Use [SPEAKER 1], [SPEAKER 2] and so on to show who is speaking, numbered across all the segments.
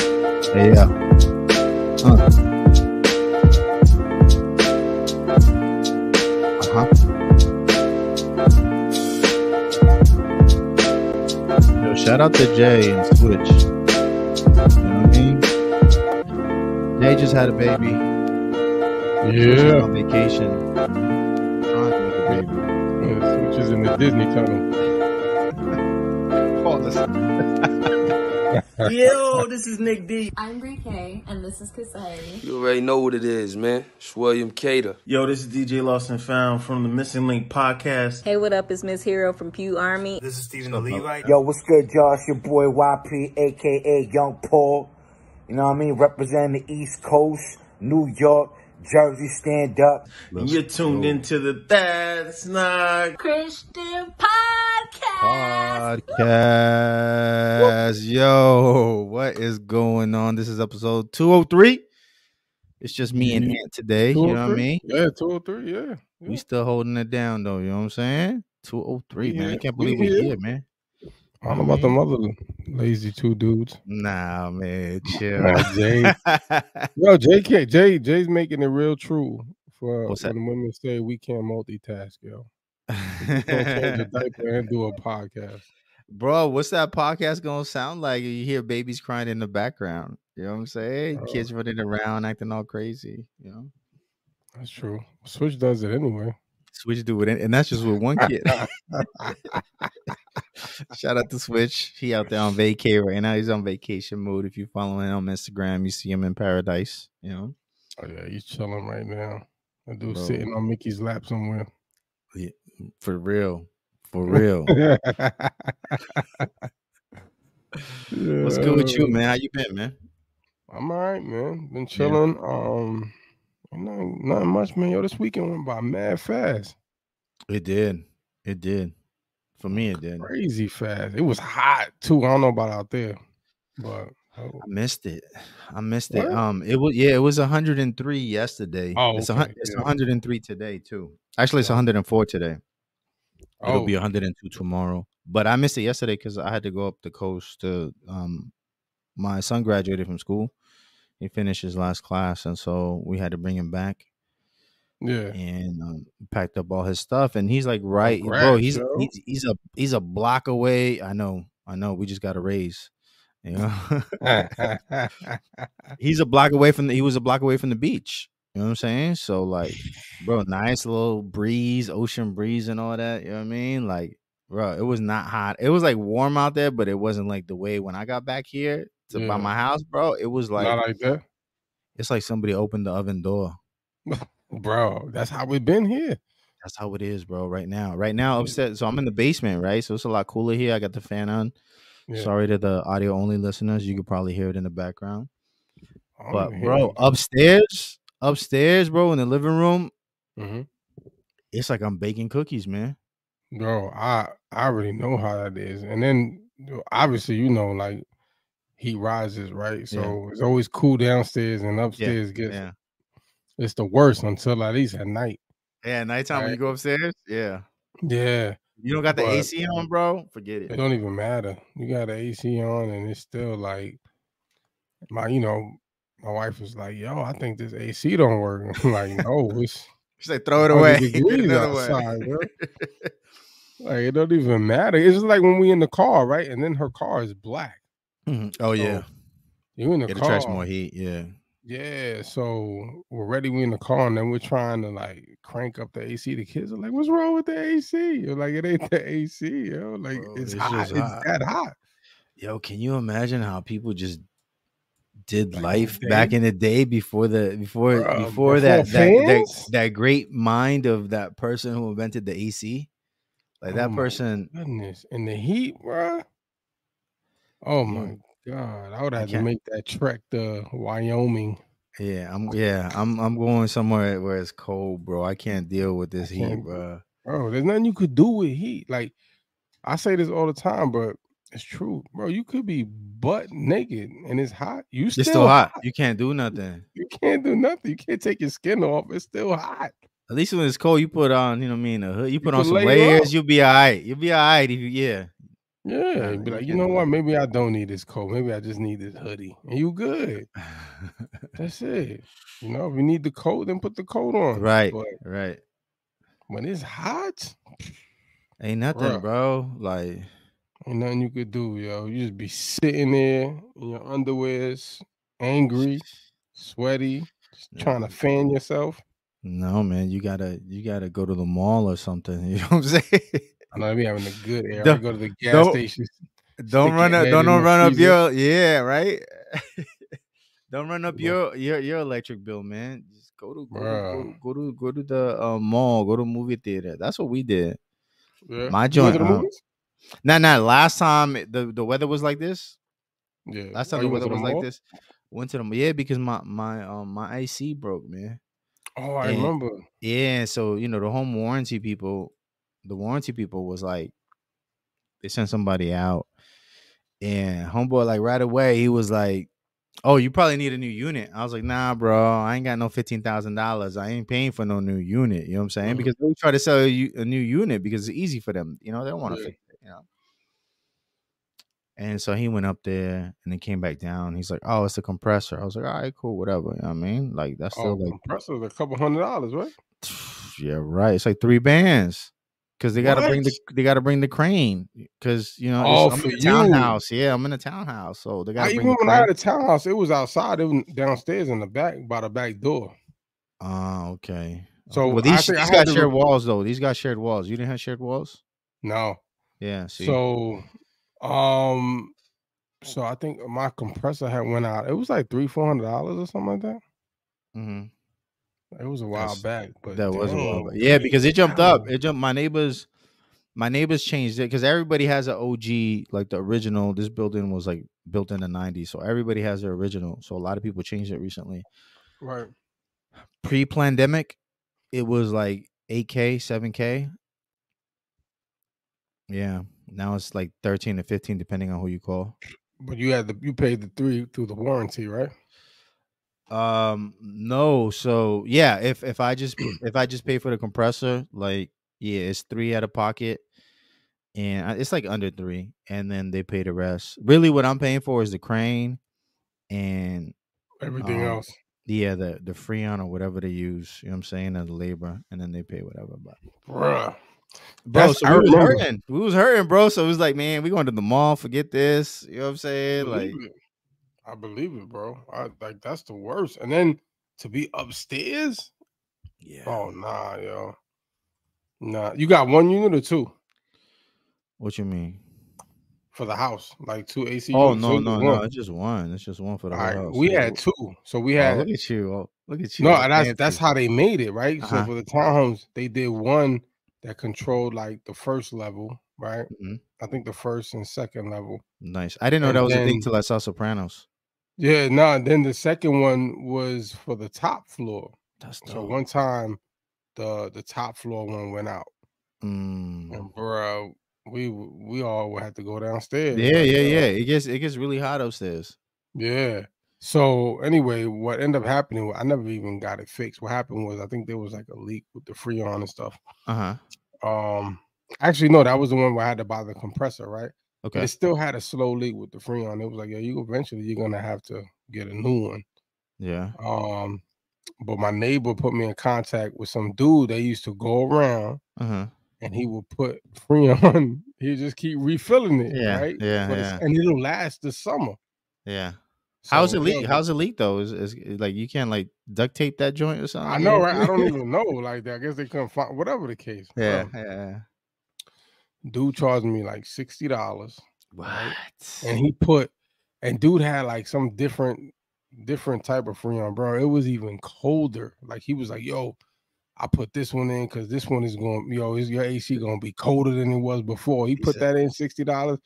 [SPEAKER 1] Yeah. Huh. Uh-huh. Yo, shout out to Jay and Switch. You know what I mean? Jay just had a baby. Switch is
[SPEAKER 2] Yeah.
[SPEAKER 1] on vacation. Trying to make a baby.
[SPEAKER 2] Yeah, Switch is in the Disney tunnel.
[SPEAKER 1] Call us.
[SPEAKER 3] Yo, this is Nick D.
[SPEAKER 4] I'm Brie Kay, and this is Kasari.
[SPEAKER 5] You already know what it is, man. It's William Cater.
[SPEAKER 3] Yo, this is DJ Lawson Found from the Missing Link podcast.
[SPEAKER 4] Hey, what up? It's Miss Hero from Pew Army.
[SPEAKER 6] This is Stephen the Levi.
[SPEAKER 7] Yo, what's good, y'all? It's your boy YP, aka Young Paul. You know what I mean? Representing the East Coast, New York, Jersey, stand up.
[SPEAKER 3] And You're tuned into the That's Not
[SPEAKER 4] Christian Podcast.
[SPEAKER 1] podcast. Yo, what is going on? This is episode 203. It's just me and Ant today. You know what I mean?
[SPEAKER 2] Yeah, 203, yeah.
[SPEAKER 1] We still holding it down though. You know what I'm saying? 203, man. I
[SPEAKER 2] Yeah,
[SPEAKER 1] can't
[SPEAKER 2] we
[SPEAKER 1] believe we
[SPEAKER 2] here.
[SPEAKER 1] here, man.
[SPEAKER 2] I don't know about them other lazy two dudes.
[SPEAKER 1] Nah, man. Chill.
[SPEAKER 2] Nah, Jay. Yo, Jay can't, Jay, Jay's making it real true for
[SPEAKER 1] What's
[SPEAKER 2] when women say we can't multitask, yo. Don't change a diaper and do a podcast.
[SPEAKER 1] Bro, what's that podcast gonna sound like? You hear babies crying in the background. You know what I'm saying?
[SPEAKER 2] Bro.
[SPEAKER 1] Kids running around acting all crazy. You know,
[SPEAKER 2] That's true. Switch does it anyway.
[SPEAKER 1] Switch do it, and and that's just with one kid. Shout out to Switch. He out there on vacay right now. He's on vacation mode. If you follow him on Instagram, you see him in paradise. You know,
[SPEAKER 2] Oh yeah, he's chilling right now. That dude
[SPEAKER 1] Bro.
[SPEAKER 2] sitting on Mickey's lap somewhere.
[SPEAKER 1] for real, for real. What's good with you,
[SPEAKER 2] Yeah.
[SPEAKER 1] man? How you been, man?
[SPEAKER 2] I'm all right, man. Been chilling. Um, nothing, nothing much, man. Yo, this weekend went by mad fast,
[SPEAKER 1] It did. It did. For me, it did.
[SPEAKER 2] crazy fast. It was hot too. I don't know about out there, but oh,
[SPEAKER 1] I missed it. I missed it.
[SPEAKER 2] What?
[SPEAKER 1] Um, it was yeah, it was 103 yesterday.
[SPEAKER 2] Oh,
[SPEAKER 1] it's, a hun-
[SPEAKER 2] okay,
[SPEAKER 1] it's
[SPEAKER 2] yeah.
[SPEAKER 1] 103 today too. Actually, it's
[SPEAKER 2] Yeah.
[SPEAKER 1] 104 today. It'll
[SPEAKER 2] oh,
[SPEAKER 1] be 102 tomorrow. But I missed it yesterday because I had to go up the coast to. Um, my son graduated from school. He finished his last class, and so we had to bring him back
[SPEAKER 2] yeah.
[SPEAKER 1] and um, packed up all his stuff. And he's like, right, bro,
[SPEAKER 2] Congrats,
[SPEAKER 1] he's,
[SPEAKER 2] yo.
[SPEAKER 1] he's he's a he's a block away. I know, I know. We just got a raise. You know. he's a block away from the, he was a block away from the beach. You know what I'm saying? So like, bro, nice little breeze, ocean breeze and all that. You know what I mean? Like, bro, it was not hot. It was like warm out there, but it wasn't like the way when I got back here to
[SPEAKER 2] Yeah.
[SPEAKER 1] by my house, bro. It was like
[SPEAKER 2] Not like that,
[SPEAKER 1] it's like somebody opened the oven door.
[SPEAKER 2] bro. That's how we've been here.
[SPEAKER 1] That's how it is, bro. Right now, right now, upset. So I'm in the basement, right? So it's a lot cooler here. I got the fan on.
[SPEAKER 2] Yeah.
[SPEAKER 1] Sorry to the audio only listeners. You could probably hear it in the background.
[SPEAKER 2] I don't
[SPEAKER 1] But
[SPEAKER 2] even hear
[SPEAKER 1] bro, uh upstairs, upstairs, bro, in the living room,
[SPEAKER 2] you. Mhm.
[SPEAKER 1] it's like I'm baking cookies, man.
[SPEAKER 2] Bro, I I already know how that is. And then yo, obviously, you know, like he rises, right? So it's always cool downstairs and upstairs gets
[SPEAKER 1] Yeah.
[SPEAKER 2] it's the worst until at least at night.
[SPEAKER 1] Yeah. Nighttime when
[SPEAKER 2] Right.
[SPEAKER 1] you go upstairs. Yeah.
[SPEAKER 2] Yeah.
[SPEAKER 1] You don't got the
[SPEAKER 2] But-
[SPEAKER 1] AC on, bro. Forget
[SPEAKER 2] It
[SPEAKER 1] it.
[SPEAKER 2] don't even matter. You got the AC on and it's still like my you know, my wife was like, Yo, I think this AC don't work. I'm like, no, it's
[SPEAKER 1] She's like, throw it
[SPEAKER 2] 100
[SPEAKER 1] away. Put
[SPEAKER 2] degrees
[SPEAKER 1] it another way."
[SPEAKER 2] outside, bro. like it don't even matter. It's just like when we in the car, right? And then her car is black.
[SPEAKER 1] Mhm. oh yeah.
[SPEAKER 2] You in the
[SPEAKER 1] It
[SPEAKER 2] car.
[SPEAKER 1] attracts more heat. Yeah.
[SPEAKER 2] Yeah, so we're ready. We in the car, and then we're trying to like crank up the AC. The kids are like, "What's wrong with the AC?" You're like, "It ain't the AC, yo. Like
[SPEAKER 1] Bro,
[SPEAKER 2] it's
[SPEAKER 1] this
[SPEAKER 2] hot.
[SPEAKER 1] shit's
[SPEAKER 2] It's
[SPEAKER 1] hot.
[SPEAKER 2] that hot."
[SPEAKER 1] Yo, can you imagine how people just did
[SPEAKER 2] Back in the
[SPEAKER 1] life back
[SPEAKER 2] day?
[SPEAKER 1] in the day before the before
[SPEAKER 2] Bruh,
[SPEAKER 1] before,
[SPEAKER 2] before
[SPEAKER 1] that, that that
[SPEAKER 2] fans?
[SPEAKER 1] that great mind of that person who invented the AC? Like that
[SPEAKER 2] Oh my
[SPEAKER 1] person
[SPEAKER 2] Goodness, and the heat, bruh. Oh
[SPEAKER 1] Yeah.
[SPEAKER 2] my god, I would have to
[SPEAKER 1] can't-
[SPEAKER 2] make that trek to Wyoming.
[SPEAKER 1] Yeah, I'm yeah, I'm I'm going somewhere where it's cold, bro. I can't deal with this heat,
[SPEAKER 2] can't-
[SPEAKER 1] bro.
[SPEAKER 2] Bro, there's nothing you could do with heat. Like I say this all the time, but it's true, bro. You could be butt naked and it's hot. You
[SPEAKER 1] It's still hot. You can't do nothing.
[SPEAKER 2] You can't do nothing. You can't take your skin off. It's still hot.
[SPEAKER 1] At least when it's cold, you put on, you know what I mean, a hood. You put on
[SPEAKER 2] can
[SPEAKER 1] some
[SPEAKER 2] layer
[SPEAKER 1] layers,
[SPEAKER 2] up.
[SPEAKER 1] you'll be all right. You'll be all right if you yeah.
[SPEAKER 2] Yeah,
[SPEAKER 1] Nah,
[SPEAKER 2] be
[SPEAKER 1] you
[SPEAKER 2] like, you
[SPEAKER 1] can-
[SPEAKER 2] know what? Maybe I don't need this coat. Maybe I just need this hoodie. And you good. That's it. You know, if you need the coat, then put the coat on.
[SPEAKER 1] right,
[SPEAKER 2] But
[SPEAKER 1] right.
[SPEAKER 2] when it's hot,
[SPEAKER 1] Ain't nothing,
[SPEAKER 2] Bruh.
[SPEAKER 1] bro. Like,
[SPEAKER 2] ain't nothing you could do, yo. You just be sitting there in your underwears, angry, sweaty, just
[SPEAKER 1] Yeah.
[SPEAKER 2] trying to fan yourself.
[SPEAKER 1] no, man. You gotta, you gotta go to the mall or something. You know what I'm saying?
[SPEAKER 2] I know I be having a good air. I
[SPEAKER 1] Don't-
[SPEAKER 2] go to the gas
[SPEAKER 1] don't-
[SPEAKER 2] station.
[SPEAKER 1] don't
[SPEAKER 2] Stick
[SPEAKER 1] run
[SPEAKER 2] your
[SPEAKER 1] up
[SPEAKER 2] head
[SPEAKER 1] don't,
[SPEAKER 2] in
[SPEAKER 1] don't
[SPEAKER 2] the
[SPEAKER 1] run up
[SPEAKER 2] freezer.
[SPEAKER 1] your yeah right don't run up
[SPEAKER 2] Look.
[SPEAKER 1] your your your electric bill man just go to go, to,
[SPEAKER 2] Bruh.
[SPEAKER 1] go, go to go to the uh, mall go to movie theater that's what we did
[SPEAKER 2] Yeah.
[SPEAKER 1] my
[SPEAKER 2] You went
[SPEAKER 1] joint,
[SPEAKER 2] to the
[SPEAKER 1] um,
[SPEAKER 2] movies?
[SPEAKER 1] nah nah last time it- the the weather was like this
[SPEAKER 2] Yeah.
[SPEAKER 1] last
[SPEAKER 2] Oh,
[SPEAKER 1] time
[SPEAKER 2] you
[SPEAKER 1] the
[SPEAKER 2] went
[SPEAKER 1] weather was
[SPEAKER 2] to
[SPEAKER 1] like
[SPEAKER 2] mall?
[SPEAKER 1] this went to the yeah because my my um my IC broke man
[SPEAKER 2] Oh, I
[SPEAKER 1] and-
[SPEAKER 2] remember.
[SPEAKER 1] yeah so you know the home warranty people the warranty people was like they sent somebody out and homeboy like right away he was like oh you probably need a new unit i was like nah bro i ain't got no $15000 i ain't paying for no new unit you know what i'm saying
[SPEAKER 2] Mhm.
[SPEAKER 1] because they try to sell you a new unit because it's easy for them you know they don't want to
[SPEAKER 2] Yeah.
[SPEAKER 1] fix it you know and so he went up there and then came back down he's like oh it's a compressor i was like all right cool whatever you know what i mean like that's
[SPEAKER 2] Oh,
[SPEAKER 1] still like
[SPEAKER 2] compressors, a couple hundred dollars, right?
[SPEAKER 1] yeah, right. It's like three bands because they gotta bring the they gotta bring the crane because you know it's-
[SPEAKER 2] Oh,
[SPEAKER 1] I'm
[SPEAKER 2] for
[SPEAKER 1] in a
[SPEAKER 2] you.
[SPEAKER 1] townhouse. Yeah, I'm in a townhouse, so they
[SPEAKER 2] I,
[SPEAKER 1] gotta
[SPEAKER 2] even
[SPEAKER 1] bring the
[SPEAKER 2] when I
[SPEAKER 1] crane.
[SPEAKER 2] had a townhouse, it was outside. It was downstairs in the back by the back door.
[SPEAKER 1] Oh, okay.
[SPEAKER 2] So
[SPEAKER 1] well,
[SPEAKER 2] I
[SPEAKER 1] these,
[SPEAKER 2] think I
[SPEAKER 1] these
[SPEAKER 2] had
[SPEAKER 1] got
[SPEAKER 2] to
[SPEAKER 1] shared
[SPEAKER 2] re-
[SPEAKER 1] walls though. These got shared walls. You didn't have shared walls.
[SPEAKER 2] No.
[SPEAKER 1] Yeah. See.
[SPEAKER 2] So, um, so I think my compressor had went out. It was like three, four hundred dollars or something like that.
[SPEAKER 1] Mhm.
[SPEAKER 2] It was a while
[SPEAKER 1] That's-
[SPEAKER 2] back, but
[SPEAKER 1] that was a while
[SPEAKER 2] damn,
[SPEAKER 1] back. Yeah,
[SPEAKER 2] three
[SPEAKER 1] because it jumped up.
[SPEAKER 2] thousand.
[SPEAKER 1] It jumped. My neighbors, my neighbors changed it because everybody has an OG like the original. This building was like built in the '90s, so everybody has their original. So a lot of people changed it recently.
[SPEAKER 2] Right.
[SPEAKER 1] pre-pandemic, it was like 8k, 7k. Yeah, now it's like 13 to 15 depending on who you call.
[SPEAKER 2] But you had the you paid the three through the warranty, right?
[SPEAKER 1] Um no, so yeah, if if I just if I just pay for the compressor, like yeah, it's 3 out of pocket and I- it's like under 3 and then they pay the rest. Really what I'm paying for is the crane and
[SPEAKER 2] Everything
[SPEAKER 1] Um,
[SPEAKER 2] else.
[SPEAKER 1] yeah, the the freon or whatever they use, you know what I'm saying, and the labor and then they pay whatever but
[SPEAKER 2] Bruh.
[SPEAKER 1] bro.
[SPEAKER 2] That's-
[SPEAKER 1] So
[SPEAKER 2] I
[SPEAKER 1] we was
[SPEAKER 2] remember.
[SPEAKER 1] hurting. We was hurting, bro. So it was like, man, we going to the mall. Forget this. You know what I'm saying? Like,
[SPEAKER 2] believe it. I believe it, bro. I like that's the worst. And then to be upstairs?
[SPEAKER 1] yeah.
[SPEAKER 2] Oh nah, yo. Nah. You got one unit or two
[SPEAKER 1] What you mean?
[SPEAKER 2] for the house. Like two AC.
[SPEAKER 1] Oh
[SPEAKER 2] units, so
[SPEAKER 1] no,
[SPEAKER 2] you
[SPEAKER 1] no,
[SPEAKER 2] one.
[SPEAKER 1] no. It's just one. It's just one for the
[SPEAKER 2] All
[SPEAKER 1] whole
[SPEAKER 2] right.
[SPEAKER 1] house.
[SPEAKER 2] We
[SPEAKER 1] Yeah.
[SPEAKER 2] had two. So we
[SPEAKER 1] Oh,
[SPEAKER 2] had
[SPEAKER 1] look at you. Oh, look at you.
[SPEAKER 2] No,
[SPEAKER 1] You're
[SPEAKER 2] and that's that's
[SPEAKER 1] fancy.
[SPEAKER 2] how they made it, right?
[SPEAKER 1] Uh-huh.
[SPEAKER 2] So for the townhomes, they did one that controlled like the first level, right?
[SPEAKER 1] Mhm.
[SPEAKER 2] I think the first and second level.
[SPEAKER 1] nice. I didn't know
[SPEAKER 2] And
[SPEAKER 1] that was a thing
[SPEAKER 2] then-
[SPEAKER 1] till I saw Sopranos.
[SPEAKER 2] Yeah, no. then the second one was for the top floor.
[SPEAKER 1] That's
[SPEAKER 2] So
[SPEAKER 1] dope.
[SPEAKER 2] one time, the the top floor one went out,
[SPEAKER 1] Mm.
[SPEAKER 2] and bro, we w- we all would have to go downstairs.
[SPEAKER 1] Yeah,
[SPEAKER 2] like, uh,
[SPEAKER 1] yeah,
[SPEAKER 2] yo,
[SPEAKER 1] yeah. It gets it gets really hot upstairs.
[SPEAKER 2] Yeah. So anyway, what ended up happening? wa- I never even got it fixed. What happened was I think there was like a leak with the freon and stuff.
[SPEAKER 1] Uh huh.
[SPEAKER 2] Um, actually, no, that was the one where I had to buy the compressor, right? But
[SPEAKER 1] Okay.
[SPEAKER 2] It still had a slow leak with the freon. It was like, yeah, you eventually you're gonna have to get a new one.
[SPEAKER 1] Yeah.
[SPEAKER 2] Um, but my neighbor put me in contact with some dude that used to go around
[SPEAKER 1] Uh huh.
[SPEAKER 2] and he would put freon. He'd just keep refilling it,
[SPEAKER 1] Yeah,
[SPEAKER 2] right?
[SPEAKER 1] yeah,
[SPEAKER 2] For the s-
[SPEAKER 1] yeah.
[SPEAKER 2] and it'll last the summer.
[SPEAKER 1] Yeah. How's
[SPEAKER 2] So,
[SPEAKER 1] it
[SPEAKER 2] yeah,
[SPEAKER 1] leak?
[SPEAKER 2] but-
[SPEAKER 1] How's it leak though? Is, is like you can't like duct tape that joint or something?
[SPEAKER 2] I know, right? I don't even know. Like, I guess they couldn't find whatever the case.
[SPEAKER 1] Yeah.
[SPEAKER 2] bro.
[SPEAKER 1] yeah.
[SPEAKER 2] dude charged me like sixty dollars.
[SPEAKER 1] What?
[SPEAKER 2] and he put and dude had like some different different type of freon, bro. It was even colder. Like he was like, "Yo, I put this one in because this one is going, yo, is your AC gonna be colder than it was before?" He
[SPEAKER 1] He
[SPEAKER 2] put
[SPEAKER 1] said-
[SPEAKER 2] that in sixty dollars,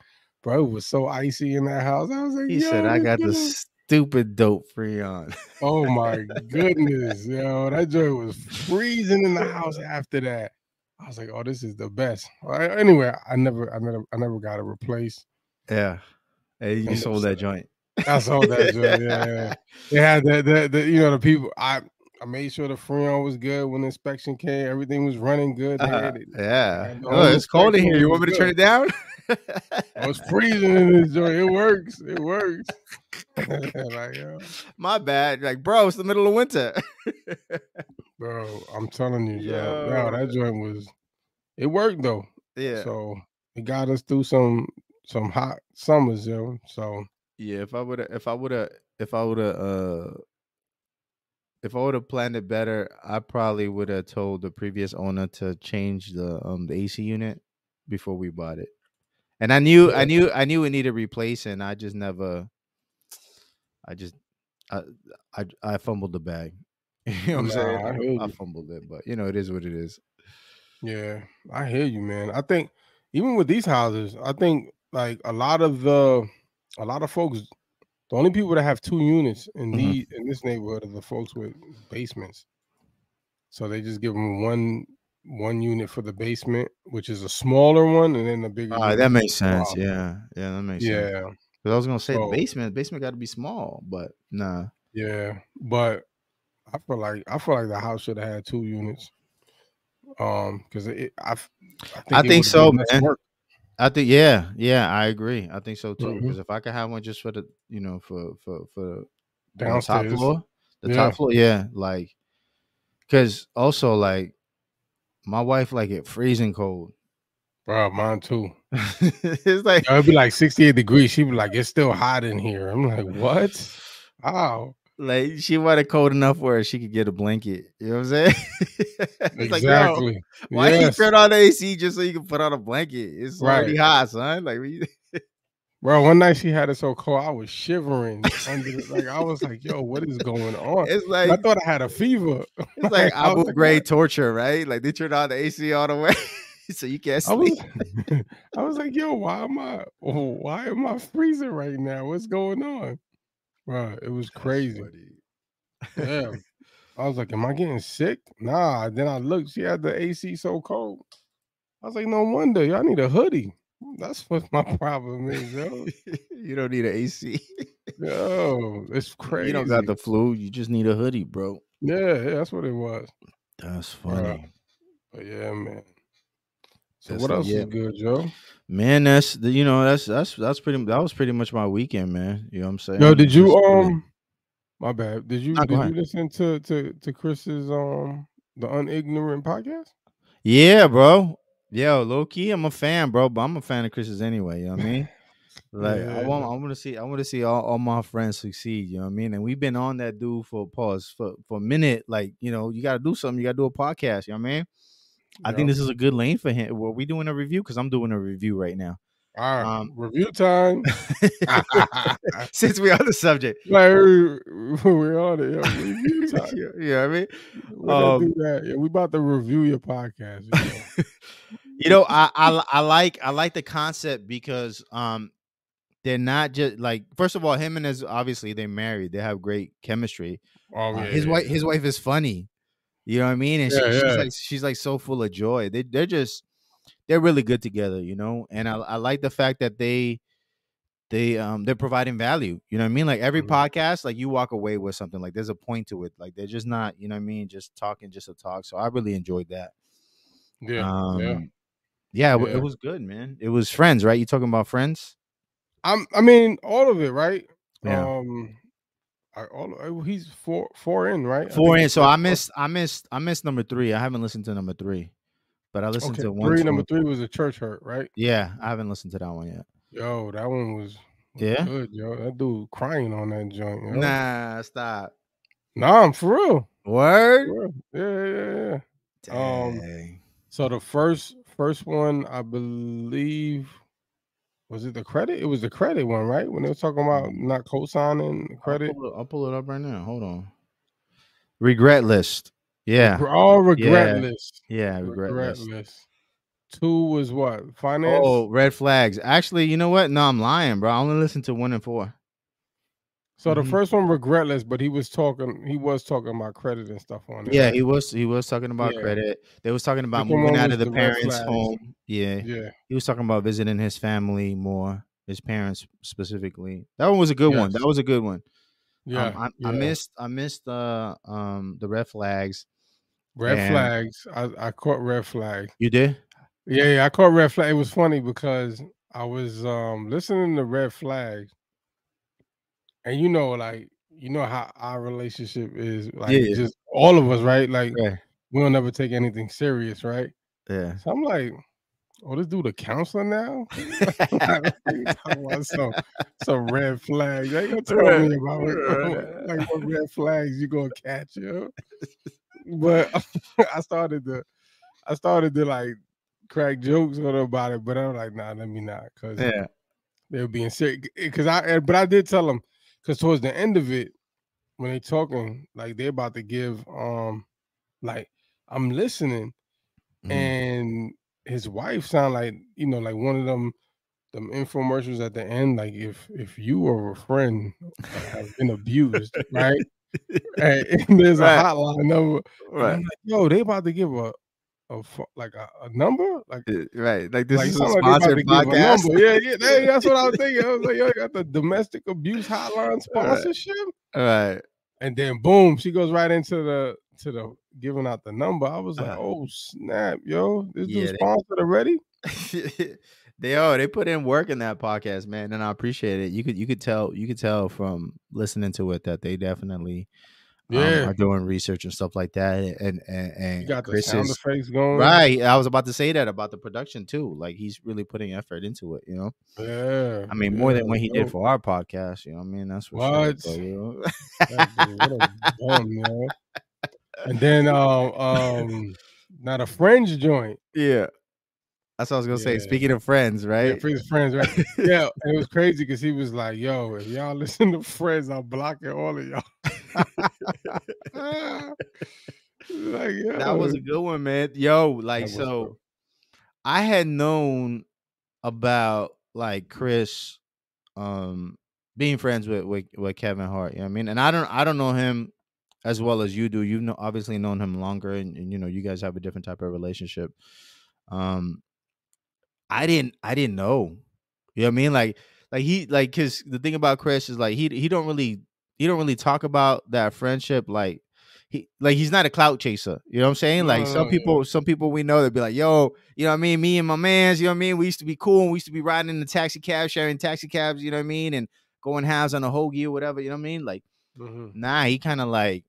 [SPEAKER 2] bro. It was so icy in that house. I was like,
[SPEAKER 1] He
[SPEAKER 2] yo,
[SPEAKER 1] said, "I
[SPEAKER 2] this
[SPEAKER 1] got the
[SPEAKER 2] dude-
[SPEAKER 1] stupid dope Freon."
[SPEAKER 2] Oh my goodness, yo, that joint was freezing in the house after that. I was like, "Oh, this is the best." I, anyway, I never, I never, I never got it replaced.
[SPEAKER 1] yeah, hey, you
[SPEAKER 2] And
[SPEAKER 1] sold that joint.
[SPEAKER 2] I saw that joint. Yeah, yeah, yeah. They had the, the, the you know the people I I made sure the freon was good when the inspection came. Everything was running good. They
[SPEAKER 1] Uh,
[SPEAKER 2] had it.
[SPEAKER 1] yeah.
[SPEAKER 2] Yeah, no,
[SPEAKER 1] Oh, it's
[SPEAKER 2] it's
[SPEAKER 1] cold in
[SPEAKER 2] cool,
[SPEAKER 1] here. You
[SPEAKER 2] it's
[SPEAKER 1] want me to turn
[SPEAKER 2] good.
[SPEAKER 1] it down?
[SPEAKER 2] I was freezing in this joint. It works. It works. Like, yo,
[SPEAKER 1] My bad. Like, bro, it's the middle of winter.
[SPEAKER 2] bro, I'm telling you, bro,
[SPEAKER 1] Yo.
[SPEAKER 2] bro, that joint was. It worked though.
[SPEAKER 1] yeah.
[SPEAKER 2] So it got us through some some hot summers, yo. So
[SPEAKER 1] Yeah, if I would have, if I would have, if I would have, uh, if I would have planned it better, I probably would have told the previous owner to change the um the AC unit before we bought it. And I knew, I knew, I knew it needed replacing. I just never, I just, I, I, I fumbled the bag. You know what I'm
[SPEAKER 2] Nah, I
[SPEAKER 1] saying?
[SPEAKER 2] hear
[SPEAKER 1] I, I
[SPEAKER 2] you.
[SPEAKER 1] fumbled it, but you know it is what it is.
[SPEAKER 2] yeah, I hear you, man. I think even with these houses, I think like a lot of the a lot of folks, the only people that have two units in
[SPEAKER 1] Mhm.
[SPEAKER 2] the in this neighborhood are the folks with basements. So they just give them one one unit for the basement, which is a smaller one, and then the bigger.
[SPEAKER 1] All
[SPEAKER 2] unit
[SPEAKER 1] right, that
[SPEAKER 2] is
[SPEAKER 1] makes
[SPEAKER 2] the
[SPEAKER 1] sense.
[SPEAKER 2] garage.
[SPEAKER 1] Yeah, yeah, that makes sense.
[SPEAKER 2] Yeah.
[SPEAKER 1] 'Cause I was gonna say
[SPEAKER 2] So-
[SPEAKER 1] basement, basement got to be small, but nah.
[SPEAKER 2] Yeah, but I feel like I feel like the house should have had two units. Um, because it, I, f-
[SPEAKER 1] I
[SPEAKER 2] it
[SPEAKER 1] think
[SPEAKER 2] would've
[SPEAKER 1] so,
[SPEAKER 2] been less
[SPEAKER 1] man.
[SPEAKER 2] work.
[SPEAKER 1] I think yeah, yeah, I agree. I think so too.
[SPEAKER 2] Mhm.
[SPEAKER 1] Because if I could have one just for the you know for for for on the top
[SPEAKER 2] Downstairs,
[SPEAKER 1] floor, the
[SPEAKER 2] Yeah.
[SPEAKER 1] top floor, yeah, like because also like my wife like it freezing cold.
[SPEAKER 2] bro, mine too.
[SPEAKER 1] it's like
[SPEAKER 2] Yo, It'd be like 68 degrees. She'd be like, "It's still hot in here." I'm like, "What? Oh, Wow,
[SPEAKER 1] like she wanted cold enough where she could get a blanket. You know what I'm saying? it's like yo,
[SPEAKER 2] exactly."
[SPEAKER 1] why
[SPEAKER 2] Yes.
[SPEAKER 1] you turn on the AC just so you can put on a blanket? It's already
[SPEAKER 2] Right.
[SPEAKER 1] hot, son. Like we,
[SPEAKER 2] bro? One night she had it so cold, I was shivering. under the- like I was like, "Yo, what is going on?"
[SPEAKER 1] it's
[SPEAKER 2] I
[SPEAKER 1] like
[SPEAKER 2] thought I had a fever.
[SPEAKER 1] It's like
[SPEAKER 2] I
[SPEAKER 1] Abu
[SPEAKER 2] was like,
[SPEAKER 1] Ghraib torture, right? Like they turned on the AC all the way, so you can't
[SPEAKER 2] I
[SPEAKER 1] sleep.
[SPEAKER 2] was, I was like, yo, why am I why am I freezing right now? What's going on? Bro, it was crazy. Yeah. I was like, am I getting sick? Nah. Then I looked, she had the AC so cold. I was like, no wonder. Y'all need a hoodie. That's what my problem is, yo.
[SPEAKER 1] you don't need an AC.
[SPEAKER 2] yo it's crazy.
[SPEAKER 1] You don't got the flu. You just need a hoodie, bro.
[SPEAKER 2] yeah, yeah, that's what it was.
[SPEAKER 1] That's
[SPEAKER 2] Bruh.
[SPEAKER 1] funny,
[SPEAKER 2] But yeah, man. So
[SPEAKER 1] That's
[SPEAKER 2] what
[SPEAKER 1] the-
[SPEAKER 2] else
[SPEAKER 1] yeah.
[SPEAKER 2] is good, Joe?
[SPEAKER 1] man. That's the- you know that's that's that's pretty. That was pretty much my weekend, man. You know what I'm saying?
[SPEAKER 2] Yo, did
[SPEAKER 1] It
[SPEAKER 2] you
[SPEAKER 1] was pretty-
[SPEAKER 2] um? My bad. Did you
[SPEAKER 1] Nah, go
[SPEAKER 2] did you
[SPEAKER 1] ahead.
[SPEAKER 2] listen to to to Chris's um the unignorant podcast?
[SPEAKER 1] Yeah, bro. Yo, low key, I'm a fan, bro. But I'm a fan of Chris's anyway. You know what I mean? Like I
[SPEAKER 2] Yeah.
[SPEAKER 1] want, I want to see, I want to see all, all my friends succeed. You know what I mean? And we've been on that dude for pause for for a minute. Like you know, you got to do something. You got to do a podcast. You know what I mean? I think this is a good lane for him. Well, we doing a review because I'm doing a review right now.
[SPEAKER 2] All right,
[SPEAKER 1] um,
[SPEAKER 2] review time.
[SPEAKER 1] Since we're on the subject,
[SPEAKER 2] like we- we're on it. Yo. Review time.
[SPEAKER 1] you you know what I mean?
[SPEAKER 2] We're gonna
[SPEAKER 1] Um,
[SPEAKER 2] do that. Yeah, we about to review your podcast. yo.
[SPEAKER 1] You know, I, I I like I like the concept because um they're not just like first of all, him and his obviously they married. They have great chemistry.
[SPEAKER 2] Oh,
[SPEAKER 1] Uh,
[SPEAKER 2] yeah,
[SPEAKER 1] his
[SPEAKER 2] yeah,
[SPEAKER 1] wife
[SPEAKER 2] yeah.
[SPEAKER 1] his wife is funny. You know what I mean? And she-
[SPEAKER 2] Yeah,
[SPEAKER 1] she's
[SPEAKER 2] yeah.
[SPEAKER 1] like she's like so full of joy. They they're just they're really good together, you know. And I, I like the fact that they they um they're providing value. You know what I mean? Like every
[SPEAKER 2] Mhm.
[SPEAKER 1] podcast, like you walk away with something. Like there's a point to it. Like they're just not, you know what I mean, just talking just to talk. So I really enjoyed that.
[SPEAKER 2] yeah,
[SPEAKER 1] um,
[SPEAKER 2] yeah.
[SPEAKER 1] Yeah, it wa-
[SPEAKER 2] Yeah.
[SPEAKER 1] it was good, man. It was friends, right? You talking about friends?
[SPEAKER 2] I'm. I mean, all of it, right?
[SPEAKER 1] Yeah.
[SPEAKER 2] Um, I, all oh, he's four four in, right? I
[SPEAKER 1] Four
[SPEAKER 2] think
[SPEAKER 1] in.
[SPEAKER 2] it's
[SPEAKER 1] So
[SPEAKER 2] four- oh,
[SPEAKER 1] I missed, I missed, I missed number three. I haven't listened to number three, but I listened
[SPEAKER 2] Okay,
[SPEAKER 1] to one.
[SPEAKER 2] three.
[SPEAKER 1] two,
[SPEAKER 2] Number three was a church hurt, right?
[SPEAKER 1] Yeah, I haven't listened to that one yet.
[SPEAKER 2] Yo, that one was was
[SPEAKER 1] Yeah?
[SPEAKER 2] good, yo. That dude crying on that joint. Yo.
[SPEAKER 1] Nah, stop.
[SPEAKER 2] nah, I'm for real. for
[SPEAKER 1] Word.
[SPEAKER 2] real. Yeah, yeah, yeah, yeah. Um,
[SPEAKER 1] Dang.
[SPEAKER 2] So the first first one, I believe, was it the credit? It was the credit one, right? When they were talking about
[SPEAKER 1] Mm-hmm.
[SPEAKER 2] not co-signing the credit.
[SPEAKER 1] I'll pull, it, I'll pull it up right now. Hold on. Regret list. Yeah,
[SPEAKER 2] Regr- All regret
[SPEAKER 1] Yeah.
[SPEAKER 2] list.
[SPEAKER 1] yeah, regret,
[SPEAKER 2] Regret,
[SPEAKER 1] list.
[SPEAKER 2] list. Two was what? Finance.
[SPEAKER 1] Oh, red flags. Actually, you know what? No, I'm lying, bro. I only listened to one and four.
[SPEAKER 2] so
[SPEAKER 1] mhm.
[SPEAKER 2] the first one regret list, but he was talking. He was talking about credit and stuff on it.
[SPEAKER 1] Yeah,
[SPEAKER 2] right?
[SPEAKER 1] he was he was talking about
[SPEAKER 2] Yeah.
[SPEAKER 1] credit. They was talking about
[SPEAKER 2] Second
[SPEAKER 1] moving
[SPEAKER 2] one
[SPEAKER 1] out
[SPEAKER 2] was
[SPEAKER 1] of the,
[SPEAKER 2] the red
[SPEAKER 1] parents'
[SPEAKER 2] flags.
[SPEAKER 1] home. Yeah,
[SPEAKER 2] yeah.
[SPEAKER 1] he was talking about visiting his family more, his parents specifically. That one was a good one. That
[SPEAKER 2] Yes.
[SPEAKER 1] was a good one.
[SPEAKER 2] Yeah,
[SPEAKER 1] um, I,
[SPEAKER 2] yeah.
[SPEAKER 1] I missed I missed the um the red flags.
[SPEAKER 2] red
[SPEAKER 1] and-
[SPEAKER 2] flags. I, I caught red flag.
[SPEAKER 1] You did?
[SPEAKER 2] Yeah, yeah, I caught red flag. It was funny because I was um listening to red flag, and you know, like you know how our relationship is, like
[SPEAKER 1] Yeah.
[SPEAKER 2] just all of us, right? Like
[SPEAKER 1] Yeah.
[SPEAKER 2] we don't ever take anything serious, right?
[SPEAKER 1] Yeah.
[SPEAKER 2] So I'm like, oh, this dude a counselor now? You talking about some, some red flag. You ain't gonna tell
[SPEAKER 5] Right,
[SPEAKER 2] me about
[SPEAKER 5] right.
[SPEAKER 2] what, like what red flags you gonna catch, yo. But I started to, I started to like crack jokes on about it, but I'm like, nah, let me not, cause
[SPEAKER 1] yeah.
[SPEAKER 2] they were being sick. Cause I, eh, but I did tell them, cause towards the end of it, when they talking, like they about to give, um, like I'm listening,
[SPEAKER 1] Mhm.
[SPEAKER 2] and his wife sound like you know like one of them them infomercials at the end like if if you or a friend uh, have been abused right and, and there's
[SPEAKER 5] Right.
[SPEAKER 2] a hotline number and I'm
[SPEAKER 5] Right.
[SPEAKER 2] like, yo they about to give a a fu- like a, a number like
[SPEAKER 1] Yeah, Uh, Right. Like this
[SPEAKER 2] like,
[SPEAKER 1] is a
[SPEAKER 2] sound like
[SPEAKER 1] sponsored
[SPEAKER 2] they about to give a
[SPEAKER 1] podcast.
[SPEAKER 2] number. yeah yeah that- that's what i was thinking i was like yo you got the domestic abuse hotline sponsorship
[SPEAKER 1] All right.
[SPEAKER 2] and then boom, she goes right into the to the giving out the number. I was like,
[SPEAKER 1] Uh-huh.
[SPEAKER 2] oh snap, yo, this
[SPEAKER 1] Yeah,
[SPEAKER 2] dude's
[SPEAKER 1] they-
[SPEAKER 2] sponsored already.
[SPEAKER 1] they are. They put in work in that podcast, man, and I appreciate it. You could you could tell you could tell from listening to it that they definitely um,
[SPEAKER 2] Yeah.
[SPEAKER 1] are doing research and stuff like that. And and and
[SPEAKER 2] You got the
[SPEAKER 1] Chris
[SPEAKER 2] sound
[SPEAKER 1] is-
[SPEAKER 2] effects going,
[SPEAKER 1] right. I was about to say that about the production too. Like he's really putting effort into it. You know,
[SPEAKER 2] Yeah,
[SPEAKER 1] I mean more
[SPEAKER 2] yeah,
[SPEAKER 1] than what he did
[SPEAKER 2] dope.
[SPEAKER 1] for our podcast. You know, what I mean that's for sure.
[SPEAKER 2] What?
[SPEAKER 1] so, you know.
[SPEAKER 2] That dude, what a bum, yo. And then um um now the fringe joint.
[SPEAKER 1] yeah, that's what I was gonna say.
[SPEAKER 2] Yeah.
[SPEAKER 1] Speaking of friends,
[SPEAKER 2] Yeah,
[SPEAKER 1] right?
[SPEAKER 2] for his friends, right? Yeah, and it was crazy because he was like, "Yo, if y'all listen to Friends, I'm blocking all of y'all." like,
[SPEAKER 1] that was
[SPEAKER 2] yo,
[SPEAKER 1] a good one, man. Yo, like
[SPEAKER 2] was
[SPEAKER 1] so,
[SPEAKER 2] dope.
[SPEAKER 1] I had known about like Chris, um, being friends with, with with Kevin Hart. You know what I mean? And I don't I don't know him as well as you do. You've know, obviously known him longer, and, and you know you guys have a different type of relationship. Um, I didn't I didn't know. You know what I mean? Like like he like because the thing about Chris is like he he don't really he don't really talk about that friendship like he like he's not a clout chaser. You know what I'm saying? Like
[SPEAKER 2] No,
[SPEAKER 1] some
[SPEAKER 2] yeah.
[SPEAKER 1] people, some people we know they'd be like, yo, you know what I mean? Me and my mans, you know what I mean? We used to be cool and we used to be riding in the taxi cab, sharing taxi cabs, you know what I mean? And going halves on a hoagie or whatever, you know what I mean? Like,
[SPEAKER 2] Mhm.
[SPEAKER 1] nah, he kind of like,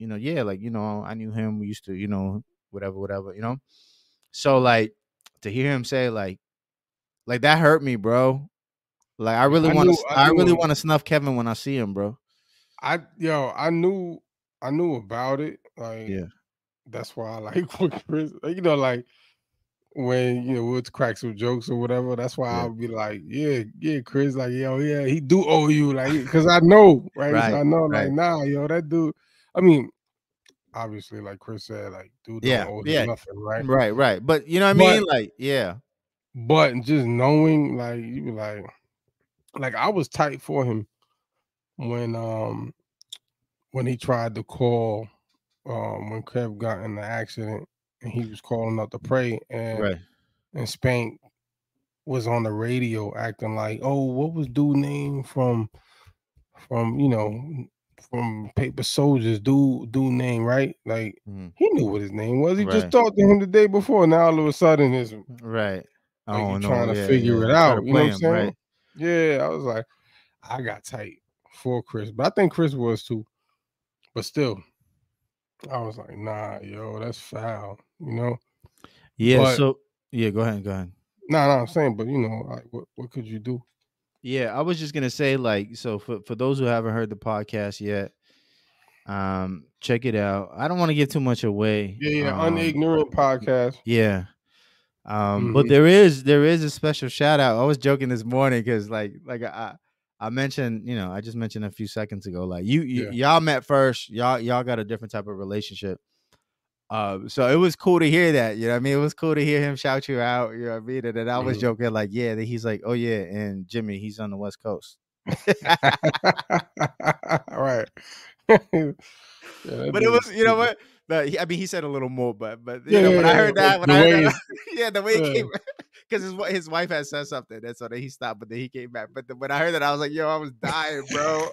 [SPEAKER 1] you know, yeah, like, you know, I knew him. We used to, you know, whatever, whatever, you know? So like to hear him say like like that hurt me, bro. Like I really
[SPEAKER 2] I
[SPEAKER 1] want
[SPEAKER 2] knew-
[SPEAKER 1] to
[SPEAKER 2] I
[SPEAKER 1] I, really
[SPEAKER 2] knew-
[SPEAKER 1] want to snuff Kevin when I see him, bro.
[SPEAKER 2] I yo, I knew I knew about it. Like
[SPEAKER 1] Yeah.
[SPEAKER 2] that's why I like what Chris like, you know, like when you know we'll crack some jokes or whatever. That's why
[SPEAKER 1] Yeah.
[SPEAKER 2] I'll be like, Yeah, yeah, Chris, like, yo, yeah, he do owe you, like cause I know, right?
[SPEAKER 1] Right,
[SPEAKER 2] so I know,
[SPEAKER 1] right.
[SPEAKER 2] like, nah, yo, that dude. I mean, obviously, like Chris said, like, dude don't
[SPEAKER 1] Yeah,
[SPEAKER 2] owe you
[SPEAKER 1] yeah.
[SPEAKER 2] nothing, right?
[SPEAKER 1] Right, right. But you know what I
[SPEAKER 2] But-
[SPEAKER 1] mean? Like, yeah.
[SPEAKER 2] But just knowing, like, you be like, like I was tight for him when um when he tried to call um when Kev got in the accident and he was calling out to pray and
[SPEAKER 1] Right.
[SPEAKER 2] and Spank was on the radio acting like, oh, what was dude name from from you know from Paper Soldiers dude dude name right like.
[SPEAKER 1] Mhm.
[SPEAKER 2] He knew what his name was. He just
[SPEAKER 1] Right.
[SPEAKER 2] talked to him the day before. Now all of a sudden, it's
[SPEAKER 1] Right.
[SPEAKER 2] Like, you
[SPEAKER 1] oh, no.
[SPEAKER 2] trying to
[SPEAKER 1] yeah,
[SPEAKER 2] figure
[SPEAKER 1] yeah.
[SPEAKER 2] it
[SPEAKER 1] Try to
[SPEAKER 2] out, you know
[SPEAKER 1] play
[SPEAKER 2] what I'm
[SPEAKER 1] him,
[SPEAKER 2] saying? Yeah, I was like, I got tight for Chris, but I think Chris was too. But still, I was like, nah, yo, that's foul, you know.
[SPEAKER 1] Yeah.
[SPEAKER 2] But-
[SPEAKER 1] so yeah, go ahead. Go ahead.
[SPEAKER 2] Nah, nah, I'm saying, but you know, like, what what could you do?
[SPEAKER 1] Yeah, I was just gonna say like so for for those who haven't heard the podcast yet, um, check it out. I don't want to give too much away.
[SPEAKER 2] Yeah, yeah,
[SPEAKER 1] um,
[SPEAKER 2] unignorant podcast.
[SPEAKER 1] Yeah. Um, but
[SPEAKER 2] Mhm.
[SPEAKER 1] there is there is a special shout out. I was joking this morning because like like I I mentioned you know I just mentioned a few seconds ago like you, you y'all met first y'all y'all got a different type of relationship. Uh, so it was cool to hear that. You know what I mean? It was cool to hear him shout you out. You know what I mean? And then I was
[SPEAKER 2] Mhm.
[SPEAKER 1] joking like yeah. Then he's like oh yeah, and Jimmy he's on the West Coast.
[SPEAKER 2] All right. Yeah, that
[SPEAKER 1] but
[SPEAKER 2] dude
[SPEAKER 1] it was you know
[SPEAKER 2] stupid.
[SPEAKER 1] what. But he, I mean, he said a little more, but but you
[SPEAKER 2] Yeah,
[SPEAKER 1] know
[SPEAKER 2] yeah,
[SPEAKER 1] when I
[SPEAKER 2] yeah,
[SPEAKER 1] heard
[SPEAKER 2] yeah,
[SPEAKER 1] that, when
[SPEAKER 2] the
[SPEAKER 1] I
[SPEAKER 2] way
[SPEAKER 1] heard that, yeah, the way it
[SPEAKER 2] yeah.
[SPEAKER 1] came, because his wi- his wife had said something, and so then he stopped. But then he came back. But the, when I heard that, I was like, "Yo, I was dying, bro."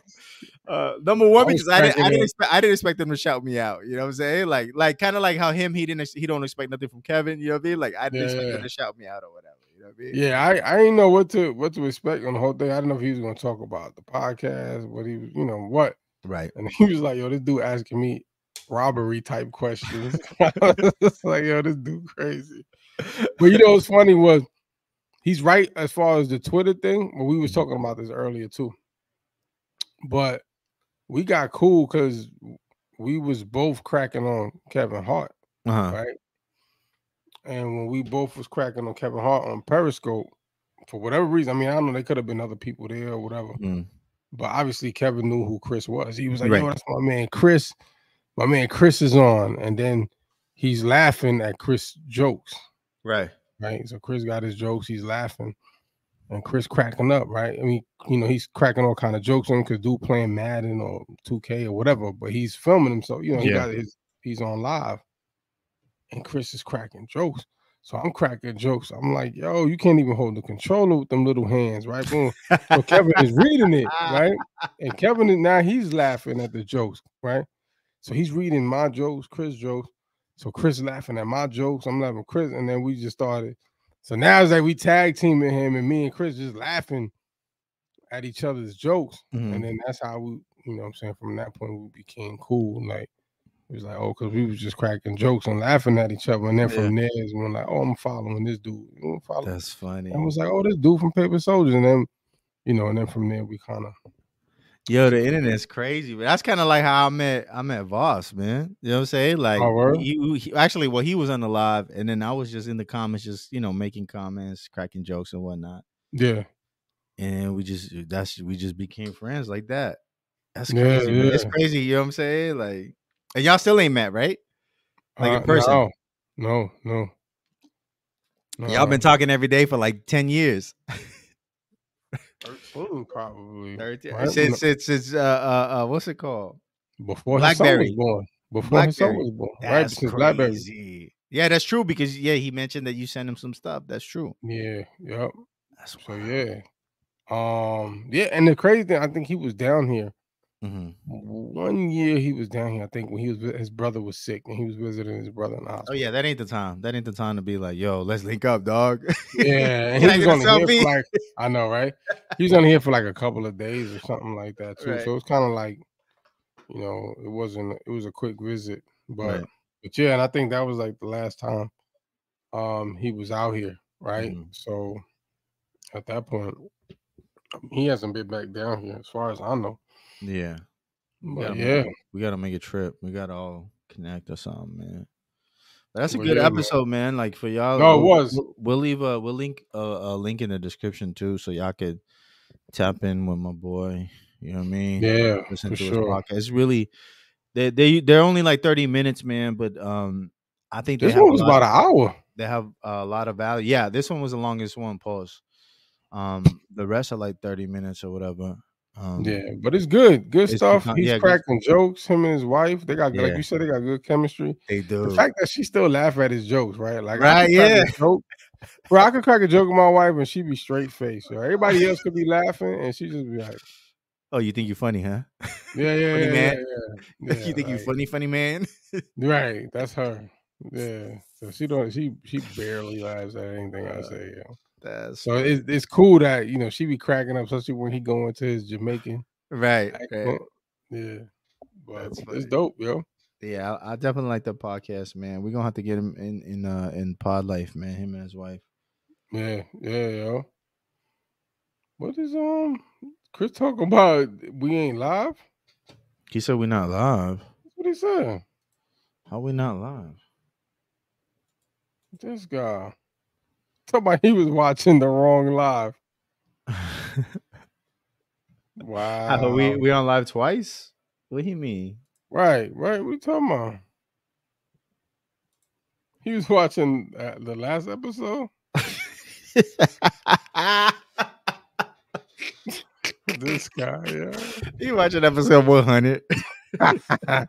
[SPEAKER 1] Uh, number one,
[SPEAKER 2] was
[SPEAKER 1] because I didn't, I
[SPEAKER 2] cracking
[SPEAKER 1] didn't
[SPEAKER 2] up.
[SPEAKER 1] expect I didn't expect them to shout me out. You know what I'm saying? Like like kind of like how him he didn't ex- he don't expect nothing from Kevin. You know what I mean? Like I didn't expect
[SPEAKER 2] Yeah.
[SPEAKER 1] them to shout me out or whatever. You know what I mean?
[SPEAKER 2] Yeah, I I didn't know what to what to expect on the whole thing. I didn't know if he was gonna talk about the podcast, what he was, you know, what.
[SPEAKER 1] Right.
[SPEAKER 2] And he was like, "Yo, this dude asking me robbery type questions." it's like, "Yo, this dude crazy." But you know what's funny was he's right as far as the Twitter thing. But we was talking about this earlier too. But we got cool because we was both cracking on Kevin Hart
[SPEAKER 1] Uh-huh.
[SPEAKER 2] right? And when we both was cracking on Kevin Hart on Periscope, for whatever reason, I mean, I don't know, there could have been other people there or whatever,
[SPEAKER 1] Mm.
[SPEAKER 2] but obviously Kevin knew who Chris was. He was like,
[SPEAKER 1] Right.
[SPEAKER 2] "Yo, that's my man, Chris. My man, Chris is on," and then he's laughing at Chris jokes,
[SPEAKER 1] Right.
[SPEAKER 2] right? So Chris got his jokes, he's laughing, and Chris cracking up, right? I mean, you know, he's cracking all kind of jokes on because dude playing Madden or 2K or whatever, but he's filming himself. You know, he
[SPEAKER 1] Yeah.
[SPEAKER 2] got his he's on live, and Chris is cracking jokes. So I'm cracking jokes. I'm like, yo, you can't even hold the controller with them little hands, right? Boom. So Kevin is reading it, right? And Kevin is now he's laughing at the jokes, right? So he's reading my jokes, Chris jokes. So Chris laughing at my jokes. I'm laughing at Chris. And then we just started. So now it's like we tag teaming him and me and Chris just laughing at each other's jokes.
[SPEAKER 1] Mhm.
[SPEAKER 2] And then that's how we, you know what I'm saying? From that point, we became cool. Like, it was like, oh, because we was just cracking jokes and laughing at each other. And then from there is when, like, oh, I'm following this dude. You know, follow.
[SPEAKER 1] That's funny.
[SPEAKER 2] I was like, oh, this dude from Paper Soldiers. And then, you know, and then from there, we kind of,
[SPEAKER 1] Yo, the internet's crazy, but that's kind of like how I met I met Voss, man. You know what I'm saying? Like,
[SPEAKER 2] Oh, word?
[SPEAKER 1] he, he- actually, well, he was on the live, and then I was just in the comments, just you know, making comments, cracking jokes and whatnot,
[SPEAKER 2] yeah.
[SPEAKER 1] and we just uh, that's we just became friends like that. That's
[SPEAKER 2] Yeah,
[SPEAKER 1] crazy. man. It's
[SPEAKER 2] yeah.
[SPEAKER 1] crazy. You know what I'm saying? Like, and y'all still ain't met, right? Like in
[SPEAKER 2] Uh,
[SPEAKER 1] person.
[SPEAKER 2] No, no, no. No,
[SPEAKER 1] Y'all been talking every day for like ten years.
[SPEAKER 2] 13 probably. Right?
[SPEAKER 1] Since since since uh, uh, uh what's it called?
[SPEAKER 2] Before his son was
[SPEAKER 1] Blackberry.
[SPEAKER 2] born. Before his son
[SPEAKER 1] Blackberry.
[SPEAKER 2] was born. right?
[SPEAKER 1] That's
[SPEAKER 2] Since Blackberry.
[SPEAKER 1] crazy. Yeah, that's true because yeah, he mentioned that you sent him some stuff. That's true.
[SPEAKER 2] Yeah, yep.
[SPEAKER 1] That's
[SPEAKER 2] So yeah. Um, yeah, and the crazy thing, I think he was down here.
[SPEAKER 1] hmm
[SPEAKER 2] One year he was down here, I think, when he was vi- his brother was sick and he was visiting his brother in the
[SPEAKER 1] Oh
[SPEAKER 2] hospital.
[SPEAKER 1] yeah, that ain't the time. That ain't the time to be like, yo, let's link up, dog.
[SPEAKER 2] Yeah, and
[SPEAKER 1] Can I
[SPEAKER 2] he was
[SPEAKER 1] get a
[SPEAKER 2] only here
[SPEAKER 1] selfie?
[SPEAKER 2] for like I know, right? He was only here for like a couple of days or something like that too.
[SPEAKER 1] Right.
[SPEAKER 2] So it's kind of like, you know, it wasn't. It was a quick visit, but
[SPEAKER 1] Right.
[SPEAKER 2] but yeah, and I think that was like the last time um he was out here, right?
[SPEAKER 1] Mhm.
[SPEAKER 2] So at that point, he hasn't been back down here as far as I know.
[SPEAKER 1] yeah,
[SPEAKER 2] But
[SPEAKER 1] Yeah,
[SPEAKER 2] yeah,
[SPEAKER 1] we gotta make a trip. We gotta all connect or something, man. But that's a
[SPEAKER 2] Well,
[SPEAKER 1] good
[SPEAKER 2] yeah, man.
[SPEAKER 1] episode, man. Like for y'all,
[SPEAKER 2] No, it
[SPEAKER 1] we'll-
[SPEAKER 2] was.
[SPEAKER 1] We'll, we'll leave a we'll link a, a link in the description too, so y'all could tap in with my boy. You know what I mean?
[SPEAKER 2] yeah,
[SPEAKER 1] listen
[SPEAKER 2] for
[SPEAKER 1] to his
[SPEAKER 2] sure.
[SPEAKER 1] podcast. It's really they they they're only like thirty minutes, man. But um, I think they
[SPEAKER 2] This
[SPEAKER 1] have
[SPEAKER 2] one
[SPEAKER 1] a
[SPEAKER 2] was
[SPEAKER 1] lot-
[SPEAKER 2] about an hour.
[SPEAKER 1] they have a lot of value. Yeah, this one was the longest one. Pause. Um, the rest are like thirty minutes or whatever. Um,
[SPEAKER 2] Yeah, but it's good, good
[SPEAKER 1] it's
[SPEAKER 2] stuff.
[SPEAKER 1] become-
[SPEAKER 2] He's
[SPEAKER 1] yeah, good
[SPEAKER 2] cracking jokes. Him and his wife, they got like
[SPEAKER 1] Yeah.
[SPEAKER 2] you said, they got good chemistry.
[SPEAKER 1] they do.
[SPEAKER 2] The fact that she still laugh at his jokes, right? Like, I
[SPEAKER 1] Right,
[SPEAKER 2] could crack a
[SPEAKER 1] yeah.
[SPEAKER 2] joke- Bro, I could crack a joke with my wife and she be straight face. Right? Everybody else could be laughing and she just be like,
[SPEAKER 1] oh, you think you're funny, huh?
[SPEAKER 2] yeah, yeah,
[SPEAKER 1] Funny
[SPEAKER 2] yeah, yeah,
[SPEAKER 1] man.
[SPEAKER 2] yeah, yeah,
[SPEAKER 1] you think you're
[SPEAKER 2] like,
[SPEAKER 1] funny, funny man?
[SPEAKER 2] Right, that's her. Yeah. So she don't. She she barely laughs at anything I
[SPEAKER 1] Uh,
[SPEAKER 2] say. Yeah.
[SPEAKER 1] That's
[SPEAKER 2] So it's it's cool that you know she be cracking up, especially when he go into his Jamaican
[SPEAKER 1] right. right.
[SPEAKER 2] accent. Yeah. But
[SPEAKER 1] That's
[SPEAKER 2] it's
[SPEAKER 1] funny.
[SPEAKER 2] dope, yo.
[SPEAKER 1] Yeah, I, I definitely like the podcast, man. We're gonna have to get him in in uh in pod life, man. Him and his wife.
[SPEAKER 2] Yeah, yeah, yo. What is um Chris talking about? We ain't live.
[SPEAKER 1] He said we're not live.
[SPEAKER 2] That's what he said.
[SPEAKER 1] How we not live?
[SPEAKER 2] This guy. Talking about he was watching the wrong live. Wow.
[SPEAKER 1] Oh, we we on live twice? What do you mean?
[SPEAKER 2] Right, right. What you talking about? He was watching uh, the last episode. This guy, yeah.
[SPEAKER 1] you watching episode one hundred?
[SPEAKER 2] This guy,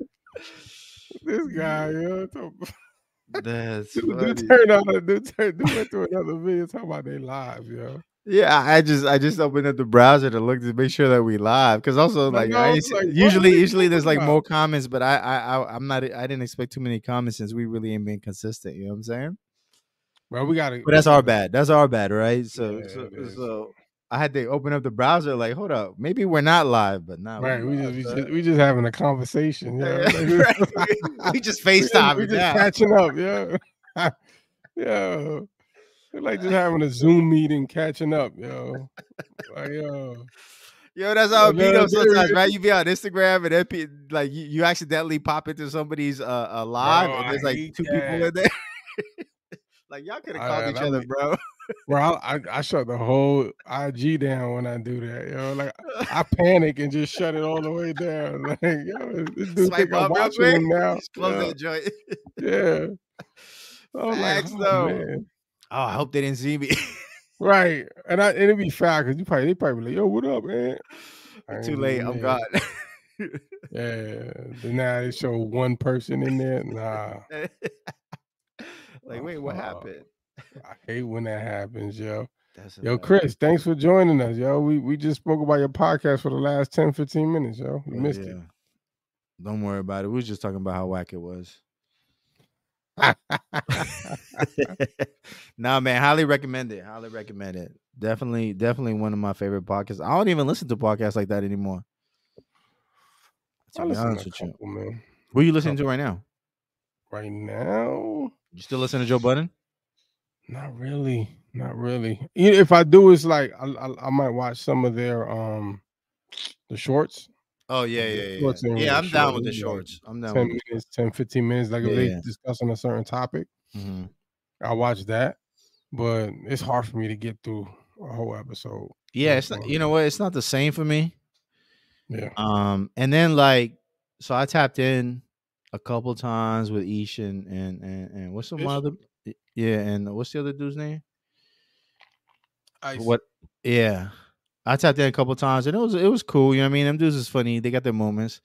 [SPEAKER 2] yeah. Talk-
[SPEAKER 1] That's
[SPEAKER 2] Dude,
[SPEAKER 1] funny.
[SPEAKER 2] dude turned out. Dude turned. Dude went through another video talking about they live, yo.
[SPEAKER 1] yeah. I I just I just opened up the browser to look to make sure that we live because also
[SPEAKER 2] No,
[SPEAKER 1] like,
[SPEAKER 2] no,
[SPEAKER 1] I
[SPEAKER 2] I
[SPEAKER 1] ain't
[SPEAKER 2] was
[SPEAKER 1] see-
[SPEAKER 2] like, what
[SPEAKER 1] usually
[SPEAKER 2] are you
[SPEAKER 1] usually there's
[SPEAKER 2] talking
[SPEAKER 1] like
[SPEAKER 2] about?
[SPEAKER 1] more comments, but I, I I I'm not I didn't expect too many comments since we really ain't been consistent. You know what I'm saying?
[SPEAKER 2] Bro, we gotta.
[SPEAKER 1] But that's our bad. That's our bad, right? So
[SPEAKER 2] Yeah,
[SPEAKER 1] so,
[SPEAKER 2] it is.
[SPEAKER 1] so I had to open up the browser. Like, hold up, maybe we're not live, but now
[SPEAKER 2] Right, we just, we just we just having a conversation. Yeah,
[SPEAKER 1] Right. we just FaceTime
[SPEAKER 2] we
[SPEAKER 1] it
[SPEAKER 2] just
[SPEAKER 1] now.
[SPEAKER 2] catching up. Yeah, yeah. We're like just having a Zoom meeting, catching up, yo. Like, yo,
[SPEAKER 1] Yo, that's how it
[SPEAKER 2] Yeah,
[SPEAKER 1] beat up
[SPEAKER 2] there
[SPEAKER 1] sometimes,
[SPEAKER 2] is.
[SPEAKER 1] right? You be on Instagram and then pe- like you, you accidentally pop into somebody's uh, uh live
[SPEAKER 2] Bro,
[SPEAKER 1] and
[SPEAKER 2] I
[SPEAKER 1] there's like
[SPEAKER 2] hate
[SPEAKER 1] two people
[SPEAKER 2] that. Uh,
[SPEAKER 1] in there. like y'all could have
[SPEAKER 2] I-
[SPEAKER 1] called
[SPEAKER 2] I
[SPEAKER 1] each
[SPEAKER 2] love
[SPEAKER 1] other,
[SPEAKER 2] it.
[SPEAKER 1] bro.
[SPEAKER 2] bro, I, I I shut the whole IG down when I do that, yo. Like, I panic and just shut it all the way down. Like, yo, this dude
[SPEAKER 1] Swipe
[SPEAKER 2] think I'm
[SPEAKER 1] up real
[SPEAKER 2] watching
[SPEAKER 1] quick.
[SPEAKER 2] him now.
[SPEAKER 1] Just close
[SPEAKER 2] Yeah,
[SPEAKER 1] that joint.
[SPEAKER 2] yeah. I was like,
[SPEAKER 1] Facts,
[SPEAKER 2] oh,
[SPEAKER 1] though.
[SPEAKER 2] man.
[SPEAKER 1] Oh, I hope they didn't see me.
[SPEAKER 2] Right. And I and it'd be foul because you probably they probably be like, yo, what up, man? I
[SPEAKER 1] Too
[SPEAKER 2] ain't
[SPEAKER 1] late.
[SPEAKER 2] in
[SPEAKER 1] I'm
[SPEAKER 2] there.
[SPEAKER 1] gone.
[SPEAKER 2] Yeah. Then now they show one person in there. Nah.
[SPEAKER 1] like, wait, what
[SPEAKER 2] Oh,
[SPEAKER 1] happened?
[SPEAKER 2] I hate when that happens, yo.
[SPEAKER 1] That's a
[SPEAKER 2] Yo,
[SPEAKER 1] fact.
[SPEAKER 2] Chris, thanks for joining us. Yo, we, we just spoke about your podcast for the last 10, 15 minutes, yo. You
[SPEAKER 1] But
[SPEAKER 2] missed
[SPEAKER 1] Oh, yeah. Don't worry about it. We was just talking about how whack it was. nah, man, highly recommend it. Highly recommend it. Definitely, definitely one of my favorite podcasts. I don't even listen to podcasts like that anymore.
[SPEAKER 2] it.
[SPEAKER 1] To be honest with you,
[SPEAKER 2] couple, man.
[SPEAKER 1] who you listening to right now?
[SPEAKER 2] Right now,
[SPEAKER 1] You still listen to Joe Budden?
[SPEAKER 2] not really. Not really. You know, If I do, it's like I, I, I might watch some of their um the shorts.
[SPEAKER 1] Oh yeah, yeah,
[SPEAKER 2] Yeah,
[SPEAKER 1] yeah.
[SPEAKER 2] shorts
[SPEAKER 1] Yeah,
[SPEAKER 2] ain't
[SPEAKER 1] yeah
[SPEAKER 2] really
[SPEAKER 1] I'm down
[SPEAKER 2] short.
[SPEAKER 1] with the
[SPEAKER 2] It's like
[SPEAKER 1] shorts. I'm down.
[SPEAKER 2] 10
[SPEAKER 1] With the
[SPEAKER 2] minutes, 10, 15 minutes. Like if
[SPEAKER 1] Yeah.
[SPEAKER 2] they discussing a certain topic,
[SPEAKER 1] Mhm.
[SPEAKER 2] I watch that. But it's hard for me to get through a whole episode.
[SPEAKER 1] Yeah, it's not, you know what? It's not the same for me.
[SPEAKER 2] Yeah.
[SPEAKER 1] Um, and then like, so I tapped in a couple times with Ish and and and, and what's the
[SPEAKER 2] Ish?
[SPEAKER 1] other? Yeah, and what's the other dude's name?
[SPEAKER 2] Ice.
[SPEAKER 1] What? Yeah, I tapped in a couple times, and it was it was cool. You know what I mean? Them dudes is funny. They got their moments,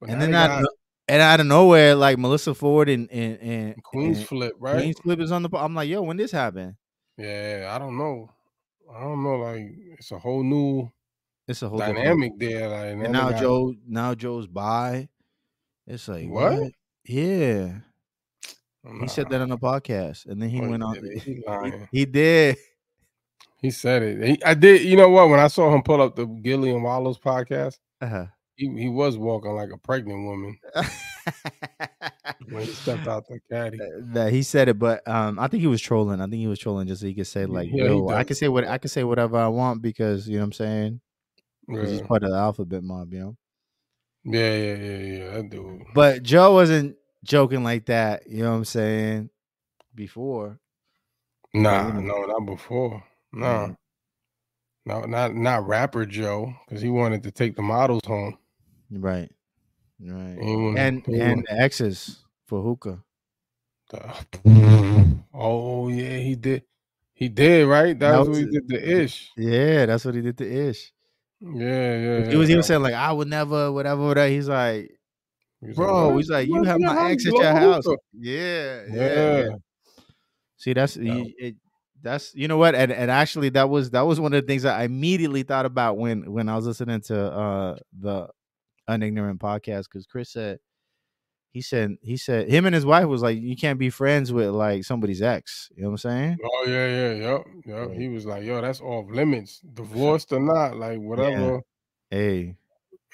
[SPEAKER 2] But
[SPEAKER 1] and
[SPEAKER 2] now
[SPEAKER 1] then
[SPEAKER 2] they
[SPEAKER 1] out
[SPEAKER 2] got
[SPEAKER 1] of, no- and out of nowhere, like Melissa Ford and and and
[SPEAKER 2] Queens
[SPEAKER 1] and
[SPEAKER 2] flip, right?
[SPEAKER 1] Queens Flip is on the. po- I'm like, yo, when this happened?
[SPEAKER 2] Yeah, I don't know. I don't know. Like it's a whole new
[SPEAKER 1] It's a whole different-
[SPEAKER 2] dynamic there. Like
[SPEAKER 1] And
[SPEAKER 2] they
[SPEAKER 1] now
[SPEAKER 2] got-
[SPEAKER 1] Joe, now Joe's by. It's like
[SPEAKER 2] What?
[SPEAKER 1] Yeah,
[SPEAKER 2] Nah, Oh,
[SPEAKER 1] he said that on the podcast, and then he
[SPEAKER 2] no,
[SPEAKER 1] went on.
[SPEAKER 2] didn't. He, lying.
[SPEAKER 1] He did.
[SPEAKER 2] He said it. He- I did. You know what? When I saw him pull up the Gillian Wallows podcast,
[SPEAKER 1] Uh-huh.
[SPEAKER 2] he, he was walking like a pregnant woman when he stepped out the caddy.
[SPEAKER 1] that he said it, but um, I think he was trolling. I think he was trolling just so he could say like,
[SPEAKER 2] Yeah, he
[SPEAKER 1] "Yo, I
[SPEAKER 2] does.
[SPEAKER 1] can say what I can say whatever I want because you know what I'm saying." Because
[SPEAKER 2] Yeah.
[SPEAKER 1] he's part of the alphabet mob, you know.
[SPEAKER 2] yeah, yeah, yeah, yeah. That dude.
[SPEAKER 1] But Joe wasn't joking like that. You know what I'm saying? Before,
[SPEAKER 2] Nah,
[SPEAKER 1] even-
[SPEAKER 2] no, not before.
[SPEAKER 1] Yeah.
[SPEAKER 2] No, no, not not rapper Joe because he wanted to take the models home.
[SPEAKER 1] right, right,
[SPEAKER 2] He wanna-
[SPEAKER 1] and
[SPEAKER 2] Mm, he
[SPEAKER 1] and the exes for hookah.
[SPEAKER 2] The- Oh yeah, he did. He did right. That's
[SPEAKER 1] That
[SPEAKER 2] what
[SPEAKER 1] was
[SPEAKER 2] he
[SPEAKER 1] it.
[SPEAKER 2] did. The ish.
[SPEAKER 1] Yeah, that's what he did to Ish.
[SPEAKER 2] Yeah, yeah.
[SPEAKER 1] He was
[SPEAKER 2] yeah.
[SPEAKER 1] even saying like, "I would never, whatever, whatever." He's like,
[SPEAKER 2] He was like,
[SPEAKER 1] "Bro,"
[SPEAKER 2] "What?
[SPEAKER 1] he's like,
[SPEAKER 2] You
[SPEAKER 1] "You
[SPEAKER 2] at
[SPEAKER 1] have
[SPEAKER 2] your
[SPEAKER 1] my
[SPEAKER 2] house,
[SPEAKER 1] ex at
[SPEAKER 2] blow
[SPEAKER 1] your house."
[SPEAKER 2] hookah."
[SPEAKER 1] Yeah, yeah.
[SPEAKER 2] Yeah.
[SPEAKER 1] See, that's
[SPEAKER 2] Yeah.
[SPEAKER 1] you- it, that's you know what, and and actually that was that was one of the things that I immediately thought about when when I was listening to uh the Unignorant podcast because Chris said he said he said him and his wife was like, you can't be friends with like somebody's ex. You know what I'm saying?
[SPEAKER 2] Oh yeah, yeah, yep, yep. He was like, "Yo, that's off limits, divorced or not, like whatever."
[SPEAKER 1] Hey,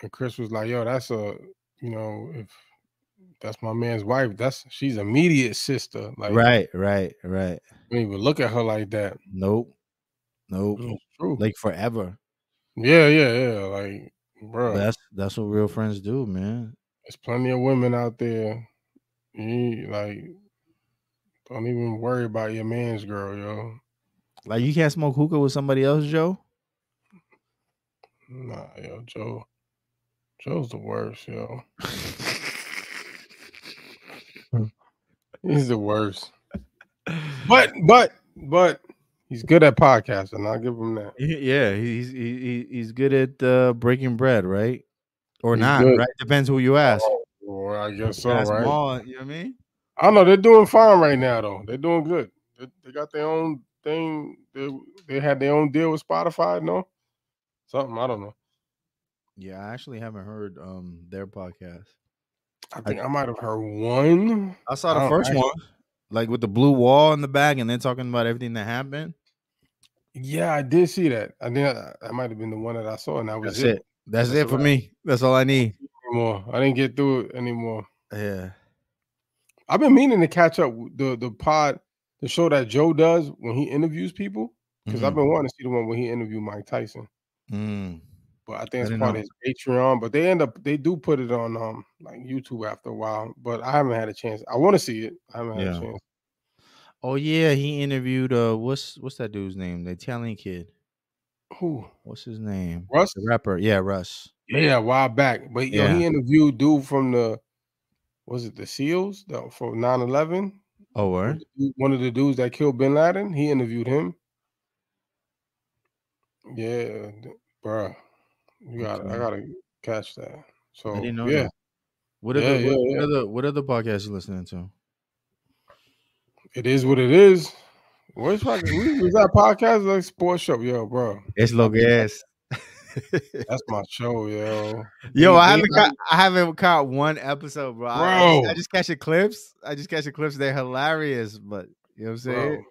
[SPEAKER 2] And Chris was like, "Yo, that's a, you know, if that's my man's wife, that's she's immediate sister. Like,
[SPEAKER 1] right, right, right.
[SPEAKER 2] don't even look at her like that.
[SPEAKER 1] Nope, nope.
[SPEAKER 2] It's true.
[SPEAKER 1] Mm-hmm. Like forever.
[SPEAKER 2] yeah, yeah, yeah. Like, bro,
[SPEAKER 1] But that's that's what real friends do, man.
[SPEAKER 2] there's plenty of women out there. You like, don't even worry about your man's girl, yo.
[SPEAKER 1] Like you can't smoke hookah with somebody else, Joe.
[SPEAKER 2] Nah, yo, Joe. Joe's the worst, yo.
[SPEAKER 1] Hmm.
[SPEAKER 2] He's the worst. But but but he's good at podcasting. I'll give him that.
[SPEAKER 1] Yeah, he's he, he- he's good at uh, breaking bread, right? Or
[SPEAKER 2] He's
[SPEAKER 1] not,
[SPEAKER 2] good.
[SPEAKER 1] right? Depends who you ask.
[SPEAKER 2] Oh, well, I guess so,
[SPEAKER 1] Ask
[SPEAKER 2] right?
[SPEAKER 1] Maul, you know what I mean?
[SPEAKER 2] I know they're doing fine right now, though. They're doing good. They, they got their own thing. They they had their own deal with Spotify. No, something I don't know.
[SPEAKER 1] Yeah, I actually haven't heard um their podcast.
[SPEAKER 2] I think I, might have heard one.
[SPEAKER 1] I saw
[SPEAKER 2] I
[SPEAKER 1] the
[SPEAKER 2] don't
[SPEAKER 1] first
[SPEAKER 2] actually-
[SPEAKER 1] one, like with the blue wall in the back, and then talking about everything that happened.
[SPEAKER 2] Yeah, I did see that. I think I- that might have been the one that I saw, and that was
[SPEAKER 1] That's
[SPEAKER 2] it.
[SPEAKER 1] it. That's,
[SPEAKER 2] That's
[SPEAKER 1] it for
[SPEAKER 2] about it.
[SPEAKER 1] me. That's all I need.
[SPEAKER 2] Anymore. I didn't get through it anymore.
[SPEAKER 1] Yeah.
[SPEAKER 2] I've been meaning to catch up with the the pod, the show that Joe does when he interviews people, because I've
[SPEAKER 1] Mhm.
[SPEAKER 2] been wanting to see the one where he interviewed Mike Tyson.
[SPEAKER 1] Mm.
[SPEAKER 2] but I think it's
[SPEAKER 1] didn't
[SPEAKER 2] part
[SPEAKER 1] know.
[SPEAKER 2] of his Patreon. But they end up they do put it on um like YouTube after a while. But I haven't had a chance. I want to see it. I haven't had
[SPEAKER 1] Yeah.
[SPEAKER 2] a chance.
[SPEAKER 1] Oh yeah, he interviewed uh what's what's that dude's name? The Italian kid.
[SPEAKER 2] Who
[SPEAKER 1] What's his name?
[SPEAKER 2] Russ?
[SPEAKER 1] The rapper. Yeah, Russ.
[SPEAKER 2] Yeah, a while back. But yo,
[SPEAKER 1] Yeah.
[SPEAKER 2] he interviewed dude from the was it the SEALs the, for 9-11?
[SPEAKER 1] Oh,
[SPEAKER 2] One of
[SPEAKER 1] word?
[SPEAKER 2] the dude- One of the dudes that killed Bin Laden. He interviewed him. Yeah, th- bruh. You gotta I
[SPEAKER 1] Okay.
[SPEAKER 2] gotta catch that. So
[SPEAKER 1] I didn't know
[SPEAKER 2] Oh, yeah,
[SPEAKER 1] that. What are
[SPEAKER 2] Yeah,
[SPEAKER 1] the
[SPEAKER 2] yeah,
[SPEAKER 1] what,
[SPEAKER 2] yeah.
[SPEAKER 1] What, other, what other podcasts you listening to?
[SPEAKER 2] it is what it is. Where's my, we was that podcast like sports show, yo, bro.
[SPEAKER 1] It's lo que es.
[SPEAKER 2] That's my show, yo.
[SPEAKER 1] Yo,
[SPEAKER 2] They-
[SPEAKER 1] I
[SPEAKER 2] they
[SPEAKER 1] haven't
[SPEAKER 2] have-
[SPEAKER 1] caught, I haven't caught one episode, bro. I, I just,
[SPEAKER 2] Bro.
[SPEAKER 1] I just catch the clips. I just catch the clips. They're hilarious, but you know what I'm saying?
[SPEAKER 2] bro.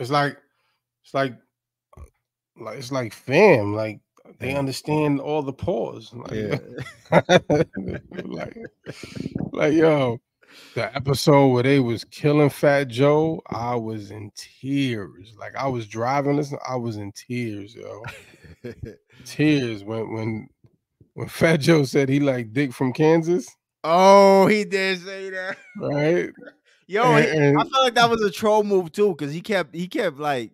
[SPEAKER 2] It's like it's like like it's like fam. Like they
[SPEAKER 1] Yeah.
[SPEAKER 2] understand all the pause. Like,
[SPEAKER 1] Yeah.
[SPEAKER 2] like, like, yo, the episode where they was killing Fat Joe, I was in tears. Like I was driving, listen, I was in tears, yo. Tears when when when Fat Joe said he like dick from Kansas,
[SPEAKER 1] oh, he did say that.
[SPEAKER 2] right?
[SPEAKER 1] Yo, he-
[SPEAKER 2] And-
[SPEAKER 1] I
[SPEAKER 2] and-
[SPEAKER 1] feel like that was a troll move too, because he kept he kept like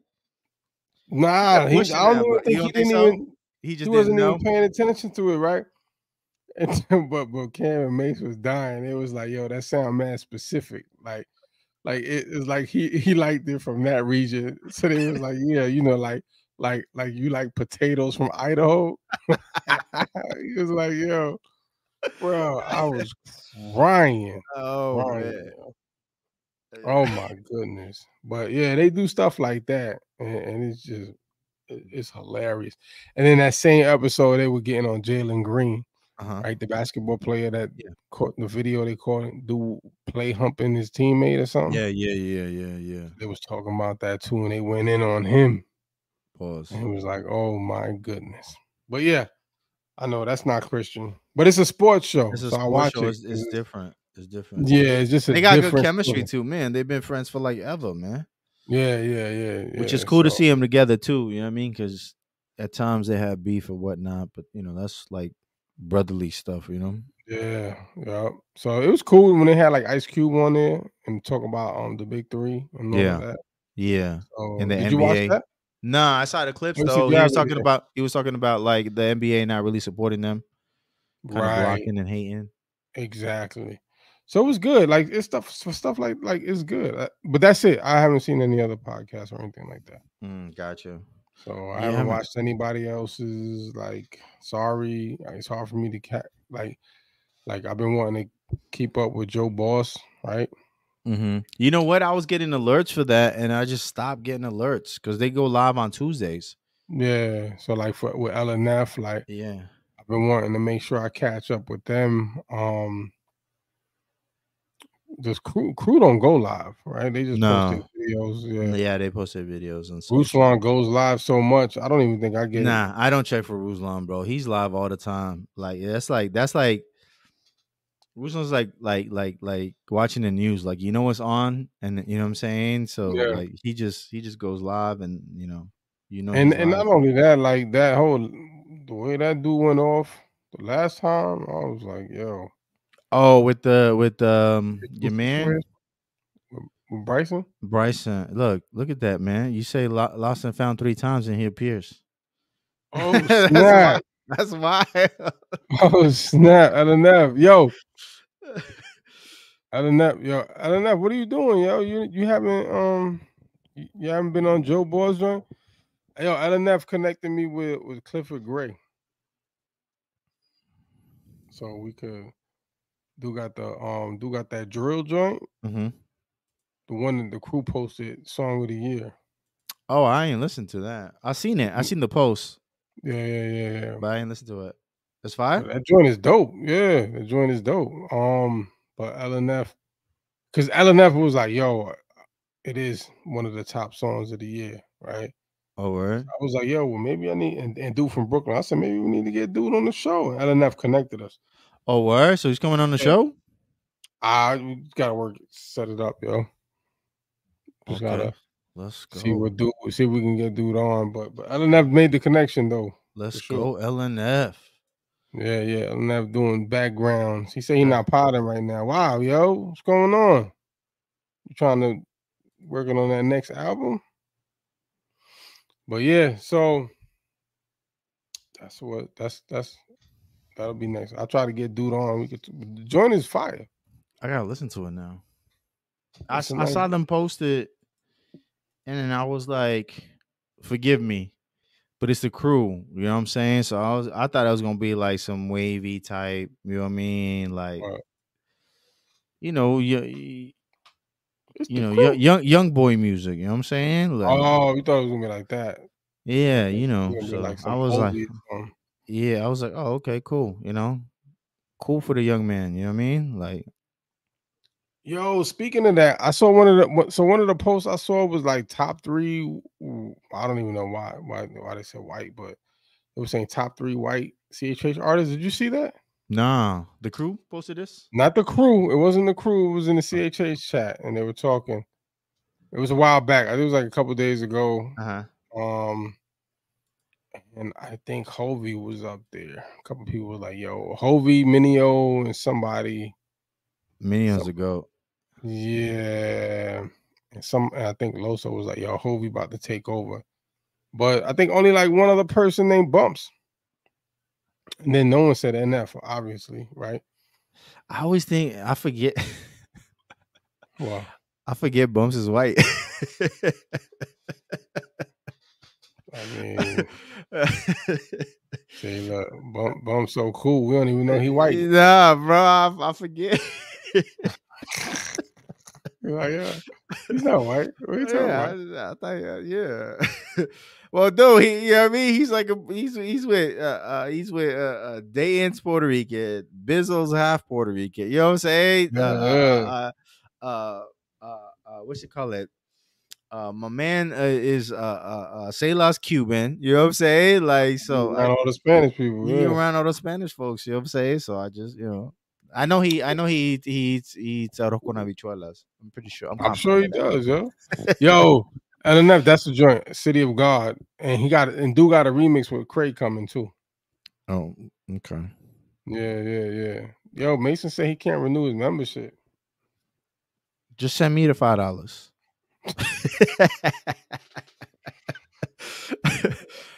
[SPEAKER 2] Nah, he, I
[SPEAKER 1] pushing
[SPEAKER 2] don't
[SPEAKER 1] that,
[SPEAKER 2] even
[SPEAKER 1] but you don't think
[SPEAKER 2] think he didn't
[SPEAKER 1] so?
[SPEAKER 2] even
[SPEAKER 1] he just
[SPEAKER 2] he
[SPEAKER 1] didn't
[SPEAKER 2] wasn't
[SPEAKER 1] know.
[SPEAKER 2] even paying attention to it, right? And then- but but Cameron Mace was dying. It was like, yo, that sound mad specific. Like, like it- it's like he he liked it from that region. So they was like, yeah, you know, like like like you like potatoes from Idaho. he was like, yo, bro, I was crying.
[SPEAKER 1] oh
[SPEAKER 2] crying.
[SPEAKER 1] man.
[SPEAKER 2] Oh my goodness. But yeah, they do stuff like that. And, and it's just it- it's hilarious. And then that same episode, they were getting on Jalen Green,
[SPEAKER 1] Uh-huh.
[SPEAKER 2] right? The basketball player that
[SPEAKER 1] Yeah.
[SPEAKER 2] caught the video they caught him do play humping his teammate or something.
[SPEAKER 1] Yeah, yeah, yeah, yeah, yeah.
[SPEAKER 2] They was talking about that too, and they went in on him.
[SPEAKER 1] Pause.
[SPEAKER 2] And it was like, oh my goodness. But yeah, I know that's not Christian, but it's a sports show.
[SPEAKER 1] It's a
[SPEAKER 2] so I
[SPEAKER 1] sports
[SPEAKER 2] watch
[SPEAKER 1] show.
[SPEAKER 2] it.
[SPEAKER 1] It's, it's different. It's different.
[SPEAKER 2] yeah, it's just a
[SPEAKER 1] They got good
[SPEAKER 2] different
[SPEAKER 1] chemistry
[SPEAKER 2] feeling.
[SPEAKER 1] too, man. They've been friends for like ever, man.
[SPEAKER 2] Yeah, yeah, yeah,
[SPEAKER 1] Which
[SPEAKER 2] yeah,
[SPEAKER 1] is cool to
[SPEAKER 2] so-
[SPEAKER 1] see them together too. You know what I mean? Because at times they have beef or whatnot, but you know that's like brotherly stuff. You know?
[SPEAKER 2] Yeah, yeah. So it was cool when they had like Ice Cube on there and talk about um the big three and all
[SPEAKER 1] Yeah.
[SPEAKER 2] of that.
[SPEAKER 1] Yeah.
[SPEAKER 2] So,
[SPEAKER 1] And the
[SPEAKER 2] did you watch
[SPEAKER 1] NBA.
[SPEAKER 2] that?
[SPEAKER 1] Nah, I saw the clips
[SPEAKER 2] Where's the
[SPEAKER 1] though. He was
[SPEAKER 2] gravity
[SPEAKER 1] talking
[SPEAKER 2] at?
[SPEAKER 1] about he was talking about like the NBA not really supporting them, kind of
[SPEAKER 2] Right,
[SPEAKER 1] blocking and hating.
[SPEAKER 2] exactly. So it was good. Like it's stuff so stuff like like it's good. Uh, But that's it. I haven't seen any other podcasts or anything like that.
[SPEAKER 1] Mm, gotcha.
[SPEAKER 2] So I
[SPEAKER 1] Yeah, I
[SPEAKER 2] haven't
[SPEAKER 1] haven't-
[SPEAKER 2] watched anybody else's. Like, sorry, like, it's hard for me to cat like like I've been wanting to keep up with Joe Boss, right?
[SPEAKER 1] hmm You know what? I was getting alerts for that, and I just stopped getting alerts because they go live on Tuesdays.
[SPEAKER 2] Yeah. So like for with LNF, like
[SPEAKER 1] Yeah.
[SPEAKER 2] I've been wanting to make sure I catch up with them. Um does crew crew don't go live, right? They just
[SPEAKER 1] No.
[SPEAKER 2] posted videos.
[SPEAKER 1] Yeah,
[SPEAKER 2] Yeah.
[SPEAKER 1] they posted videos and stuff.
[SPEAKER 2] Ruslan goes live so much. I don't even think I get it.
[SPEAKER 1] Nah, I don't check for Ruslan, bro. He's live all the time. Like that's like that's like Ruslan's like like like like watching the news. Like you know what's on, and you know what I'm saying. So
[SPEAKER 2] Yeah.
[SPEAKER 1] like he just he just goes live, and you know you know.
[SPEAKER 2] And
[SPEAKER 1] he's
[SPEAKER 2] and
[SPEAKER 1] live.
[SPEAKER 2] not only that, like that whole the way that dude went off the last time, I was like, yo,
[SPEAKER 1] oh with the with um your man
[SPEAKER 2] with Bryson.
[SPEAKER 1] Bryson. Look look at that man. You say lo- lost and found three times, and he appears.
[SPEAKER 2] Oh
[SPEAKER 1] That's
[SPEAKER 2] snap!
[SPEAKER 1] That's why.
[SPEAKER 2] oh snap! LNF, yo, LNF, yo, LNF, what are you doing, yo? You you haven't um you, you haven't been on Joe Boy's joint? Yo, LNF connected me with with Clifford Gray. So we could do got the um do got that drill joint,
[SPEAKER 1] hmm
[SPEAKER 2] the one that the crew posted song of the year.
[SPEAKER 1] Oh, I ain't listened to that. I seen it. I seen the post,
[SPEAKER 2] Yeah, yeah, yeah, yeah.
[SPEAKER 1] but I ain't listened to it. It's fire.
[SPEAKER 2] That joint is dope. Yeah, that joint is dope. Um, but LNF, because LNF was like, yo, it is one of the top songs of the year, right?
[SPEAKER 1] Oh, word.
[SPEAKER 2] I was like, yo, well, maybe I need and, and dude from Brooklyn. I said, maybe we need to get dude on the show. And LNF connected us.
[SPEAKER 1] Oh, word. So he's coming on the
[SPEAKER 2] Yeah.
[SPEAKER 1] show.
[SPEAKER 2] I we gotta work, set it up, yo. Just
[SPEAKER 1] Okay,
[SPEAKER 2] gotta
[SPEAKER 1] Let's go.
[SPEAKER 2] see what dude, see if we can get dude on. But but LNF made the connection though.
[SPEAKER 1] Let's
[SPEAKER 2] sure.
[SPEAKER 1] go, LNF.
[SPEAKER 2] Yeah, yeah. LNF doing backgrounds. He said he not potting right now. Wow, yo, what's going on? You trying to working on that next album? But yeah, so that's what that's that's that'll be next. I'll try to get dude on. We could join his fire.
[SPEAKER 1] I gotta listen to it now. I, s-
[SPEAKER 2] Listen,
[SPEAKER 1] I
[SPEAKER 2] like-
[SPEAKER 1] saw them post it, and then I was like, "Forgive me," but it's the crew. You know what I'm saying? So I was, I thought it was gonna be like some wavy type. You know what I mean? Like,
[SPEAKER 2] Right.
[SPEAKER 1] you know, you,
[SPEAKER 2] It's
[SPEAKER 1] you
[SPEAKER 2] the
[SPEAKER 1] know,
[SPEAKER 2] crew.
[SPEAKER 1] young, young young boy music. You know what I'm saying? Like,
[SPEAKER 2] Oh, you thought it was gonna be like that.
[SPEAKER 1] yeah, you know.
[SPEAKER 2] It was
[SPEAKER 1] So
[SPEAKER 2] gonna be
[SPEAKER 1] I
[SPEAKER 2] some
[SPEAKER 1] was like,
[SPEAKER 2] oldies, um,
[SPEAKER 1] yeah, I was like, oh, okay, cool. You know, cool for the young man. You know what I mean? Like,
[SPEAKER 2] Yo, speaking of that, I saw one of the one- so one of the posts I saw was like top three. w- I don't even know why why why they said white, but it was saying top three white CHH artists. Did you see that?
[SPEAKER 1] nah, the crew posted this.
[SPEAKER 2] Not the crew. It wasn't the crew. It was in the CHH chat, and they were talking. It was a while back. I think it was like a couple days ago.
[SPEAKER 1] Uh huh.
[SPEAKER 2] Um, and I think Hovey was up there. A couple people were like, "Yo, Hovey, Minio, and somebody."
[SPEAKER 1] Minions
[SPEAKER 2] So-
[SPEAKER 1] to go.
[SPEAKER 2] Yeah. And some and I think Loso was like, yo, Hovey about to take over. But I think only like one other person named Bumps. And then no one said NF, obviously, right?
[SPEAKER 1] I always think I forget.
[SPEAKER 2] Well,
[SPEAKER 1] I forget Bumps is white.
[SPEAKER 2] I mean, say look, Bump, Bumps so cool. We don't even know he white.
[SPEAKER 1] Nah, bro, I, I forget.
[SPEAKER 2] You're like, yeah, he's not white. What are you talking
[SPEAKER 1] yeah,
[SPEAKER 2] about?
[SPEAKER 1] I, I thought, uh, yeah. well, dude, he, you know what I mean? He's like, a, he's he's with, uh, uh, he's with uh, uh, Dayan's Puerto Rican, Bizzle's half Puerto Rican. You know what I'm saying? Uh,
[SPEAKER 2] Yeah,
[SPEAKER 1] uh, uh, uh, uh, uh, what you call it? Uh, my man uh, is uh, uh, uh, Celas Cuban. You know what I'm saying? Like, so
[SPEAKER 2] Around
[SPEAKER 1] I-
[SPEAKER 2] all the Spanish people.
[SPEAKER 1] you
[SPEAKER 2] Yeah.
[SPEAKER 1] around all those Spanish folks. You know what I'm saying? So I just, you know, I know he, I know he, eat- he eats, he eats arroz con habichuelas. I'm pretty sure. I'm,
[SPEAKER 2] I'm sure he
[SPEAKER 1] confident
[SPEAKER 2] does, yo. yo, and enough. That's the joint, City of God, and he got and do got a remix with Craig coming too.
[SPEAKER 1] of that. Oh, okay.
[SPEAKER 2] Yeah, yeah, yeah. Yo, Mason said he can't renew his membership.
[SPEAKER 1] Just send me the five dollars.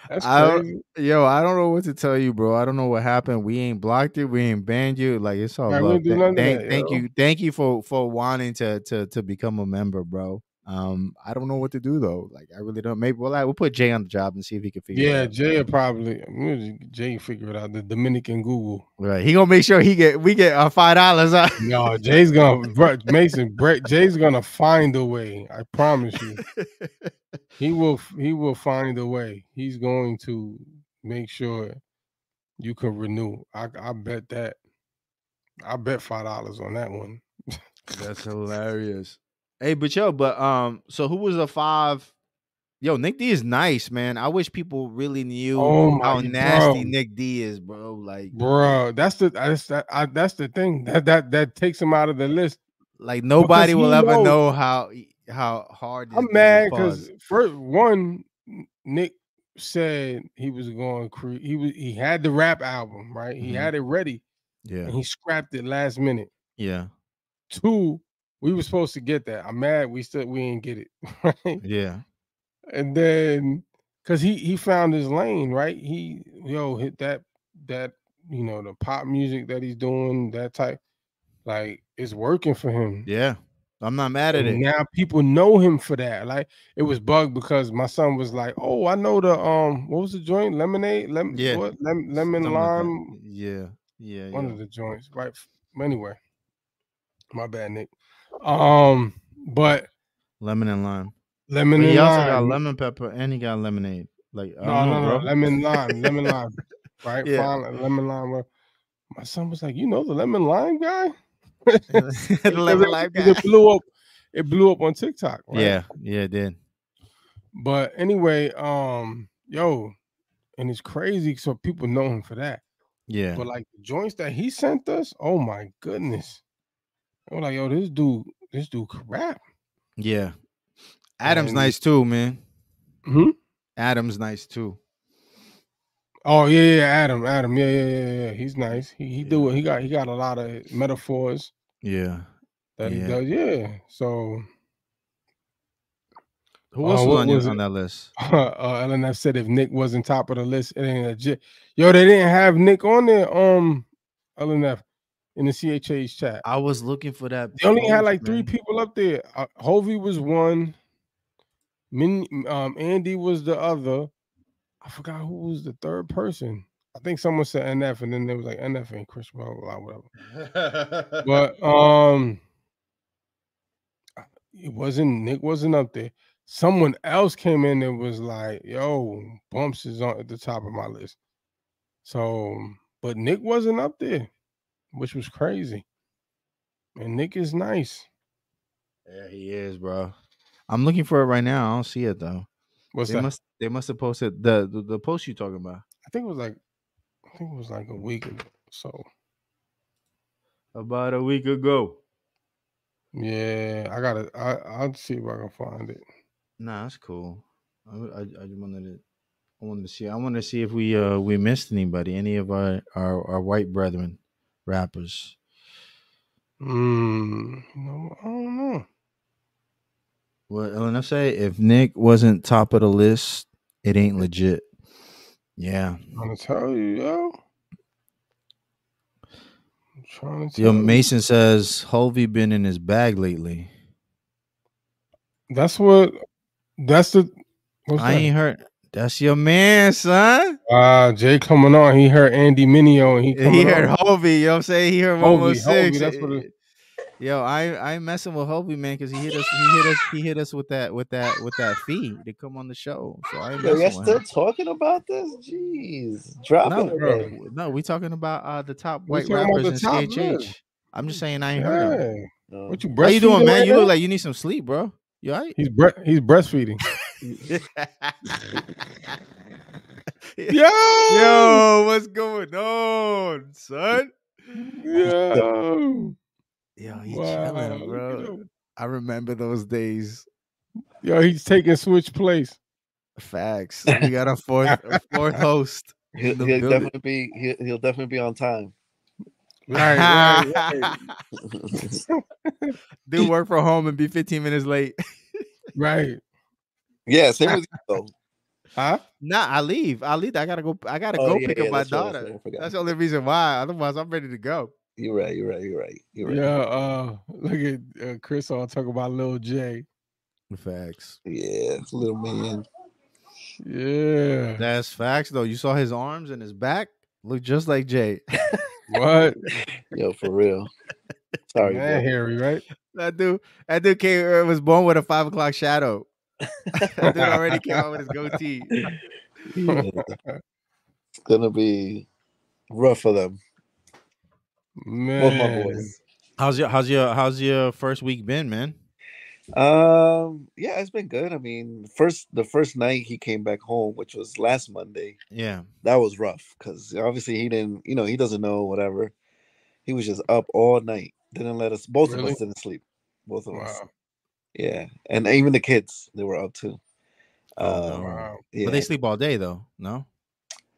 [SPEAKER 2] That's
[SPEAKER 1] I don't-
[SPEAKER 2] crazy.
[SPEAKER 1] Yo, I don't know what to tell you, bro. I don't know what happened. We ain't blocked it. We ain't banned you. Like it's all
[SPEAKER 2] Nah, we
[SPEAKER 1] love.
[SPEAKER 2] don't do
[SPEAKER 1] Tha-
[SPEAKER 2] none of
[SPEAKER 1] thank,
[SPEAKER 2] that,
[SPEAKER 1] thank
[SPEAKER 2] yo.
[SPEAKER 1] you, thank you for for wanting to to to become a member, bro. Um, I don't know what to do though. Like I really don't. Maybe we'll we'll put Jay on the job and see if he can figure.
[SPEAKER 2] yeah,
[SPEAKER 1] it out.
[SPEAKER 2] Jay will probably I'm gonna just- Jay figure it out. The Dominican Google.
[SPEAKER 1] Right. He gonna make sure he get we get our five dollars. out.
[SPEAKER 2] No, Jay's gonna bro, Mason. Bre- Jay's gonna find a way. I promise you. He will. He will find a way. He's going to make sure you can renew. I, I bet that. I bet five dollars on that one.
[SPEAKER 1] That's hilarious. Hey, but yo, but um, so who was the five? Yo, Nick D is nice, man. I wish people really knew
[SPEAKER 2] Oh my
[SPEAKER 1] how nasty
[SPEAKER 2] bro.
[SPEAKER 1] Nick D is, bro. Like,
[SPEAKER 2] Bro, that's the that's that, I, that's the thing that that that takes him out of the list.
[SPEAKER 1] like nobody will
[SPEAKER 2] he
[SPEAKER 1] ever
[SPEAKER 2] knows.
[SPEAKER 1] know how e, how hard. this
[SPEAKER 2] I'm
[SPEAKER 1] dude
[SPEAKER 2] mad
[SPEAKER 1] was.
[SPEAKER 2] because first one, N- Nick said he was going to create. He was he had the rap album right. He
[SPEAKER 1] Mhm.
[SPEAKER 2] had it ready
[SPEAKER 1] yeah,
[SPEAKER 2] and he scrapped it last minute.
[SPEAKER 1] yeah,
[SPEAKER 2] Two, we were supposed to get that. I'm mad we still we didn't get it. Right?
[SPEAKER 1] yeah,
[SPEAKER 2] And then because he he found his lane right. He yo hit that that you know the pop music that he's doing that type like it's working for him.
[SPEAKER 1] yeah. I'm not mad at
[SPEAKER 2] And
[SPEAKER 1] it.
[SPEAKER 2] now people know him for that. Like it was bug because my son was like, "Oh, I know the um, what was the joint? Lemonade, lemon,
[SPEAKER 1] Yeah.
[SPEAKER 2] what? Lem- lemon
[SPEAKER 1] Something like that.
[SPEAKER 2] lime,
[SPEAKER 1] yeah, yeah,
[SPEAKER 2] one
[SPEAKER 1] yeah.
[SPEAKER 2] of the joints, right? F- Anyway, My bad, Nick. Um, but
[SPEAKER 1] Lemon and lime.
[SPEAKER 2] lemon
[SPEAKER 1] But
[SPEAKER 2] and
[SPEAKER 1] he also
[SPEAKER 2] lime.
[SPEAKER 1] got lemon pepper and he got lemonade. Like I
[SPEAKER 2] No,
[SPEAKER 1] don't know,
[SPEAKER 2] no,
[SPEAKER 1] bro.
[SPEAKER 2] no, lemon lime, lemon lime, right?
[SPEAKER 1] Yeah.
[SPEAKER 2] Fine, lemon lime. well, My son was like, you know the lemon lime guy.
[SPEAKER 1] The lemon lime
[SPEAKER 2] Because It
[SPEAKER 1] guy.
[SPEAKER 2] blew up. It blew up on TikTok. Right?
[SPEAKER 1] Yeah, yeah, it did.
[SPEAKER 2] But anyway, um, yo, and it's crazy. So people know him for that.
[SPEAKER 1] Yeah,
[SPEAKER 2] But like the joints that he sent us, oh my goodness. We're like, yo, this dude, this dude can rap.
[SPEAKER 1] yeah. Adam's
[SPEAKER 2] And-
[SPEAKER 1] nice too, man.
[SPEAKER 2] Hmm?
[SPEAKER 1] Adam's nice too.
[SPEAKER 2] Oh yeah, yeah, Adam, Adam, yeah, yeah, yeah, yeah. He's nice. He he do
[SPEAKER 1] Yeah.
[SPEAKER 2] it. He got he got a lot of metaphors
[SPEAKER 1] Yeah.
[SPEAKER 2] that
[SPEAKER 1] Yeah.
[SPEAKER 2] he does. Yeah. So
[SPEAKER 1] Who
[SPEAKER 2] Uh,
[SPEAKER 1] else was
[SPEAKER 2] what
[SPEAKER 1] on, your-
[SPEAKER 2] was
[SPEAKER 1] on
[SPEAKER 2] it?
[SPEAKER 1] that list?
[SPEAKER 2] uh, LNF said if Nick wasn't top of the list, it ain't legit. Yo, they didn't have Nick on there. Um, LNF in the CHH chat.
[SPEAKER 1] I was looking for that.
[SPEAKER 2] They only had
[SPEAKER 1] post,
[SPEAKER 2] like three
[SPEAKER 1] man.
[SPEAKER 2] people up there. Uh, Hovey was one. Min, um, Andy was the other. I forgot who was the third person. I think someone said NF, and then there was like NF and Chris blah blah blah whatever. But um, it wasn't Nick wasn't up there. Someone else came in and was like, "Yo, Bumps is on at the top of my list." So, but Nick wasn't up there, which was crazy. And Nick is nice.
[SPEAKER 1] Yeah, he is, bro. I'm looking for it right now. I don't see it though.
[SPEAKER 2] What's
[SPEAKER 1] they
[SPEAKER 2] that?
[SPEAKER 1] must they must have posted the the, the post you talking about
[SPEAKER 2] I think it was like, I think it was like a week ago. So
[SPEAKER 1] about a week ago.
[SPEAKER 2] yeah, I gotta. I I'll see if I can find it.
[SPEAKER 1] Nah, that's cool. I I, I just wanted to I wanted to see I wanted to see if we uh we missed anybody, any of our our, our white brethren rappers.
[SPEAKER 2] Mm, you know, I don't know.
[SPEAKER 1] What LNF say? If Nick wasn't top of the list, it ain't legit. Yeah,
[SPEAKER 2] I'm trying to tell you, yo. I'm trying to tell
[SPEAKER 1] yo.
[SPEAKER 2] you.
[SPEAKER 1] Mason says Hovey been in his bag lately.
[SPEAKER 2] That's what. That's the. What's
[SPEAKER 1] I
[SPEAKER 2] that?
[SPEAKER 1] ain't heard. That's your man, son.
[SPEAKER 2] Ah, Jay coming on. He heard Andy Minio and he coming
[SPEAKER 1] He heard
[SPEAKER 2] on.
[SPEAKER 1] Hovey. You know what I'm saying? He heard
[SPEAKER 2] Hovey,
[SPEAKER 1] 106.
[SPEAKER 2] Hovey, that's what it-
[SPEAKER 1] Yo, I I ain't messing with Hovey, man, because he hit us. He hit us. He hit us with that with that with that fee to come on the show. So I ain't
[SPEAKER 6] Yo, y'all
[SPEAKER 1] messing with
[SPEAKER 6] still
[SPEAKER 1] him.
[SPEAKER 6] talking about this? Jeez, drop it
[SPEAKER 1] No,
[SPEAKER 6] already.
[SPEAKER 1] bro. No, we talking about uh the top
[SPEAKER 2] We
[SPEAKER 1] white
[SPEAKER 2] talking about
[SPEAKER 1] rappers in
[SPEAKER 2] the top
[SPEAKER 1] CHH.
[SPEAKER 2] list.
[SPEAKER 1] I'm just saying I ain't heard him.
[SPEAKER 2] Hey,
[SPEAKER 6] No.
[SPEAKER 2] what you breastfeeding?
[SPEAKER 1] How you doing, man?
[SPEAKER 2] right
[SPEAKER 1] You
[SPEAKER 2] now?
[SPEAKER 1] look like you need some sleep, bro. You all right?
[SPEAKER 2] he's bre- he's breastfeeding.
[SPEAKER 1] Yo,
[SPEAKER 2] yo,
[SPEAKER 1] what's going on, son?
[SPEAKER 2] yo,
[SPEAKER 1] Yo, he
[SPEAKER 2] wow,
[SPEAKER 1] chilling,
[SPEAKER 2] look at
[SPEAKER 1] bro.
[SPEAKER 2] him.
[SPEAKER 1] I remember those days.
[SPEAKER 2] yo, he's taking switch place.
[SPEAKER 1] Facts. We got a fourth a fourth host.
[SPEAKER 6] He'll,
[SPEAKER 1] in the
[SPEAKER 6] he'll
[SPEAKER 1] building.
[SPEAKER 6] definitely be he'll, he'll definitely be on time.
[SPEAKER 2] Right, right, right.
[SPEAKER 1] Do work from home and be 15 minutes late.
[SPEAKER 2] right.
[SPEAKER 6] yeah, same with you though.
[SPEAKER 2] Huh?
[SPEAKER 1] Nah, I leave. I leave. I gotta go. I gotta
[SPEAKER 6] Oh,
[SPEAKER 1] go
[SPEAKER 6] yeah,
[SPEAKER 1] pick
[SPEAKER 6] yeah,
[SPEAKER 1] up my
[SPEAKER 6] that's right, that's
[SPEAKER 1] daughter.
[SPEAKER 6] right, I forgot.
[SPEAKER 1] That's the only reason why. Otherwise, I'm ready to go.
[SPEAKER 6] You're right. You're right. You're right. You're right.
[SPEAKER 2] Yeah. Uh, look at uh, Chris. All talk about little Jay.
[SPEAKER 1] Facts.
[SPEAKER 6] Yeah, little man.
[SPEAKER 2] Yeah.
[SPEAKER 1] That's facts though. You saw his arms and his back look just like Jay.
[SPEAKER 2] What?
[SPEAKER 6] Yo, for real. Sorry,
[SPEAKER 2] Man,
[SPEAKER 6] bro.
[SPEAKER 2] Harry, right?
[SPEAKER 1] That dude, that dude came, uh, was born with a five o'clock shadow. that dude already came out with his goatee.
[SPEAKER 6] Yeah. It's gonna be rough for them. Both my
[SPEAKER 2] Man.
[SPEAKER 6] boys.
[SPEAKER 1] How's your how's your how's your first week been, man?
[SPEAKER 6] Um, yeah, it's been good. I mean, first the first night he came back home, which was last Monday,
[SPEAKER 1] Yeah.
[SPEAKER 6] that was rough because obviously he didn't, you know, he doesn't know whatever. He was just up all night. Didn't let us. Both of
[SPEAKER 2] Really?
[SPEAKER 6] us didn't sleep. Both of us.
[SPEAKER 2] Wow.
[SPEAKER 6] Yeah, and even the kids, they were up too.
[SPEAKER 1] Oh,
[SPEAKER 6] Um,
[SPEAKER 1] no.
[SPEAKER 2] Wow.
[SPEAKER 6] yeah.
[SPEAKER 1] But they sleep all day though. No.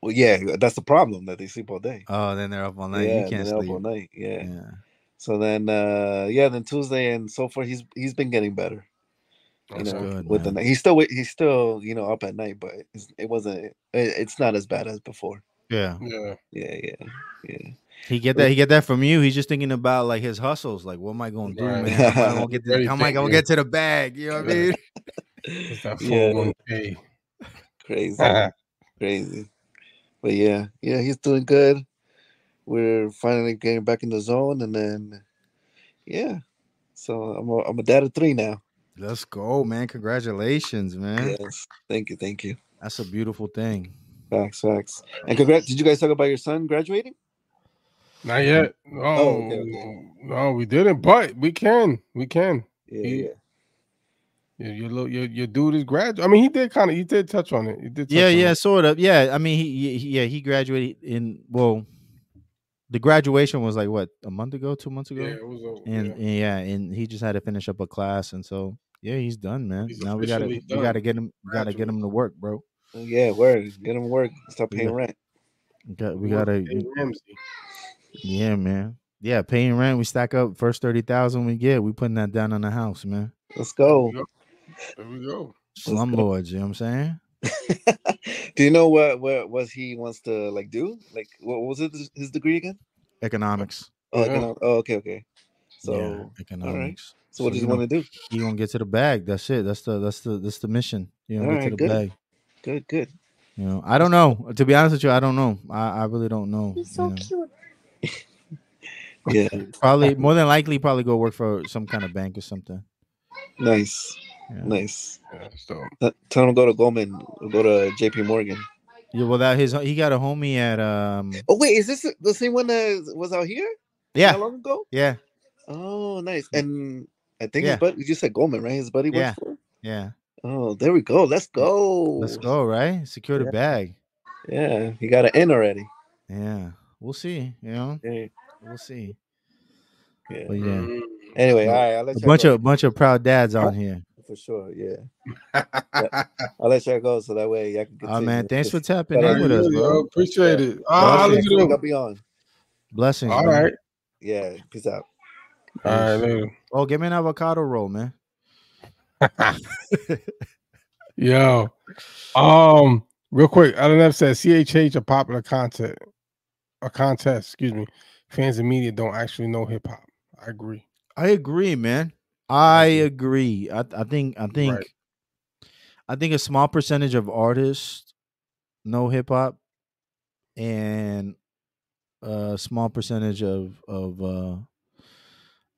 [SPEAKER 6] well, yeah, that's the problem that they sleep all day.
[SPEAKER 1] Oh, then they're up all night.
[SPEAKER 6] yeah,
[SPEAKER 1] you
[SPEAKER 6] and
[SPEAKER 1] can't
[SPEAKER 6] they're up
[SPEAKER 1] sleep.
[SPEAKER 6] all night. Yeah.
[SPEAKER 1] Yeah.
[SPEAKER 6] So then, uh yeah, then Tuesday and so forth. He's he's been getting better. You
[SPEAKER 1] That's
[SPEAKER 6] know,
[SPEAKER 1] good,
[SPEAKER 6] with the
[SPEAKER 1] man.
[SPEAKER 6] night. He's still wi- he's still you know up at night, but it's, it wasn't. It, it's not as bad as before.
[SPEAKER 1] Yeah.
[SPEAKER 2] Yeah.
[SPEAKER 6] Yeah, yeah, yeah.
[SPEAKER 1] He get that. He get that from you. He's just thinking about like his hustles. Like, what am I going to do,
[SPEAKER 2] Right.
[SPEAKER 1] man? How am I going to get
[SPEAKER 2] Very
[SPEAKER 1] the, how am I going to
[SPEAKER 2] thinking.
[SPEAKER 1] get to the bag? You know what I mean?
[SPEAKER 2] It's that
[SPEAKER 6] Yeah.
[SPEAKER 2] 401k.
[SPEAKER 6] Crazy,
[SPEAKER 1] Uh-huh.
[SPEAKER 6] crazy. But yeah, yeah, he's doing good. We're finally getting back in the zone, and then yeah. So I'm a, I'm a dad of three now.
[SPEAKER 1] Let's go, man. Congratulations, man.
[SPEAKER 6] Yes. Thank you. Thank you.
[SPEAKER 1] That's a beautiful thing.
[SPEAKER 6] Facts. Facts. And congrats. Did you guys talk about your son graduating?
[SPEAKER 2] Not yet. Oh,
[SPEAKER 6] okay, okay.
[SPEAKER 2] no, we didn't, but we can. We can.
[SPEAKER 6] Yeah.
[SPEAKER 2] He-
[SPEAKER 6] yeah.
[SPEAKER 2] Your your, little, your, your dude is grad. I mean, he did kind of. He did touch on it. He did. Touch
[SPEAKER 1] Yeah,
[SPEAKER 2] on
[SPEAKER 1] yeah,
[SPEAKER 2] It.
[SPEAKER 1] sort of. Yeah, I mean, he, he, yeah, he graduated in well, the graduation was like what a month ago, two months ago,
[SPEAKER 2] Yeah, it was over.
[SPEAKER 1] and
[SPEAKER 2] yeah.
[SPEAKER 1] and yeah, and he just had to finish up a class, and so yeah, he's done, man.
[SPEAKER 2] He's
[SPEAKER 1] now we gotta
[SPEAKER 2] officially
[SPEAKER 1] we
[SPEAKER 2] done.
[SPEAKER 1] gotta get him, we gotta get
[SPEAKER 2] Graduate.
[SPEAKER 1] him to work, bro.
[SPEAKER 6] Oh, yeah. Word. Get him work. Stop paying
[SPEAKER 1] Yeah.
[SPEAKER 6] rent.
[SPEAKER 1] We got, we
[SPEAKER 2] Work
[SPEAKER 1] gotta,
[SPEAKER 2] with Dave Ramsey.
[SPEAKER 1] yeah, man. Yeah, paying rent. We stack up first thirty thousand we get. We putting that down on the house, man.
[SPEAKER 6] Let's
[SPEAKER 2] There
[SPEAKER 6] go.
[SPEAKER 2] we go. There we go.
[SPEAKER 6] go.
[SPEAKER 1] Slumlords, you know what I'm saying?
[SPEAKER 6] do you know what what what he wants to like do? Like what was it his degree again?
[SPEAKER 1] Economics.
[SPEAKER 6] Oh,
[SPEAKER 2] Yeah.
[SPEAKER 6] econo- oh okay, okay. So
[SPEAKER 1] yeah, economics.
[SPEAKER 6] so what does
[SPEAKER 1] you
[SPEAKER 6] he
[SPEAKER 1] know,
[SPEAKER 6] want to do?
[SPEAKER 1] he gonna get to the bag. That's it. That's the that's the that's the mission. You know, get
[SPEAKER 6] All
[SPEAKER 1] to
[SPEAKER 6] right,
[SPEAKER 1] the
[SPEAKER 6] good.
[SPEAKER 1] bag.
[SPEAKER 6] Good, good.
[SPEAKER 1] You know, I don't know. To be honest with you, I don't know. I, I really don't know.
[SPEAKER 4] He's
[SPEAKER 1] you
[SPEAKER 4] so
[SPEAKER 1] know.
[SPEAKER 4] cute.
[SPEAKER 6] Yeah,
[SPEAKER 1] Probably more than likely, probably go work for some kind of bank or something.
[SPEAKER 6] nice,
[SPEAKER 1] Yeah.
[SPEAKER 6] nice.
[SPEAKER 2] Yeah, so
[SPEAKER 6] T- Tell him to go to Goldman, or go to J.P. Morgan.
[SPEAKER 1] Yeah, well, that his he got a homie at um.
[SPEAKER 6] Oh wait, is this the same one that was out here? How
[SPEAKER 1] Yeah,
[SPEAKER 6] long ago?
[SPEAKER 1] yeah,
[SPEAKER 6] Oh, nice. And I think
[SPEAKER 1] Yeah.
[SPEAKER 6] his buddy. You said Goldman, right? His buddy worked
[SPEAKER 1] Yeah.
[SPEAKER 6] for. him?
[SPEAKER 1] yeah.
[SPEAKER 6] Oh, there we go. Let's go.
[SPEAKER 1] Let's go, right? Secure the
[SPEAKER 6] Yeah.
[SPEAKER 1] bag.
[SPEAKER 6] Yeah, he got an in already.
[SPEAKER 1] Yeah, we'll see. You know,
[SPEAKER 6] Yeah.
[SPEAKER 1] we'll see.
[SPEAKER 6] yeah.
[SPEAKER 1] But yeah,
[SPEAKER 2] mm.
[SPEAKER 6] Anyway, all right. I'll let
[SPEAKER 1] a
[SPEAKER 6] y'all
[SPEAKER 1] bunch
[SPEAKER 6] go.
[SPEAKER 1] of bunch of proud dads out here.
[SPEAKER 6] for sure. Yeah. I'll let y'all go so that way y'all can continue.
[SPEAKER 1] Oh man, thanks for
[SPEAKER 6] Just-
[SPEAKER 1] tapping
[SPEAKER 6] Shout
[SPEAKER 1] in
[SPEAKER 6] out
[SPEAKER 1] with
[SPEAKER 6] to
[SPEAKER 1] us,
[SPEAKER 6] you,
[SPEAKER 1] bro.
[SPEAKER 2] Appreciate it.
[SPEAKER 6] Y'all
[SPEAKER 2] Ah,
[SPEAKER 6] see
[SPEAKER 2] look
[SPEAKER 6] next week, I'll
[SPEAKER 2] at him.
[SPEAKER 6] be on.
[SPEAKER 1] Blessings.
[SPEAKER 2] All
[SPEAKER 1] bro.
[SPEAKER 2] right.
[SPEAKER 6] Yeah. Peace out.
[SPEAKER 2] All right. Later.
[SPEAKER 1] Oh, give me an avocado roll, man.
[SPEAKER 2] Yo. Um, real quick, LNF says CHH a popular content, a contest, excuse me. Fans and media don't actually know hip hop. I agree.
[SPEAKER 1] I agree, man. I agree. I, I think I think I think a small percentage of artists know hip hop and a small percentage of of uh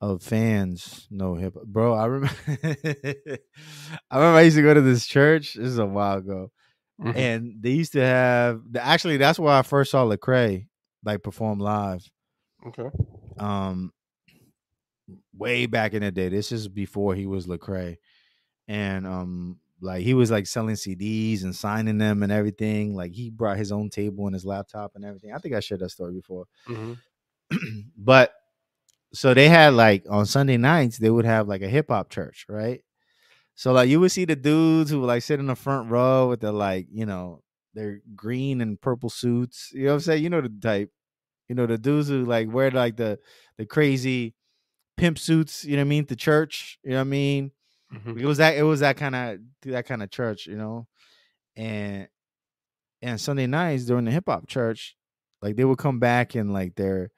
[SPEAKER 1] of fans know hip hop. Bro, I remember I remember I used to go to this church. This is a while ago.
[SPEAKER 2] Mhm.
[SPEAKER 1] And they used to have actually that's where I first saw Lecrae like perform live
[SPEAKER 2] Okay.
[SPEAKER 1] um way back in the day. This is before he was Lecrae. And um like he was like selling CDs and signing them and everything. Like he brought his own table and his laptop and everything. I think I shared that story before. but so they had like on Sunday nights, they would have like a hip hop church, right? So like you would see the dudes who would like sit in the front row with their like, you know, their green and purple suits. You know what I'm saying? You know the type. You know, the dudes who like wear like the the crazy pimp suits, you know what I mean, to church, you know what I mean? It was that it was that kind of that kind of church, you know. And and Sunday nights during the hip hop church, like they would come back and like their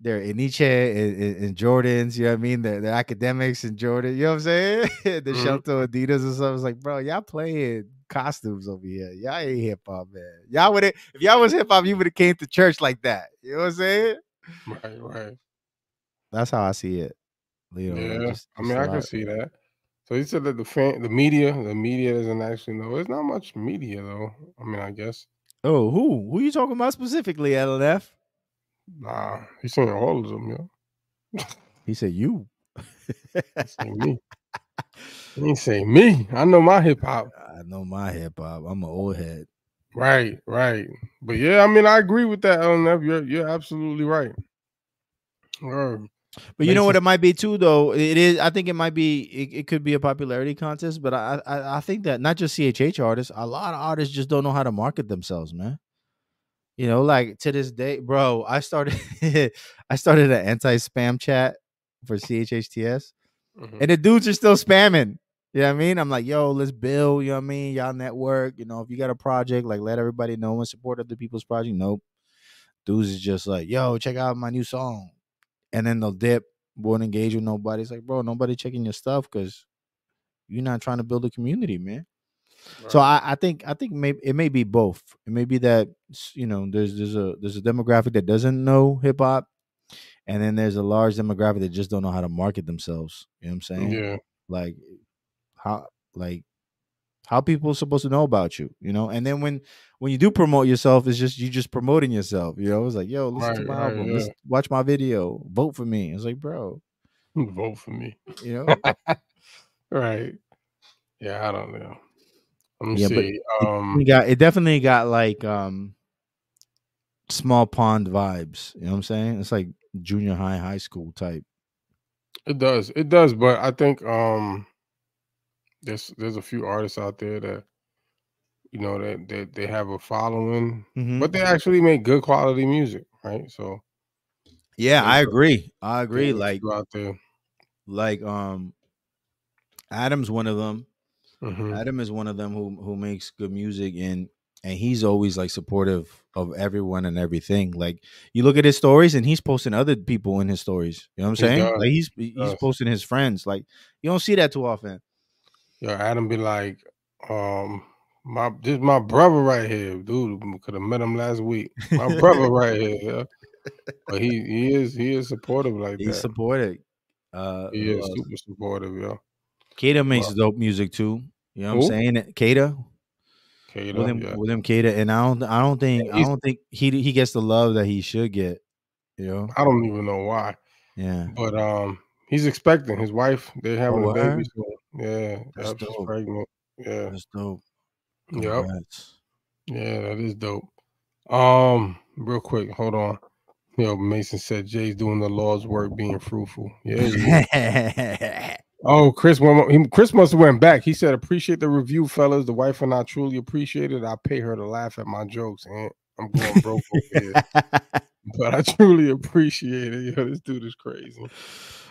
[SPEAKER 1] their Eniche and, and, and Jordans, you know what I mean? Their, their academics and Jordan, you know what I'm saying? the
[SPEAKER 2] Mhm.
[SPEAKER 1] Shelto Adidas and stuff. It's like, bro, y'all playing costumes over here. Y'all ain't hip hop, man. Y'all would have if y'all was hip hop, you would have came to church like that. You know what I'm saying?
[SPEAKER 2] Right, right.
[SPEAKER 1] That's how I see it. You know, like,
[SPEAKER 2] yeah.
[SPEAKER 1] just-
[SPEAKER 2] I
[SPEAKER 1] just
[SPEAKER 2] mean,
[SPEAKER 1] a
[SPEAKER 2] I can
[SPEAKER 1] lot-
[SPEAKER 2] see that. So he said that the fan, the media, the media doesn't actually know. It's not much media though. I mean, I guess.
[SPEAKER 1] Oh, who? Who you talking about specifically, LNF?
[SPEAKER 2] Nah, he's saying all of them, yo.
[SPEAKER 1] He said you.
[SPEAKER 2] Saying me. He ain't saying me. I know my hip hop.
[SPEAKER 1] I know my hip hop. I'm an old head.
[SPEAKER 2] Right, right. But yeah, I mean, I agree with that, LNF. You're you're absolutely right. Word.
[SPEAKER 1] But you know
[SPEAKER 2] Makes
[SPEAKER 1] what
[SPEAKER 2] sense.
[SPEAKER 1] it might be too, though. It is. I think it might be. It, it could be a popularity contest. But I, I, I think that not just CHH artists, a lot of artists just don't know how to market themselves, man. You know, like to this day, bro. I started, I started an anti-spam chat for CHHTS,
[SPEAKER 2] Mhm.
[SPEAKER 1] and the dudes are still spamming. You know what I mean? I'm like, yo, let's build. You know what I mean? Y'all network. You know, if you got a project, like let everybody know and support other people's project. Nope. Dudes is just like, yo, check out my new song. And then they'll dip, won't engage with nobody. It's like, bro, nobody checking your stuff because you're not trying to build a community, man. So
[SPEAKER 2] Right.
[SPEAKER 1] I, I think I think maybe it may be both. It may be that s- you know there's there's a there's a demographic that doesn't know hip hop, And then there's a large demographic that just don't know how to market themselves. You know what I'm saying?
[SPEAKER 2] Yeah.
[SPEAKER 1] like how like how people supposed to know about you you know and then when when you do promote yourself it's just you just promoting yourself you know it's like yo listen to
[SPEAKER 2] Right,
[SPEAKER 1] my
[SPEAKER 2] right,
[SPEAKER 1] album
[SPEAKER 2] yeah.
[SPEAKER 1] listen- watch my video vote for me it's like bro
[SPEAKER 2] Vote for me.
[SPEAKER 1] you know
[SPEAKER 2] Right. Yeah, I don't know. Let me
[SPEAKER 1] Yeah, but
[SPEAKER 2] see. Um
[SPEAKER 1] it got it definitely got like um small pond vibes you know what i'm saying it's like junior high high school type
[SPEAKER 2] it does. It does, but I think um there's there's a few artists out there that you know that they, they have a following,
[SPEAKER 1] Mhm.
[SPEAKER 2] but they actually make good quality music, right? So
[SPEAKER 1] yeah i
[SPEAKER 2] there's a-
[SPEAKER 1] agree i agree
[SPEAKER 2] there's a
[SPEAKER 1] like
[SPEAKER 2] few out there.
[SPEAKER 1] like um adam's one of them
[SPEAKER 2] Mhm.
[SPEAKER 1] Adam is one of them who who makes good music and and he's always like supportive of everyone and everything. Like you look at his stories and he's posting other people in his stories. You know what I'm
[SPEAKER 2] He
[SPEAKER 1] saying?
[SPEAKER 2] does,
[SPEAKER 1] Like he's he's
[SPEAKER 2] does.
[SPEAKER 1] posting his friends. Like you don't see that too often.
[SPEAKER 2] Yo, Adam be like, um, my this my brother right here, dude. Could have met him last week. My brother right here, yeah. But he he is he is supportive like
[SPEAKER 1] He's
[SPEAKER 2] that.
[SPEAKER 1] supported. Uh
[SPEAKER 2] He
[SPEAKER 1] who
[SPEAKER 2] is
[SPEAKER 1] else?
[SPEAKER 2] super supportive, yo.
[SPEAKER 1] Kada makes
[SPEAKER 2] Well-
[SPEAKER 1] dope music too. You know what
[SPEAKER 2] Who?
[SPEAKER 1] I'm saying? Kada,
[SPEAKER 2] Kato,
[SPEAKER 1] William
[SPEAKER 2] yeah.
[SPEAKER 1] William Kada, and I don't I don't think I
[SPEAKER 2] he's-
[SPEAKER 1] don't think he he gets the love that he should get. You know?
[SPEAKER 2] I don't even know why,
[SPEAKER 1] Yeah.
[SPEAKER 2] but um, he's expecting his wife. They're having
[SPEAKER 1] Oh,
[SPEAKER 2] a baby.
[SPEAKER 1] word?
[SPEAKER 2] So, yeah,
[SPEAKER 1] That's
[SPEAKER 2] yep, she's
[SPEAKER 1] dope.
[SPEAKER 2] pregnant. Yeah,
[SPEAKER 1] That's dope.
[SPEAKER 2] yep,
[SPEAKER 1] Congrats.
[SPEAKER 2] yeah, that is dope. Um, real quick, hold on. Yo, Mason said Jay's doing the Lord's work, being fruitful. Yeah, he is. Oh, Chris, went, he, Chris must have went back. He said, "Appreciate the review, fellas. The wife and I truly appreciate it. I pay her to laugh at my jokes, and I'm going broke over here, but I truly appreciate it. Yo, this dude is crazy."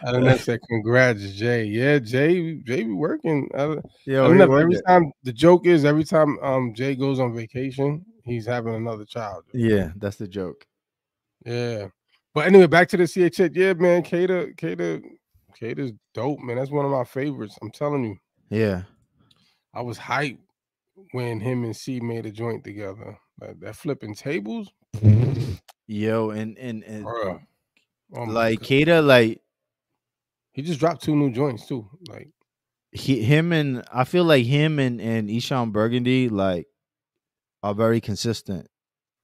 [SPEAKER 2] I don't know. Said, "Congrats, Jay. Yeah, Jay, Jay be working. I don't, I
[SPEAKER 1] Yo,
[SPEAKER 2] don't
[SPEAKER 1] he
[SPEAKER 2] know,
[SPEAKER 1] worked
[SPEAKER 2] every
[SPEAKER 1] it.
[SPEAKER 2] time the joke is every time um Jay goes on vacation, he's having another child.
[SPEAKER 1] Yeah, that's the joke.
[SPEAKER 2] Yeah. But anyway, back to the CHH. Yeah, man, Kata, Kata, Kata's dope, man. That's one of my favorites. I'm telling you."
[SPEAKER 1] Yeah.
[SPEAKER 2] I was hyped when him and C made a joint together. Like that flipping tables,
[SPEAKER 1] Yo, and and, and
[SPEAKER 2] bruh. Oh my
[SPEAKER 1] like
[SPEAKER 2] God.
[SPEAKER 1] Kata, like
[SPEAKER 2] he just dropped two new joints too. Like
[SPEAKER 1] he, him and I feel like him and and Ishan Burgundy like are very consistent.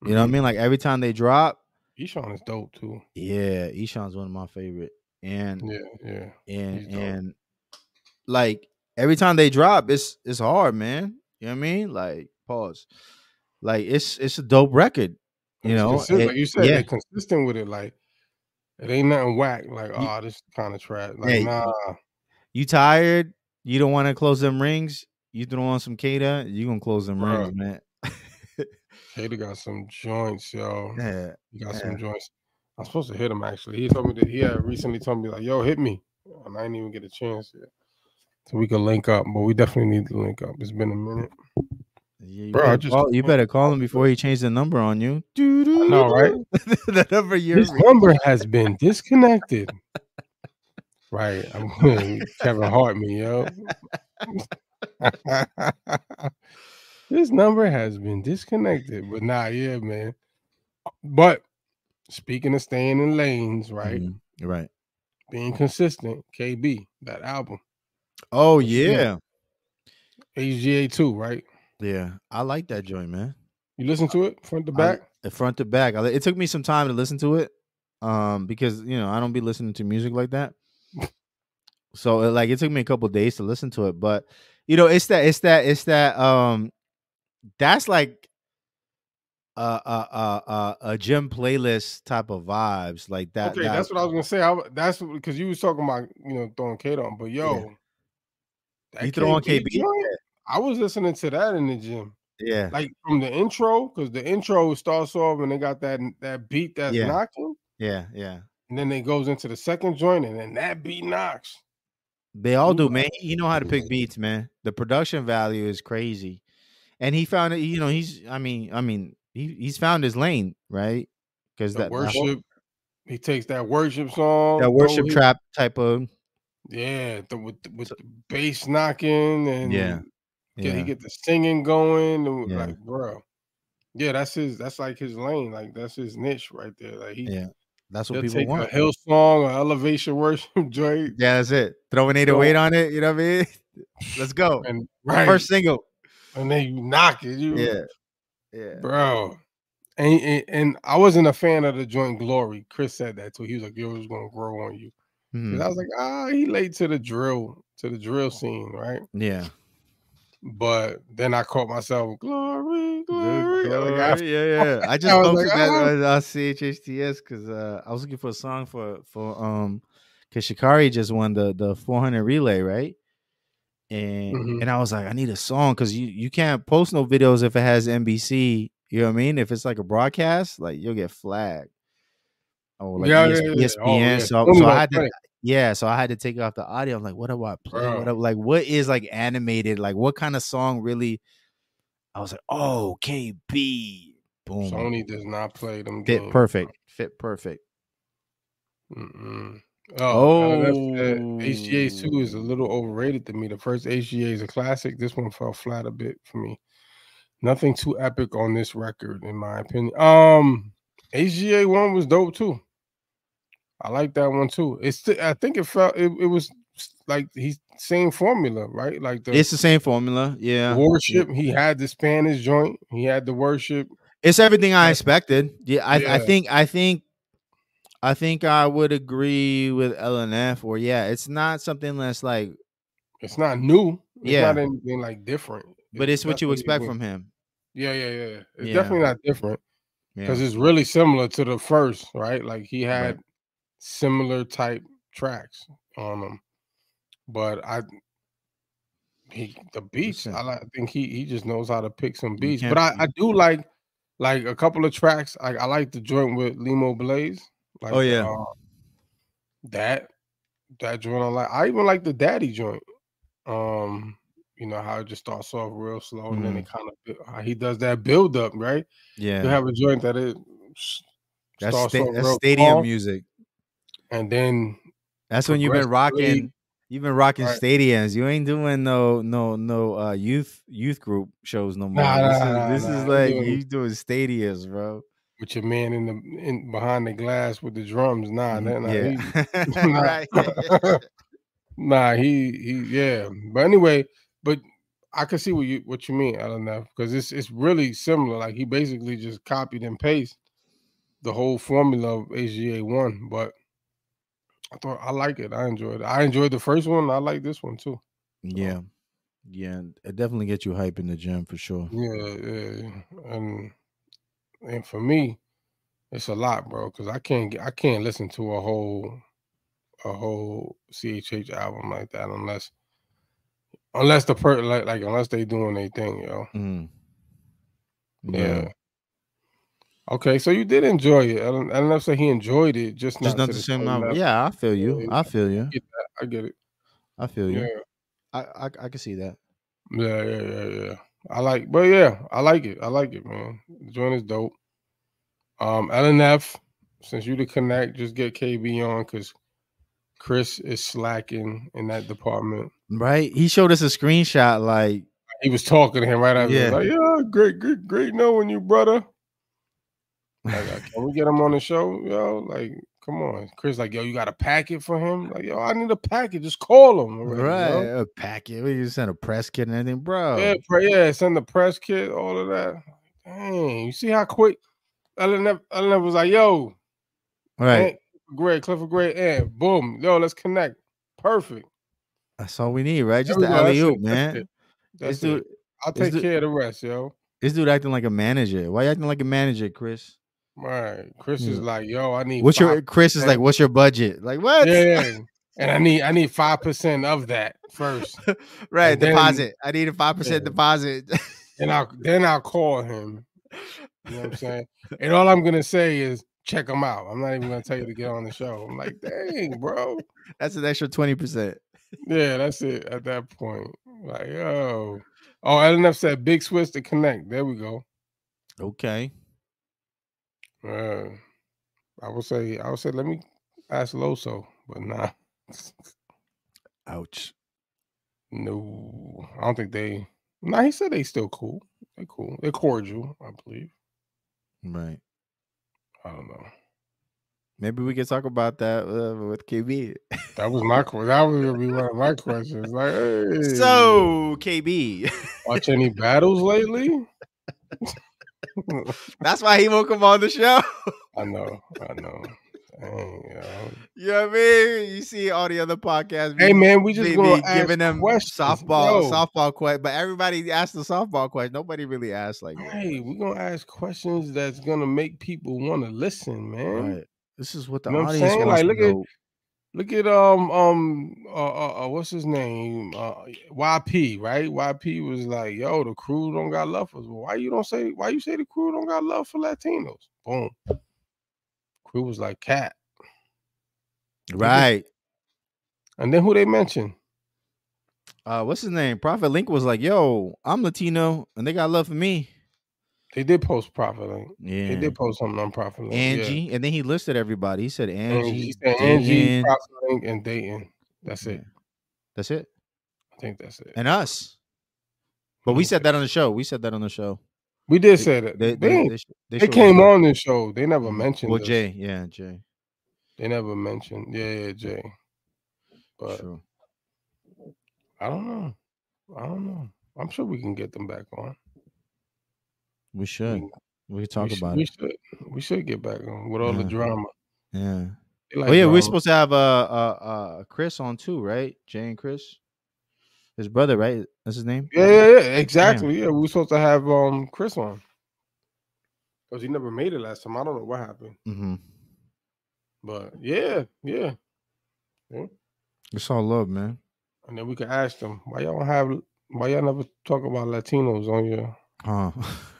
[SPEAKER 1] You know what I
[SPEAKER 2] mhm.
[SPEAKER 1] mean? Like every time they drop,
[SPEAKER 2] Eshawn is dope too.
[SPEAKER 1] yeah, Ishan's one of my favorite. And
[SPEAKER 2] Yeah, yeah.
[SPEAKER 1] and
[SPEAKER 2] He's dope.
[SPEAKER 1] and like every time they drop, it's it's hard, man. You know what I mean? Like pause. Like it's it's a dope record. You
[SPEAKER 2] It's
[SPEAKER 1] know,
[SPEAKER 2] consistent.
[SPEAKER 1] it-
[SPEAKER 2] like you said,
[SPEAKER 1] yeah.
[SPEAKER 2] they're consistent with it. Like it ain't nothing whack. Like oh, this kind of trash. Like
[SPEAKER 1] Yeah,
[SPEAKER 2] nah,
[SPEAKER 1] you tired, you don't want to close them rings, you throw on some Kata, you gonna close them
[SPEAKER 2] Bruh.
[SPEAKER 1] rings, man.
[SPEAKER 2] Kata got some joints, yo.
[SPEAKER 1] yeah.
[SPEAKER 2] He got
[SPEAKER 1] Yeah.
[SPEAKER 2] some joints. I'm supposed to hit him actually. He told me that he had recently told me like, "Yo, hit me," and I didn't even get a chance yet. So we could link up, but we definitely need to link up. It's been a minute.
[SPEAKER 1] Yeah, you,
[SPEAKER 2] Bro, I
[SPEAKER 1] better
[SPEAKER 2] just-
[SPEAKER 1] call, you better call him before he changed the number on you.
[SPEAKER 2] I know, right?
[SPEAKER 1] the number you're
[SPEAKER 2] This number has been disconnected. Right, I'm Kevin Hart me, yo. this number has been disconnected, but nah, yeah, man. But speaking of staying in lanes, right,
[SPEAKER 1] Mhm, you're right.
[SPEAKER 2] being consistent, KB, that album,
[SPEAKER 1] Oh yeah.
[SPEAKER 2] Yeah. HGA two, right?
[SPEAKER 1] Yeah. I like that joint, man.
[SPEAKER 2] You listen to it front to
[SPEAKER 1] I-
[SPEAKER 2] back.
[SPEAKER 1] The front to back. I li- it took me some time to listen to it. Um, because you know, I don't be listening to music like that. So it, like it took me a couple days to listen to it, but you know, it's that it's that it's that um that's like a a a a, a gym playlist type of vibes like that.
[SPEAKER 2] okay,
[SPEAKER 1] that-
[SPEAKER 2] that's what I was gonna say. I, wa- that's because you was talking about you know throwing Kate on, but yo, that
[SPEAKER 1] you throw on
[SPEAKER 2] KB
[SPEAKER 1] KB.
[SPEAKER 2] joint, I was listening to that in the gym,
[SPEAKER 1] Yeah.
[SPEAKER 2] like from the intro, because the intro starts off and they got that that beat that's
[SPEAKER 1] Yeah.
[SPEAKER 2] knocking,
[SPEAKER 1] Yeah, yeah.
[SPEAKER 2] and then it goes into the second joint, and then that beat knocks.
[SPEAKER 1] They all
[SPEAKER 2] You
[SPEAKER 1] do,
[SPEAKER 2] like-
[SPEAKER 1] man. He know how to pick beats, man. The production value is crazy, and he found it. You know, he's. I mean, I mean, he, he's found his lane, right? Because
[SPEAKER 2] The
[SPEAKER 1] that that whole-
[SPEAKER 2] worship, he takes that worship song,
[SPEAKER 1] that
[SPEAKER 2] throw
[SPEAKER 1] worship
[SPEAKER 2] his-
[SPEAKER 1] trap type of
[SPEAKER 2] yeah, th- with the- with the bass knocking, and
[SPEAKER 1] Yeah.
[SPEAKER 2] get, he
[SPEAKER 1] yeah,
[SPEAKER 2] get the singing going and
[SPEAKER 1] Yeah.
[SPEAKER 2] like bro yeah that's his that's like his lane like that's his niche right there like he
[SPEAKER 1] Yeah. That's what
[SPEAKER 2] They'll
[SPEAKER 1] people
[SPEAKER 2] take a
[SPEAKER 1] want.
[SPEAKER 2] hill song or elevation worship joint.
[SPEAKER 1] Yeah, that's it. Throw an 808 on it. You know what I mean? Let's go.
[SPEAKER 2] And
[SPEAKER 1] My
[SPEAKER 2] right,
[SPEAKER 1] First single.
[SPEAKER 2] and then you knock it. You,
[SPEAKER 1] Yeah. Yeah.
[SPEAKER 2] bro. And, and and I wasn't a fan of the joint glory. Chris said that too. He was like, "Yo, it's gonna grow on you."
[SPEAKER 1] Mhm.
[SPEAKER 2] 'Cause I was like, "Ah, he late to the drill, to the
[SPEAKER 1] Oh.
[SPEAKER 2] drill scene, right?"
[SPEAKER 1] Yeah.
[SPEAKER 2] But then I caught myself, "Glory, glory."
[SPEAKER 1] Good
[SPEAKER 2] Like, I-
[SPEAKER 1] glory. yeah, yeah. I just
[SPEAKER 2] I was
[SPEAKER 1] posted
[SPEAKER 2] like,
[SPEAKER 1] that
[SPEAKER 2] ah.
[SPEAKER 1] on uh, CHHTS because uh, I was looking for a song for for um because Shikari just won the the 400 relay, right? And
[SPEAKER 2] Mhm.
[SPEAKER 1] and I was like, I need a song because you you can't post no videos if it has NBC. You know what I mean? If it's like a broadcast, like you'll get flagged. Oh, like
[SPEAKER 2] Yeah,
[SPEAKER 1] ES-
[SPEAKER 2] yeah, yeah. Oh,
[SPEAKER 1] ESPN.
[SPEAKER 2] yeah.
[SPEAKER 1] So,
[SPEAKER 2] Only
[SPEAKER 1] so I
[SPEAKER 2] one
[SPEAKER 1] had to
[SPEAKER 2] thing.
[SPEAKER 1] yeah, so I had to take off the audio. I'm like, what do I play? What
[SPEAKER 2] Bro.
[SPEAKER 1] do- like what is like animated? Like what kind of song really? I was like, oh, KB. Boom.
[SPEAKER 2] Sony does not play them.
[SPEAKER 1] Fit
[SPEAKER 2] games.
[SPEAKER 1] perfect. Fit perfect.
[SPEAKER 2] Mm-mm. Oh, LLF said
[SPEAKER 1] Oh.
[SPEAKER 2] HGA2 is a little overrated to me. The first HGA is a classic. This one fell flat a bit for me. Nothing too epic on this record, in my opinion. Um, HGA one was dope too. I like that one too. It's th- I think it felt it, it was like he's same formula, right? Like the
[SPEAKER 1] It's the same formula. Yeah.
[SPEAKER 2] worship. He had the Spanish joint. He had the worship.
[SPEAKER 1] It's everything I
[SPEAKER 2] Yeah.
[SPEAKER 1] expected. Yeah. I, I
[SPEAKER 2] Yeah.
[SPEAKER 1] think I think I think I would agree with LNF or yeah, it's not something that's like
[SPEAKER 2] It's not new. It's
[SPEAKER 1] Yeah.
[SPEAKER 2] not anything like different.
[SPEAKER 1] but it's what you
[SPEAKER 2] definitely
[SPEAKER 1] expect
[SPEAKER 2] what-
[SPEAKER 1] from him.
[SPEAKER 2] Yeah, yeah, yeah. It's
[SPEAKER 1] Yeah.
[SPEAKER 2] definitely not different
[SPEAKER 1] Yeah.
[SPEAKER 2] because it's really similar to the first, right? Like he
[SPEAKER 1] Right.
[SPEAKER 2] had similar type tracks on them, but I he the beats.
[SPEAKER 1] Listen.
[SPEAKER 2] I like, think he he just knows how to pick some
[SPEAKER 1] You
[SPEAKER 2] beats.
[SPEAKER 1] can't-
[SPEAKER 2] But I,
[SPEAKER 1] you-
[SPEAKER 2] I do like like a couple of tracks. Like I like the joint with Limo Blaze. Like,
[SPEAKER 1] Oh, yeah.
[SPEAKER 2] uh, that that joint I like. I even like the Daddy joint. Um, you know how it just starts off real slow and then
[SPEAKER 1] Mm-hmm.
[SPEAKER 2] it kind of how he does that build up, right? You
[SPEAKER 1] Yeah.
[SPEAKER 2] have a joint that it s-
[SPEAKER 1] That's,
[SPEAKER 2] starts
[SPEAKER 1] sta-
[SPEAKER 2] off
[SPEAKER 1] that's
[SPEAKER 2] real
[SPEAKER 1] stadium
[SPEAKER 2] calm,
[SPEAKER 1] music.
[SPEAKER 2] and then
[SPEAKER 1] That's when you've been
[SPEAKER 2] progressively-
[SPEAKER 1] rocking. You've been rocking
[SPEAKER 2] Right.
[SPEAKER 1] stadiums. You ain't doing no no no uh youth youth group shows no more.
[SPEAKER 2] Nah,
[SPEAKER 1] this
[SPEAKER 2] nah, nah,
[SPEAKER 1] is, this
[SPEAKER 2] nah.
[SPEAKER 1] is
[SPEAKER 2] I'm
[SPEAKER 1] like
[SPEAKER 2] doing-
[SPEAKER 1] you doing stadiums, bro.
[SPEAKER 2] with your man in the in behind the glass with the drums. Nah, nah, nah,
[SPEAKER 1] Mm,
[SPEAKER 2] he-
[SPEAKER 1] yeah. right.
[SPEAKER 2] nah, he he yeah. But anyway, but I can see what you what you mean, LNF, because it's it's really similar. Like he basically just copied and pasted the whole formula of HGA one. But I thought I like it. I enjoyed it. I enjoyed the first one. I like this one too.
[SPEAKER 1] Yeah. Yeah. It definitely gets you hype in the gym for sure.
[SPEAKER 2] Yeah, yeah. And and for me, it's a lot, bro, because I can't get I can't listen to a whole a whole CHH album like that unless unless the per like like unless they doing their thing, yo.
[SPEAKER 1] Mm.
[SPEAKER 2] Yeah. Okay, so you did enjoy it. I don't, I don't know if say he enjoyed it, just,
[SPEAKER 1] Just not
[SPEAKER 2] not, to
[SPEAKER 1] the same
[SPEAKER 2] level.
[SPEAKER 1] level. Yeah, I feel you.
[SPEAKER 2] Yeah.
[SPEAKER 1] I feel you.
[SPEAKER 2] I get it.
[SPEAKER 1] I feel you.
[SPEAKER 2] Yeah.
[SPEAKER 1] I, I I can see that.
[SPEAKER 2] Yeah, yeah, yeah, yeah. I like, but yeah, I like it. I like it, man. The joint is dope. Um, LNF, since you the connect, just get KB on because Chris is slacking in that department.
[SPEAKER 1] Right? He showed us a screenshot like
[SPEAKER 2] He was talking to him right after. Yeah,
[SPEAKER 1] Yeah.
[SPEAKER 2] like, yeah, great, great, great knowing you, brother. Like, uh, can we get him on the show, yo? Like, come on, Chris. Like, yo, you got a packet for him? Like, yo, I need a packet. Just call him. already,
[SPEAKER 1] right
[SPEAKER 2] yo.
[SPEAKER 1] a packet. We just sent a press kit and everything, bro.
[SPEAKER 2] Yeah, pray, yeah, send the press kit, all of that. Dang, you see how quick LNF, LNF was like, yo,
[SPEAKER 1] Right.
[SPEAKER 2] Aunt Gray, Clifford Gray, and boom, yo, let's connect. Perfect.
[SPEAKER 1] That's all we need, right? Just
[SPEAKER 2] There
[SPEAKER 1] the
[SPEAKER 2] we go.
[SPEAKER 1] alley
[SPEAKER 2] That's
[SPEAKER 1] oop,
[SPEAKER 2] it. That's
[SPEAKER 1] man.
[SPEAKER 2] it.
[SPEAKER 1] This
[SPEAKER 2] That's
[SPEAKER 1] dude,
[SPEAKER 2] it. I'll
[SPEAKER 1] this
[SPEAKER 2] take
[SPEAKER 1] dude-
[SPEAKER 2] care of the rest, yo.
[SPEAKER 1] this dude acting like a manager. Why you acting like a manager, Chris?
[SPEAKER 2] All right. Chris is
[SPEAKER 1] Yeah.
[SPEAKER 2] like, yo, I need
[SPEAKER 1] Mm. What's your
[SPEAKER 2] five-
[SPEAKER 1] Chris is like? What's your budget? Like what?
[SPEAKER 2] yeah, yeah. and I need I need five percent of that first.
[SPEAKER 1] right,
[SPEAKER 2] And then-
[SPEAKER 1] deposit. I need a five percent
[SPEAKER 2] Yeah.
[SPEAKER 1] deposit.
[SPEAKER 2] And I'll then I'll call him. You know what I'm saying? And all I'm gonna say is check him out. I'm not even gonna tell you to get on the show. I'm like, dang, bro.
[SPEAKER 1] That's an extra twenty percent.
[SPEAKER 2] Yeah, that's it at that point. Like, oh. Oh, LNF said big switch to connect. There we go.
[SPEAKER 1] Okay.
[SPEAKER 2] Uh, I would say, I would say, let me ask Loso, but nah,
[SPEAKER 1] Ouch.
[SPEAKER 2] no, I don't think they. Nah, he said they still cool. They cool. They're cordial, I believe.
[SPEAKER 1] Right.
[SPEAKER 2] I don't know.
[SPEAKER 1] Maybe we could talk about that uh, with KB.
[SPEAKER 2] That was my question. That was gonna be one of my questions. Like, hey,
[SPEAKER 1] So KB,
[SPEAKER 2] watch any battles lately?
[SPEAKER 1] that's why he won't come on the show.
[SPEAKER 2] I know, I know. Dang, yo.
[SPEAKER 1] You know what I mean? You see all the other podcasts.
[SPEAKER 2] Hey
[SPEAKER 1] be-
[SPEAKER 2] man, we
[SPEAKER 1] they
[SPEAKER 2] just
[SPEAKER 1] be
[SPEAKER 2] gonna ask
[SPEAKER 1] giving them
[SPEAKER 2] questions,
[SPEAKER 1] softball,
[SPEAKER 2] yo.
[SPEAKER 1] softball question. But everybody asked the softball question. Nobody really asked like, real
[SPEAKER 2] Hey,
[SPEAKER 1] questions.
[SPEAKER 2] we're gonna ask questions that's gonna make people want to listen, man.
[SPEAKER 1] Right. This is what the
[SPEAKER 2] You know what I'm
[SPEAKER 1] audience
[SPEAKER 2] saying?
[SPEAKER 1] wants
[SPEAKER 2] Like,
[SPEAKER 1] to
[SPEAKER 2] look at-
[SPEAKER 1] know.
[SPEAKER 2] Look at um um uh, uh, uh what's his name uh YP right YP was like yo the crew don't got love for us well, why you don't say why you say the crew don't got love for Latinos boom crew was like cat
[SPEAKER 1] Right.
[SPEAKER 2] and then who they mentioned
[SPEAKER 1] Uh, what's his name? Prophet Link was like, "Yo, I'm Latino, and they got love for me."
[SPEAKER 2] they did post profit link they
[SPEAKER 1] Yeah.
[SPEAKER 2] did post something on profit link
[SPEAKER 1] Angie, and then he listed everybody. He said
[SPEAKER 2] yeah. Angie
[SPEAKER 1] Angie,
[SPEAKER 2] Oh, said Angie
[SPEAKER 1] Dayton.
[SPEAKER 2] profit link and Dayton that's it
[SPEAKER 1] That's it,
[SPEAKER 2] I think that's it
[SPEAKER 1] and us. But we
[SPEAKER 2] Mhm.
[SPEAKER 1] said that on the show. We said that on the show.
[SPEAKER 2] we did say that
[SPEAKER 1] They,
[SPEAKER 2] they
[SPEAKER 1] they,
[SPEAKER 2] ain't-
[SPEAKER 1] they, sh- they
[SPEAKER 2] they
[SPEAKER 1] showed us
[SPEAKER 2] came
[SPEAKER 1] that.
[SPEAKER 2] on this show they never mentioned
[SPEAKER 1] Mm-hmm. Well,
[SPEAKER 2] us.
[SPEAKER 1] Jay, yeah, Jay.
[SPEAKER 2] they never mentioned yeah yeah Jay but.
[SPEAKER 1] True.
[SPEAKER 2] I don't know. I don't know. I'm sure we can get them back on.
[SPEAKER 1] We should. We could
[SPEAKER 2] we
[SPEAKER 1] talk
[SPEAKER 2] should,
[SPEAKER 1] about
[SPEAKER 2] we
[SPEAKER 1] it.
[SPEAKER 2] Should, we should get back on with all the
[SPEAKER 1] Yeah.
[SPEAKER 2] drama.
[SPEAKER 1] Yeah.
[SPEAKER 2] They like
[SPEAKER 1] Oh yeah, we
[SPEAKER 2] drama.
[SPEAKER 1] we're supposed to have uh, uh uh Chris on too, right? Jay and Chris, his brother, right? That's his name.
[SPEAKER 2] Yeah, yeah, yeah. Exactly. Yeah, we were supposed to have um Chris on because he never made it last time. I don't know what happened,
[SPEAKER 1] Mm-hmm.
[SPEAKER 2] but yeah, yeah.
[SPEAKER 1] It's all love, man.
[SPEAKER 2] And then we could ask them why y'all don't have why y'all never talk about Latinos on your
[SPEAKER 1] Huh.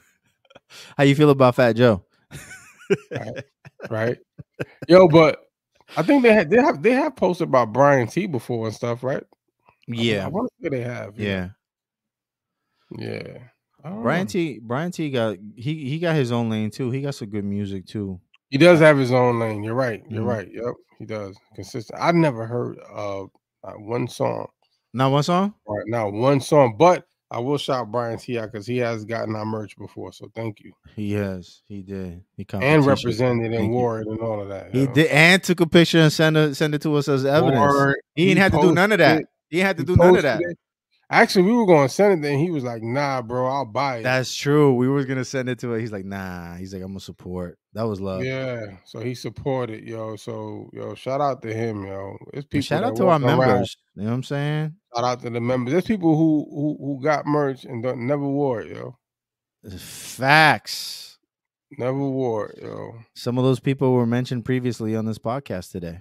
[SPEAKER 1] How you feel about Fat Joe?
[SPEAKER 2] right, yo. But I think they had they have they have posted about Brian T before and stuff, right? I- I,
[SPEAKER 1] Yeah.
[SPEAKER 2] want to say they have.
[SPEAKER 1] Yeah.
[SPEAKER 2] yeah. I don't
[SPEAKER 1] Brian
[SPEAKER 2] know.
[SPEAKER 1] T. Brian T. Got he he got his own lane too. He got some good music too.
[SPEAKER 2] He does have his own lane. You're right. You're
[SPEAKER 1] Mhm.
[SPEAKER 2] right. Yep, he does. Consistent. I've never heard uh not one song,
[SPEAKER 1] Not one song.
[SPEAKER 2] right? Not one song. But I will shout Brian T out because he has gotten our merch before. So thank you.
[SPEAKER 1] He has. He did. He
[SPEAKER 2] And
[SPEAKER 1] competition.
[SPEAKER 2] represented
[SPEAKER 1] Oh, Thank
[SPEAKER 2] and
[SPEAKER 1] you.
[SPEAKER 2] wore it and all of that.
[SPEAKER 1] He
[SPEAKER 2] yo.
[SPEAKER 1] did and took a picture and send it send it to us as evidence.
[SPEAKER 2] Wore it,
[SPEAKER 1] he didn't have to do none of that.
[SPEAKER 2] posted it,
[SPEAKER 1] He had to
[SPEAKER 2] he
[SPEAKER 1] do none of that.
[SPEAKER 2] posted it. Actually, we were going to send it, then he was like, "Nah, bro, I'll buy it."
[SPEAKER 1] That's true. We was gonna send it to her. He's like, nah. He's like, I'm gonna support. That was love.
[SPEAKER 2] yeah. So he supported, yo. So yo, shout out to him, yo. It's people.
[SPEAKER 1] And shout
[SPEAKER 2] that
[SPEAKER 1] out to our
[SPEAKER 2] walk around-
[SPEAKER 1] members. You know what I'm saying?
[SPEAKER 2] Shout out to the members. There's people who who, who got merch and don't, never wore it, yo.
[SPEAKER 1] Facts.
[SPEAKER 2] Never wore it, yo.
[SPEAKER 1] Some of those people were mentioned previously on this podcast today.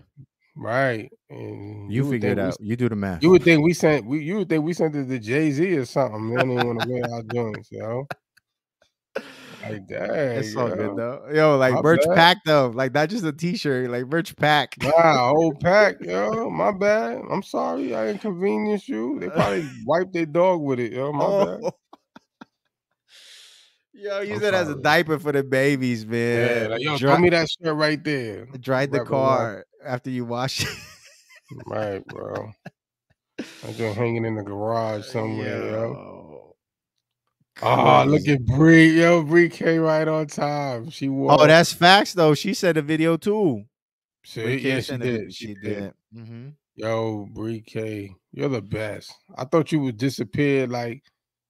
[SPEAKER 2] Right. And
[SPEAKER 1] You,
[SPEAKER 2] would
[SPEAKER 1] figure it
[SPEAKER 2] think we-
[SPEAKER 1] out. You do the math.
[SPEAKER 2] you would think we sent we you would think we sent it to Jay Z or something. They don't want to wear our joints, yo. Like that.
[SPEAKER 1] it's all good though. uh, Yo, like
[SPEAKER 2] My
[SPEAKER 1] merch
[SPEAKER 2] bad.
[SPEAKER 1] pack though. Like not just a t-shirt, like merch pack.
[SPEAKER 2] Nah, whole pack, yo. My bad. I'm sorry. I inconvenienced you. They probably wiped their dog with it, yo. My bad.
[SPEAKER 1] Oh. Yo, use
[SPEAKER 2] I'm
[SPEAKER 1] it as a
[SPEAKER 2] sorry.
[SPEAKER 1] diaper for the babies, man.
[SPEAKER 2] Yeah, like, yo,
[SPEAKER 1] Dry-
[SPEAKER 2] throw me that shirt right there.
[SPEAKER 1] dried the
[SPEAKER 2] Wrap it up.
[SPEAKER 1] car after you wash it.
[SPEAKER 2] Right, bro. I'm just hanging in the garage somewhere, yo.
[SPEAKER 1] Yo.
[SPEAKER 2] Ah, look
[SPEAKER 1] Crazy.
[SPEAKER 2] at Bree, yo. Bree came right on time. She wore.
[SPEAKER 1] Oh, that's facts though. She sent a video too.
[SPEAKER 2] She,
[SPEAKER 1] Bree K
[SPEAKER 2] yeah, she
[SPEAKER 1] sent a-
[SPEAKER 2] did.
[SPEAKER 1] She did. Mhm.
[SPEAKER 2] Yo, Bree K, you're the best. I thought you would disappear. Like,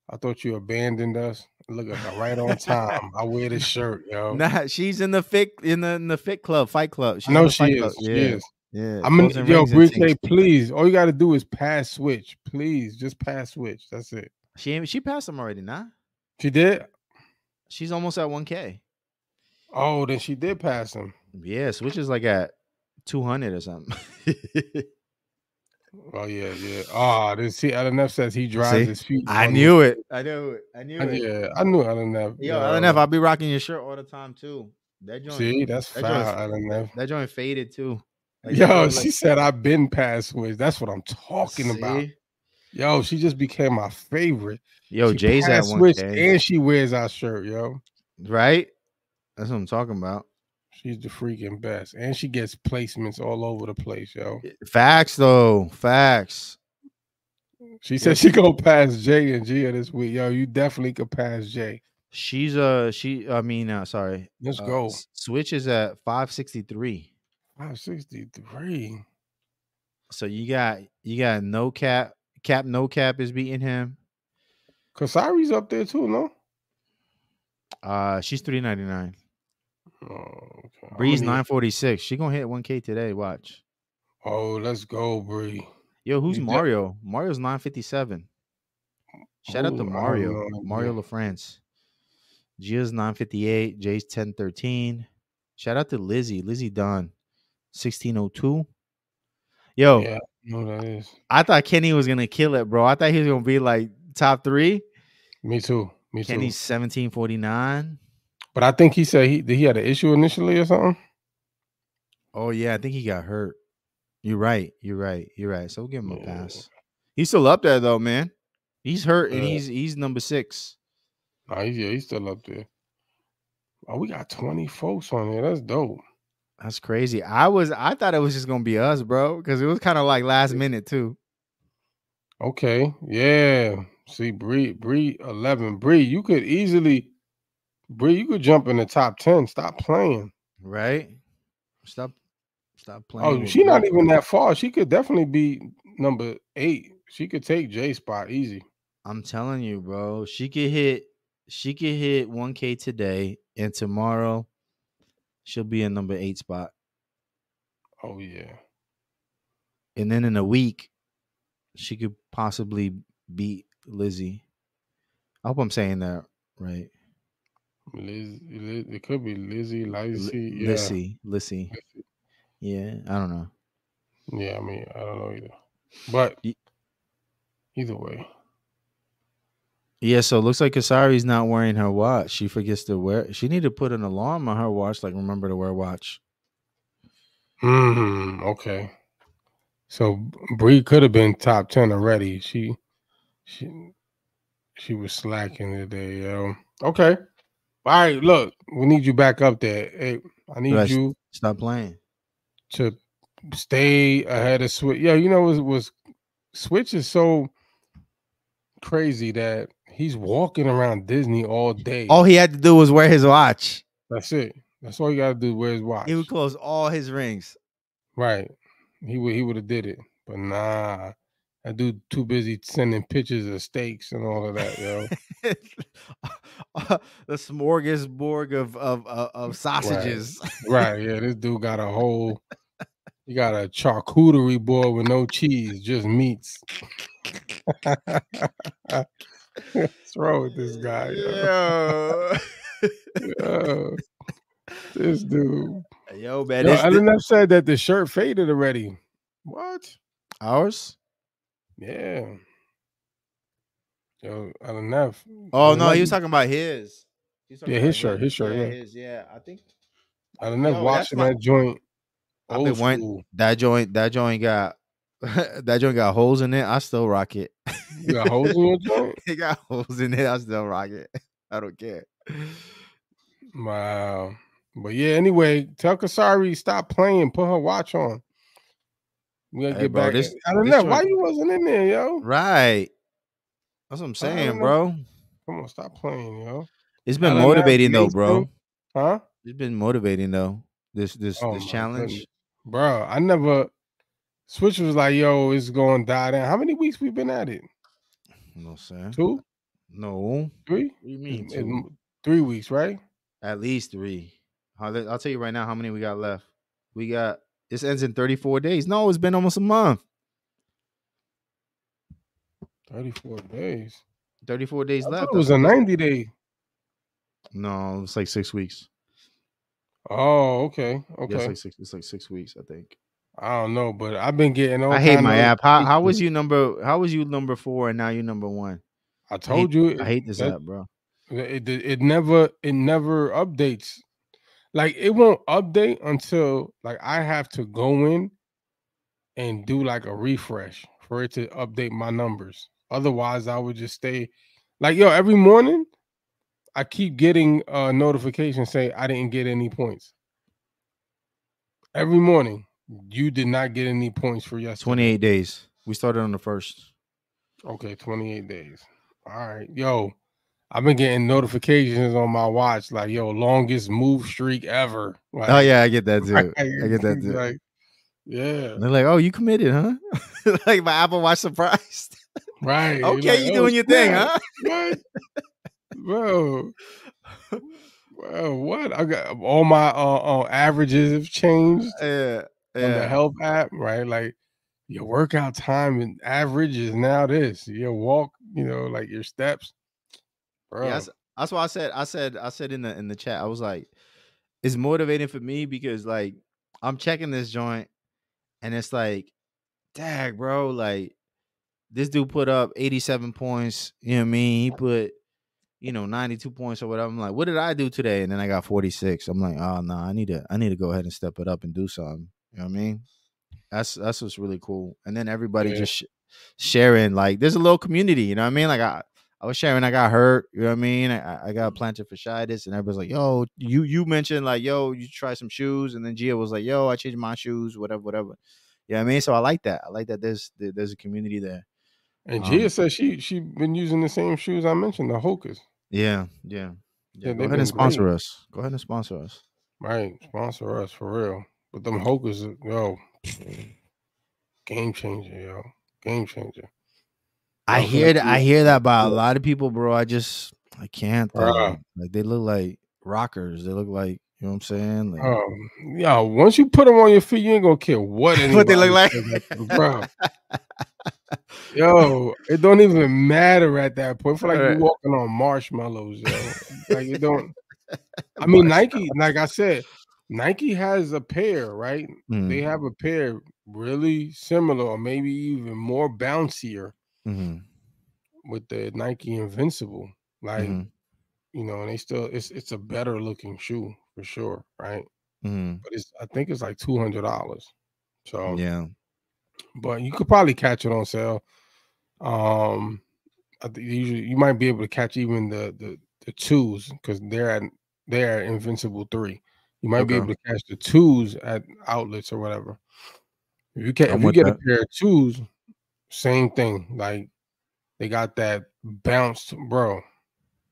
[SPEAKER 2] I thought you abandoned us. Look at her right on time. I wear this shirt, yo.
[SPEAKER 1] Nah, she's in the fit in the in the fit club, fight club.
[SPEAKER 2] I
[SPEAKER 1] She's in
[SPEAKER 2] know
[SPEAKER 1] the
[SPEAKER 2] she
[SPEAKER 1] fight
[SPEAKER 2] is.
[SPEAKER 1] club.
[SPEAKER 2] She
[SPEAKER 1] yeah.
[SPEAKER 2] is.
[SPEAKER 1] Yeah.
[SPEAKER 2] I'm in,
[SPEAKER 1] posting
[SPEAKER 2] yo,
[SPEAKER 1] rings and
[SPEAKER 2] Bree
[SPEAKER 1] things.
[SPEAKER 2] K, please. All you got to do is pass switch. Please, just pass switch. That's it.
[SPEAKER 1] She ain't- she passed him already, nah.
[SPEAKER 2] She did?
[SPEAKER 1] She's almost at 1k.
[SPEAKER 2] Oh, then she did pass him.
[SPEAKER 1] Yeah, Switch is like at 200 or something.
[SPEAKER 2] Oh, yeah, yeah. Ah, then see, LNF says he drives
[SPEAKER 1] See?
[SPEAKER 2] his feet.
[SPEAKER 1] I
[SPEAKER 2] on
[SPEAKER 1] knew it. I knew it. I knew
[SPEAKER 2] I-
[SPEAKER 1] it.
[SPEAKER 2] yeah, I knew LNF.
[SPEAKER 1] Yo, LNF, I'll be rocking your shirt all the time too. That joint
[SPEAKER 2] See, that's
[SPEAKER 1] that
[SPEAKER 2] foul,
[SPEAKER 1] joint's-
[SPEAKER 2] LNF.
[SPEAKER 1] that joint faded too. Like, that
[SPEAKER 2] Yo,
[SPEAKER 1] joint,
[SPEAKER 2] she
[SPEAKER 1] like-
[SPEAKER 2] said I've been past switch. That's what I'm talking about.
[SPEAKER 1] See?
[SPEAKER 2] Yo, she just became my favorite.
[SPEAKER 1] Yo,
[SPEAKER 2] She
[SPEAKER 1] Jay's at
[SPEAKER 2] passed switch
[SPEAKER 1] 1k.
[SPEAKER 2] and she wears our shirt, yo.
[SPEAKER 1] Right? That's what I'm talking about.
[SPEAKER 2] She's the freaking best. And she gets placements all over the place, yo.
[SPEAKER 1] Facts though. Facts.
[SPEAKER 2] She said she go past Jay and Gia this week. Yo, you definitely could pass Jay.
[SPEAKER 1] She's uh she I mean uh sorry.
[SPEAKER 2] Let's
[SPEAKER 1] uh,
[SPEAKER 2] go.
[SPEAKER 1] S- Switch is at 563.
[SPEAKER 2] Five sixty three.
[SPEAKER 1] So you got you got no cap cap no cap is beating him.
[SPEAKER 2] Kasari's up there too, no?
[SPEAKER 1] Uh she's 399.
[SPEAKER 2] Oh, okay. I'm
[SPEAKER 1] Breeze
[SPEAKER 2] gonna need-
[SPEAKER 1] 946. She gonna hit 1k today. Watch.
[SPEAKER 2] Oh, let's go, Bree.
[SPEAKER 1] Yo, who's
[SPEAKER 2] You de-
[SPEAKER 1] Mario? Mario's 957. Shout out
[SPEAKER 2] Ooh, I
[SPEAKER 1] to
[SPEAKER 2] don't
[SPEAKER 1] Mario.
[SPEAKER 2] know.
[SPEAKER 1] Mario LaFrance. Gia's 958. Jay's 1013. Shout out to Lizzie. Lizzie Don 1602. Yo,
[SPEAKER 2] Yeah, I know that is.
[SPEAKER 1] I thought Kenny was gonna kill it, bro. I thought he was gonna be like top three.
[SPEAKER 2] Me too. Me too.
[SPEAKER 1] Kenny's 1749.
[SPEAKER 2] But I think he said he he had an issue initially or something.
[SPEAKER 1] Oh yeah, I think he got hurt. You're right. You're right. You're right. So we'll give him a
[SPEAKER 2] Yeah.
[SPEAKER 1] pass. He's still up there though, man. He's hurt and
[SPEAKER 2] Yeah.
[SPEAKER 1] he's he's number six.
[SPEAKER 2] Nah, he's, yeah, he's still up there. Oh, we got 20 folks on here. That's dope.
[SPEAKER 1] That's crazy. I was I thought it was just gonna be us, bro, because it was kind of like last minute too.
[SPEAKER 2] Okay. Yeah. See, Bree, Bree 11. Bree, you could easily, Bree, you could jump in the top 10. Stop playing.
[SPEAKER 1] Right? Stop stop playing.
[SPEAKER 2] Oh,
[SPEAKER 1] with
[SPEAKER 2] she not
[SPEAKER 1] Bree.
[SPEAKER 2] even that far. She could definitely be number eight. She could take J spot easy.
[SPEAKER 1] I'm telling you, bro. She could hit she could hit 1k today and tomorrow she'll be in number eight spot.
[SPEAKER 2] Oh, yeah.
[SPEAKER 1] and then in a week she could possibly beat Lizzie. I hope I'm saying that right.
[SPEAKER 2] Liz, Liz, it could be Lizzie,
[SPEAKER 1] Li-
[SPEAKER 2] Lizzie. Yeah.
[SPEAKER 1] Lizzie, Lizzie. Yeah, I don't know.
[SPEAKER 2] Yeah, I mean, I don't know either. But
[SPEAKER 1] Ye-
[SPEAKER 2] either way.
[SPEAKER 1] Yeah, so it looks like Kasari's not wearing her watch. She forgets to wear. She need to put an alarm on her watch, like remember to wear watch.
[SPEAKER 2] Hmm. Okay. So Bree could have been top ten already. She, she, she was slacking today, yo. Okay. All right. Look, we need you back up there. Hey, I need
[SPEAKER 1] Rest.
[SPEAKER 2] you
[SPEAKER 1] Stop playing.
[SPEAKER 2] to stay ahead of switch. Yeah, you know was was switch is so crazy that he's walking around Disney all day.
[SPEAKER 1] All he had to do was wear his watch.
[SPEAKER 2] that's it. That's all you gotta do. Where's watch?
[SPEAKER 1] He would close all his rings.
[SPEAKER 2] Right. He would he would have did it. But nah. That dude too busy sending pictures of steaks and all of that, yo.
[SPEAKER 1] the smorgasbord of of of, of sausages.
[SPEAKER 2] right, yeah. This dude got a whole he got a charcuterie board with no cheese, just meats. What's wrong with this guy? Yo?
[SPEAKER 1] Yo.
[SPEAKER 2] Yo, this dude.
[SPEAKER 1] Yo, man,
[SPEAKER 2] Yo,
[SPEAKER 1] this- thi-
[SPEAKER 2] Ellen F said that the shirt faded already. What?
[SPEAKER 1] ours?
[SPEAKER 2] Yeah. Yo, Ellen F.
[SPEAKER 1] Oh no,
[SPEAKER 2] Ellen
[SPEAKER 1] he
[SPEAKER 2] F-
[SPEAKER 1] was talking about his. He was talking
[SPEAKER 2] Yeah, his
[SPEAKER 1] about
[SPEAKER 2] shirt, his shirt, yeah.
[SPEAKER 1] his, yeah. I think
[SPEAKER 2] I done never
[SPEAKER 1] Yo, that's
[SPEAKER 2] watching
[SPEAKER 1] my-
[SPEAKER 2] that joint.
[SPEAKER 1] I've been
[SPEAKER 2] Old
[SPEAKER 1] want-
[SPEAKER 2] school.
[SPEAKER 1] that joint, that joint got, that joint got holes in it. I still rock it.
[SPEAKER 2] You got holes in your joint?
[SPEAKER 1] it got holes in it. I still rock it. I don't care.
[SPEAKER 2] Wow. But yeah, anyway, tell Kasari stop playing. Put her watch on. We gotta
[SPEAKER 1] Hey,
[SPEAKER 2] get
[SPEAKER 1] bro,
[SPEAKER 2] back.
[SPEAKER 1] this-
[SPEAKER 2] I don't
[SPEAKER 1] this
[SPEAKER 2] know
[SPEAKER 1] joint-
[SPEAKER 2] why you wasn't in there, yo.
[SPEAKER 1] Right. That's what I'm saying,
[SPEAKER 2] know.
[SPEAKER 1] bro.
[SPEAKER 2] Come on, stop playing, yo.
[SPEAKER 1] It's
[SPEAKER 2] I
[SPEAKER 1] been
[SPEAKER 2] don't know,
[SPEAKER 1] motivating though,
[SPEAKER 2] please,
[SPEAKER 1] bro.
[SPEAKER 2] bro. Huh?
[SPEAKER 1] It's been motivating though. This this
[SPEAKER 2] Oh,
[SPEAKER 1] this
[SPEAKER 2] my
[SPEAKER 1] challenge.
[SPEAKER 2] goodness. Bro, I never Switch was like, yo, it's going to die down. How many weeks we been at it?
[SPEAKER 1] No sir.
[SPEAKER 2] Two,
[SPEAKER 1] No. What
[SPEAKER 2] three,
[SPEAKER 1] do you mean?
[SPEAKER 2] In-
[SPEAKER 1] two?
[SPEAKER 2] in three weeks, right?
[SPEAKER 1] At least three. How the- I'll tell you right now how many we got left. We got this ends in 34 days. No, it's been almost a month.
[SPEAKER 2] Thirty-four days.
[SPEAKER 1] 34 days
[SPEAKER 2] I thought
[SPEAKER 1] left.
[SPEAKER 2] it was a ninety-day.
[SPEAKER 1] no, it's like six weeks.
[SPEAKER 2] Oh, okay,
[SPEAKER 1] Yeah,
[SPEAKER 2] okay.
[SPEAKER 1] it's like six. It's like six weeks, I think.
[SPEAKER 2] I don't know, but I've been getting all
[SPEAKER 1] I hate
[SPEAKER 2] kind
[SPEAKER 1] my
[SPEAKER 2] of-
[SPEAKER 1] app. How how was you number? How was you number four and now you number one?
[SPEAKER 2] I told you
[SPEAKER 1] I hate this
[SPEAKER 2] that-
[SPEAKER 1] app, bro.
[SPEAKER 2] It, it it never it never updates. Like it won't update until like I have to go in and do like a refresh for it to update my numbers. Otherwise, I would just stay like yo, every morning I keep getting a notification saying I didn't get any points. Every morning, you did not get any points for yesterday.
[SPEAKER 1] 28 days. We started on the first.
[SPEAKER 2] Okay, 28 days. All right. Yo, I've been getting notifications on my watch like, yo, longest move streak ever. Like,
[SPEAKER 1] Oh yeah, I get that too. I get that too.
[SPEAKER 2] Like, yeah,
[SPEAKER 1] And they're like, "Oh, you committed, huh?" like my Apple Watch surprised.
[SPEAKER 2] right. You're
[SPEAKER 1] okay,
[SPEAKER 2] like,
[SPEAKER 1] you
[SPEAKER 2] "Oh,
[SPEAKER 1] doing your thing,
[SPEAKER 2] snap."
[SPEAKER 1] huh?
[SPEAKER 2] what, bro? Bro, what? I got all my uh, uh averages have changed
[SPEAKER 1] Yeah,
[SPEAKER 2] on the
[SPEAKER 1] yeah.
[SPEAKER 2] help app, right? Like your workout time and average is now this. Your walk, you know, like your steps, bro.
[SPEAKER 1] Yeah, that's, that's why I said I said I said in the in the chat I was like, it's motivating for me because like I'm checking this joint, and it's like, dag, bro, like this dude put up 87 points. You know what I mean? He put you know 92 points or whatever. I'm like, what did I do today? And then I got 46. I'm like, oh no, I need to I need to go ahead and step it up and do something. You know what I mean? That's that's what's really cool. And then everybody
[SPEAKER 2] Yeah.
[SPEAKER 1] just sh- sharing like there's a little community. You know what I mean? Like I. I was sharing I got hurt, you know what I mean? I, I- I got plantar fasciitis, and everybody's like, "Yo, you you mentioned like, yo, you try some shoes," and then Gia was like, "Yo, I changed my shoes, whatever, whatever." You know what I mean? So I like that. I like that there's there- there's a community there.
[SPEAKER 2] and
[SPEAKER 1] um,
[SPEAKER 2] Gia says she she been using the same shoes I mentioned, the Hokas.
[SPEAKER 1] Yeah, yeah, yeah.
[SPEAKER 2] Yeah,
[SPEAKER 1] go
[SPEAKER 2] they've
[SPEAKER 1] ahead
[SPEAKER 2] been
[SPEAKER 1] and sponsor us. Go ahead and sponsor us.
[SPEAKER 2] Right, sponsor us for real. But them Hokas, yo, game changer, yo, game changer.
[SPEAKER 1] I
[SPEAKER 2] Yo,
[SPEAKER 1] hear that.
[SPEAKER 2] gonna
[SPEAKER 1] I
[SPEAKER 2] do it.
[SPEAKER 1] hear that by a
[SPEAKER 2] Yeah.
[SPEAKER 1] lot of people, bro. I just I can't. though.
[SPEAKER 2] Bruh.
[SPEAKER 1] Like they look like rockers. They look like you know what I'm saying. Like,
[SPEAKER 2] Um, yo, once you put them on your feet, you ain't gonna care what
[SPEAKER 1] What they look
[SPEAKER 2] anybody
[SPEAKER 1] like.
[SPEAKER 2] says after, bro. Yo, it don't even matter at that point. I feel like
[SPEAKER 1] Right.
[SPEAKER 2] you're walking on marshmallows. Yo. Like it don't. I mean, Nike. Like I said, Nike has a pair, right?
[SPEAKER 1] Mhm,
[SPEAKER 2] They have a pair really similar, or maybe even more bouncier
[SPEAKER 1] mhm,
[SPEAKER 2] with the Nike Invincible. Like
[SPEAKER 1] mhm,
[SPEAKER 2] you know, and they still it's it's a better looking shoe for sure, right?
[SPEAKER 1] mhm.
[SPEAKER 2] But it's I think it's like two hundred dollars. So
[SPEAKER 1] Yeah,
[SPEAKER 2] but you could probably catch it on sale. Um, I think usually you might be able to catch even the the, the twos because they're at they're at Invincible three. You might be
[SPEAKER 1] Okay.
[SPEAKER 2] able to catch the twos at outlets or whatever. If you can,
[SPEAKER 1] I'm
[SPEAKER 2] if you
[SPEAKER 1] with
[SPEAKER 2] get
[SPEAKER 1] that.
[SPEAKER 2] a pair of twos, same thing. Like they got that bounced, bro.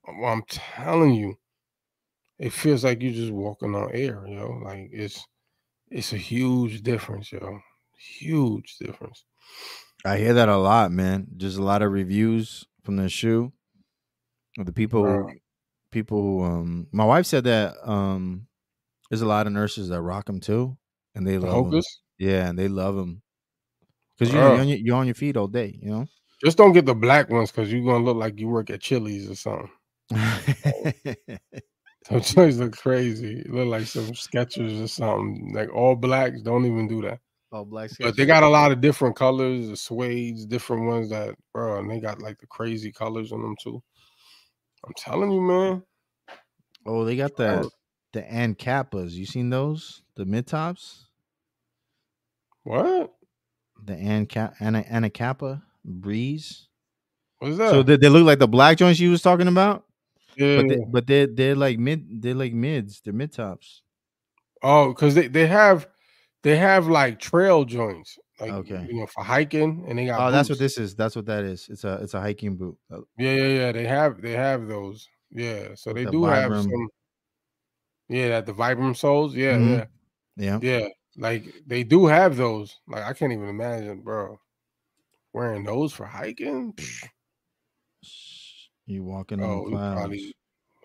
[SPEAKER 2] I'm I'm telling you, it feels like you're just walking on air, yo. Like it's it's a huge difference, yo. Huge difference.
[SPEAKER 1] I hear that a lot, man. Just a lot of reviews from the shoe. of The people, who-
[SPEAKER 2] Bruh.
[SPEAKER 1] people who, um, my wife said that um, there's a lot of nurses that rock them too, and they
[SPEAKER 2] The
[SPEAKER 1] love 'em.
[SPEAKER 2] Hokas.
[SPEAKER 1] Yeah, and they love them because you know, you're,
[SPEAKER 2] Bruh.
[SPEAKER 1] on your, you're on your feet all day. You know.
[SPEAKER 2] Just don't get the black ones because you're gonna look like you work at Chili's or something. Those joints look crazy. It look like some Skechers or something. Like all blacks don't even do that.
[SPEAKER 1] all black.
[SPEAKER 2] But they got a lot of different colors, the suede's, different ones that, bro, and they got like the crazy colors on them too. I'm telling you, man.
[SPEAKER 1] Oh, they got the the and kappas. You seen those? The mid tops.
[SPEAKER 2] What?
[SPEAKER 1] The and cap ana anacapa breeze.
[SPEAKER 2] What's that?
[SPEAKER 1] So they, they look like the black joints you was talking about,
[SPEAKER 2] yeah.
[SPEAKER 1] but they, but they they're like mid they're like mids. They're mid tops.
[SPEAKER 2] oh, because they, they have they have like trail joints. Like
[SPEAKER 1] Okay.
[SPEAKER 2] you know, for hiking and they got
[SPEAKER 1] Oh, that's what
[SPEAKER 2] boots.
[SPEAKER 1] this is. That's what that is. It's a it's a hiking boot. Uh,
[SPEAKER 2] Yeah, yeah, yeah. They have they have those. Yeah. So they
[SPEAKER 1] the
[SPEAKER 2] do have
[SPEAKER 1] Vibram.
[SPEAKER 2] some yeah, that the Vibram soles. Yeah,
[SPEAKER 1] Mhm. Yeah.
[SPEAKER 2] yeah. Yeah. Like they do have those. Like I can't even imagine, bro. Wearing those for
[SPEAKER 1] Mm.
[SPEAKER 2] hiking? Psh,
[SPEAKER 1] You walking
[SPEAKER 2] Bro,
[SPEAKER 1] on
[SPEAKER 2] you
[SPEAKER 1] clouds.
[SPEAKER 2] Oh, probably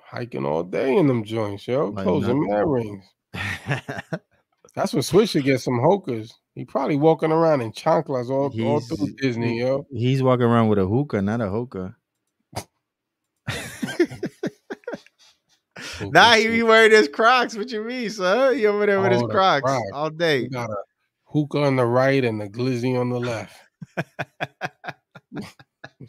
[SPEAKER 2] hiking all day in them joints, yo.
[SPEAKER 1] Like
[SPEAKER 2] Closing
[SPEAKER 1] nothing.
[SPEAKER 2] mad rings. That's what Swiss should get some hokas. He probably walking around in chanclas all, all through
[SPEAKER 1] He's-
[SPEAKER 2] Disney, yo.
[SPEAKER 1] He's walking around with a hookah, not a hookah. nah, he be
[SPEAKER 2] shit.
[SPEAKER 1] wearing his Crocs. What you mean, son? He over there with his
[SPEAKER 2] Oh, the
[SPEAKER 1] Crocs
[SPEAKER 2] Crocs.
[SPEAKER 1] all
[SPEAKER 2] You
[SPEAKER 1] day.
[SPEAKER 2] got a hookah on the right and a glizzy on the left.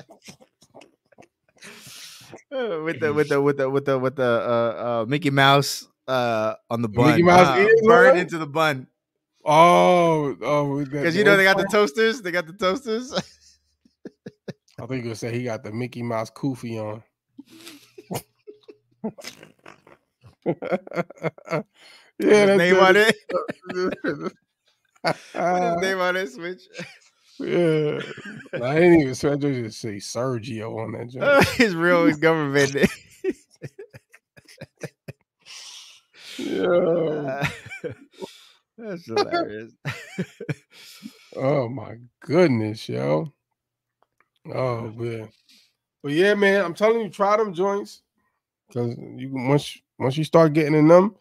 [SPEAKER 1] Uh, with the with the with the with the with the uh, uh, Mickey Mouse uh, on the
[SPEAKER 2] The
[SPEAKER 1] bun,
[SPEAKER 2] Mickey Mouse
[SPEAKER 1] uh,
[SPEAKER 2] ears on
[SPEAKER 1] burned
[SPEAKER 2] it?
[SPEAKER 1] into the bun.
[SPEAKER 2] Oh, oh,
[SPEAKER 1] Because you know they got the toasters. They got the toasters.
[SPEAKER 2] I think you say he got the Mickey Mouse kufi on. yeah,
[SPEAKER 1] His
[SPEAKER 2] that's
[SPEAKER 1] name on it.
[SPEAKER 2] it. Uh,
[SPEAKER 1] Put his name on it. Switch.
[SPEAKER 2] Yeah. Nah, I didn't even say I just say Sergio on that joint.
[SPEAKER 1] His real is government. name.
[SPEAKER 2] Yeah.
[SPEAKER 1] Uh, That's hilarious.
[SPEAKER 2] Oh my goodness, yo. Oh man. But yeah, man, I'm telling you, try them joints. Cause you can- once once you start getting in them,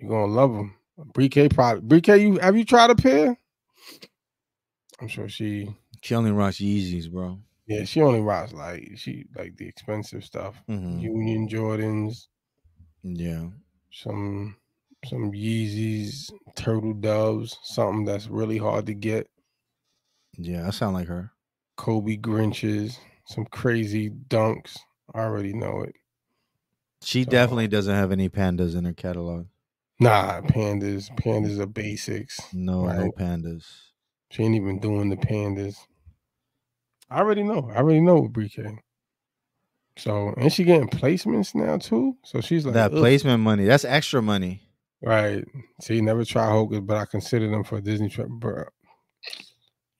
[SPEAKER 2] you're gonna love them. Brie K product. Brie K, you have you tried a pair? I'm sure she
[SPEAKER 1] she only rocks Yeezys, bro.
[SPEAKER 2] yeah, she only rides like she like the expensive stuff.
[SPEAKER 1] Mhm.
[SPEAKER 2] Union Jordans,
[SPEAKER 1] Yeah.
[SPEAKER 2] some some Yeezys, turtle doves, something that's really hard to get.
[SPEAKER 1] Yeah. I sound like her.
[SPEAKER 2] Kobe Grinches, some crazy dunks. I already know it.
[SPEAKER 1] She
[SPEAKER 2] So-
[SPEAKER 1] definitely doesn't have any pandas in her catalog.
[SPEAKER 2] Nah, pandas. Pandas are basics.
[SPEAKER 1] No, no
[SPEAKER 2] Right.
[SPEAKER 1] pandas.
[SPEAKER 2] She ain't even doing the pandas. I already know. I already know with Brie K. So and she getting placements now too. So she's like
[SPEAKER 1] that
[SPEAKER 2] "Ugh."
[SPEAKER 1] placement money, that's extra money.
[SPEAKER 2] Right. See, never try Hocus, but I consider them for a Disney trip, bro.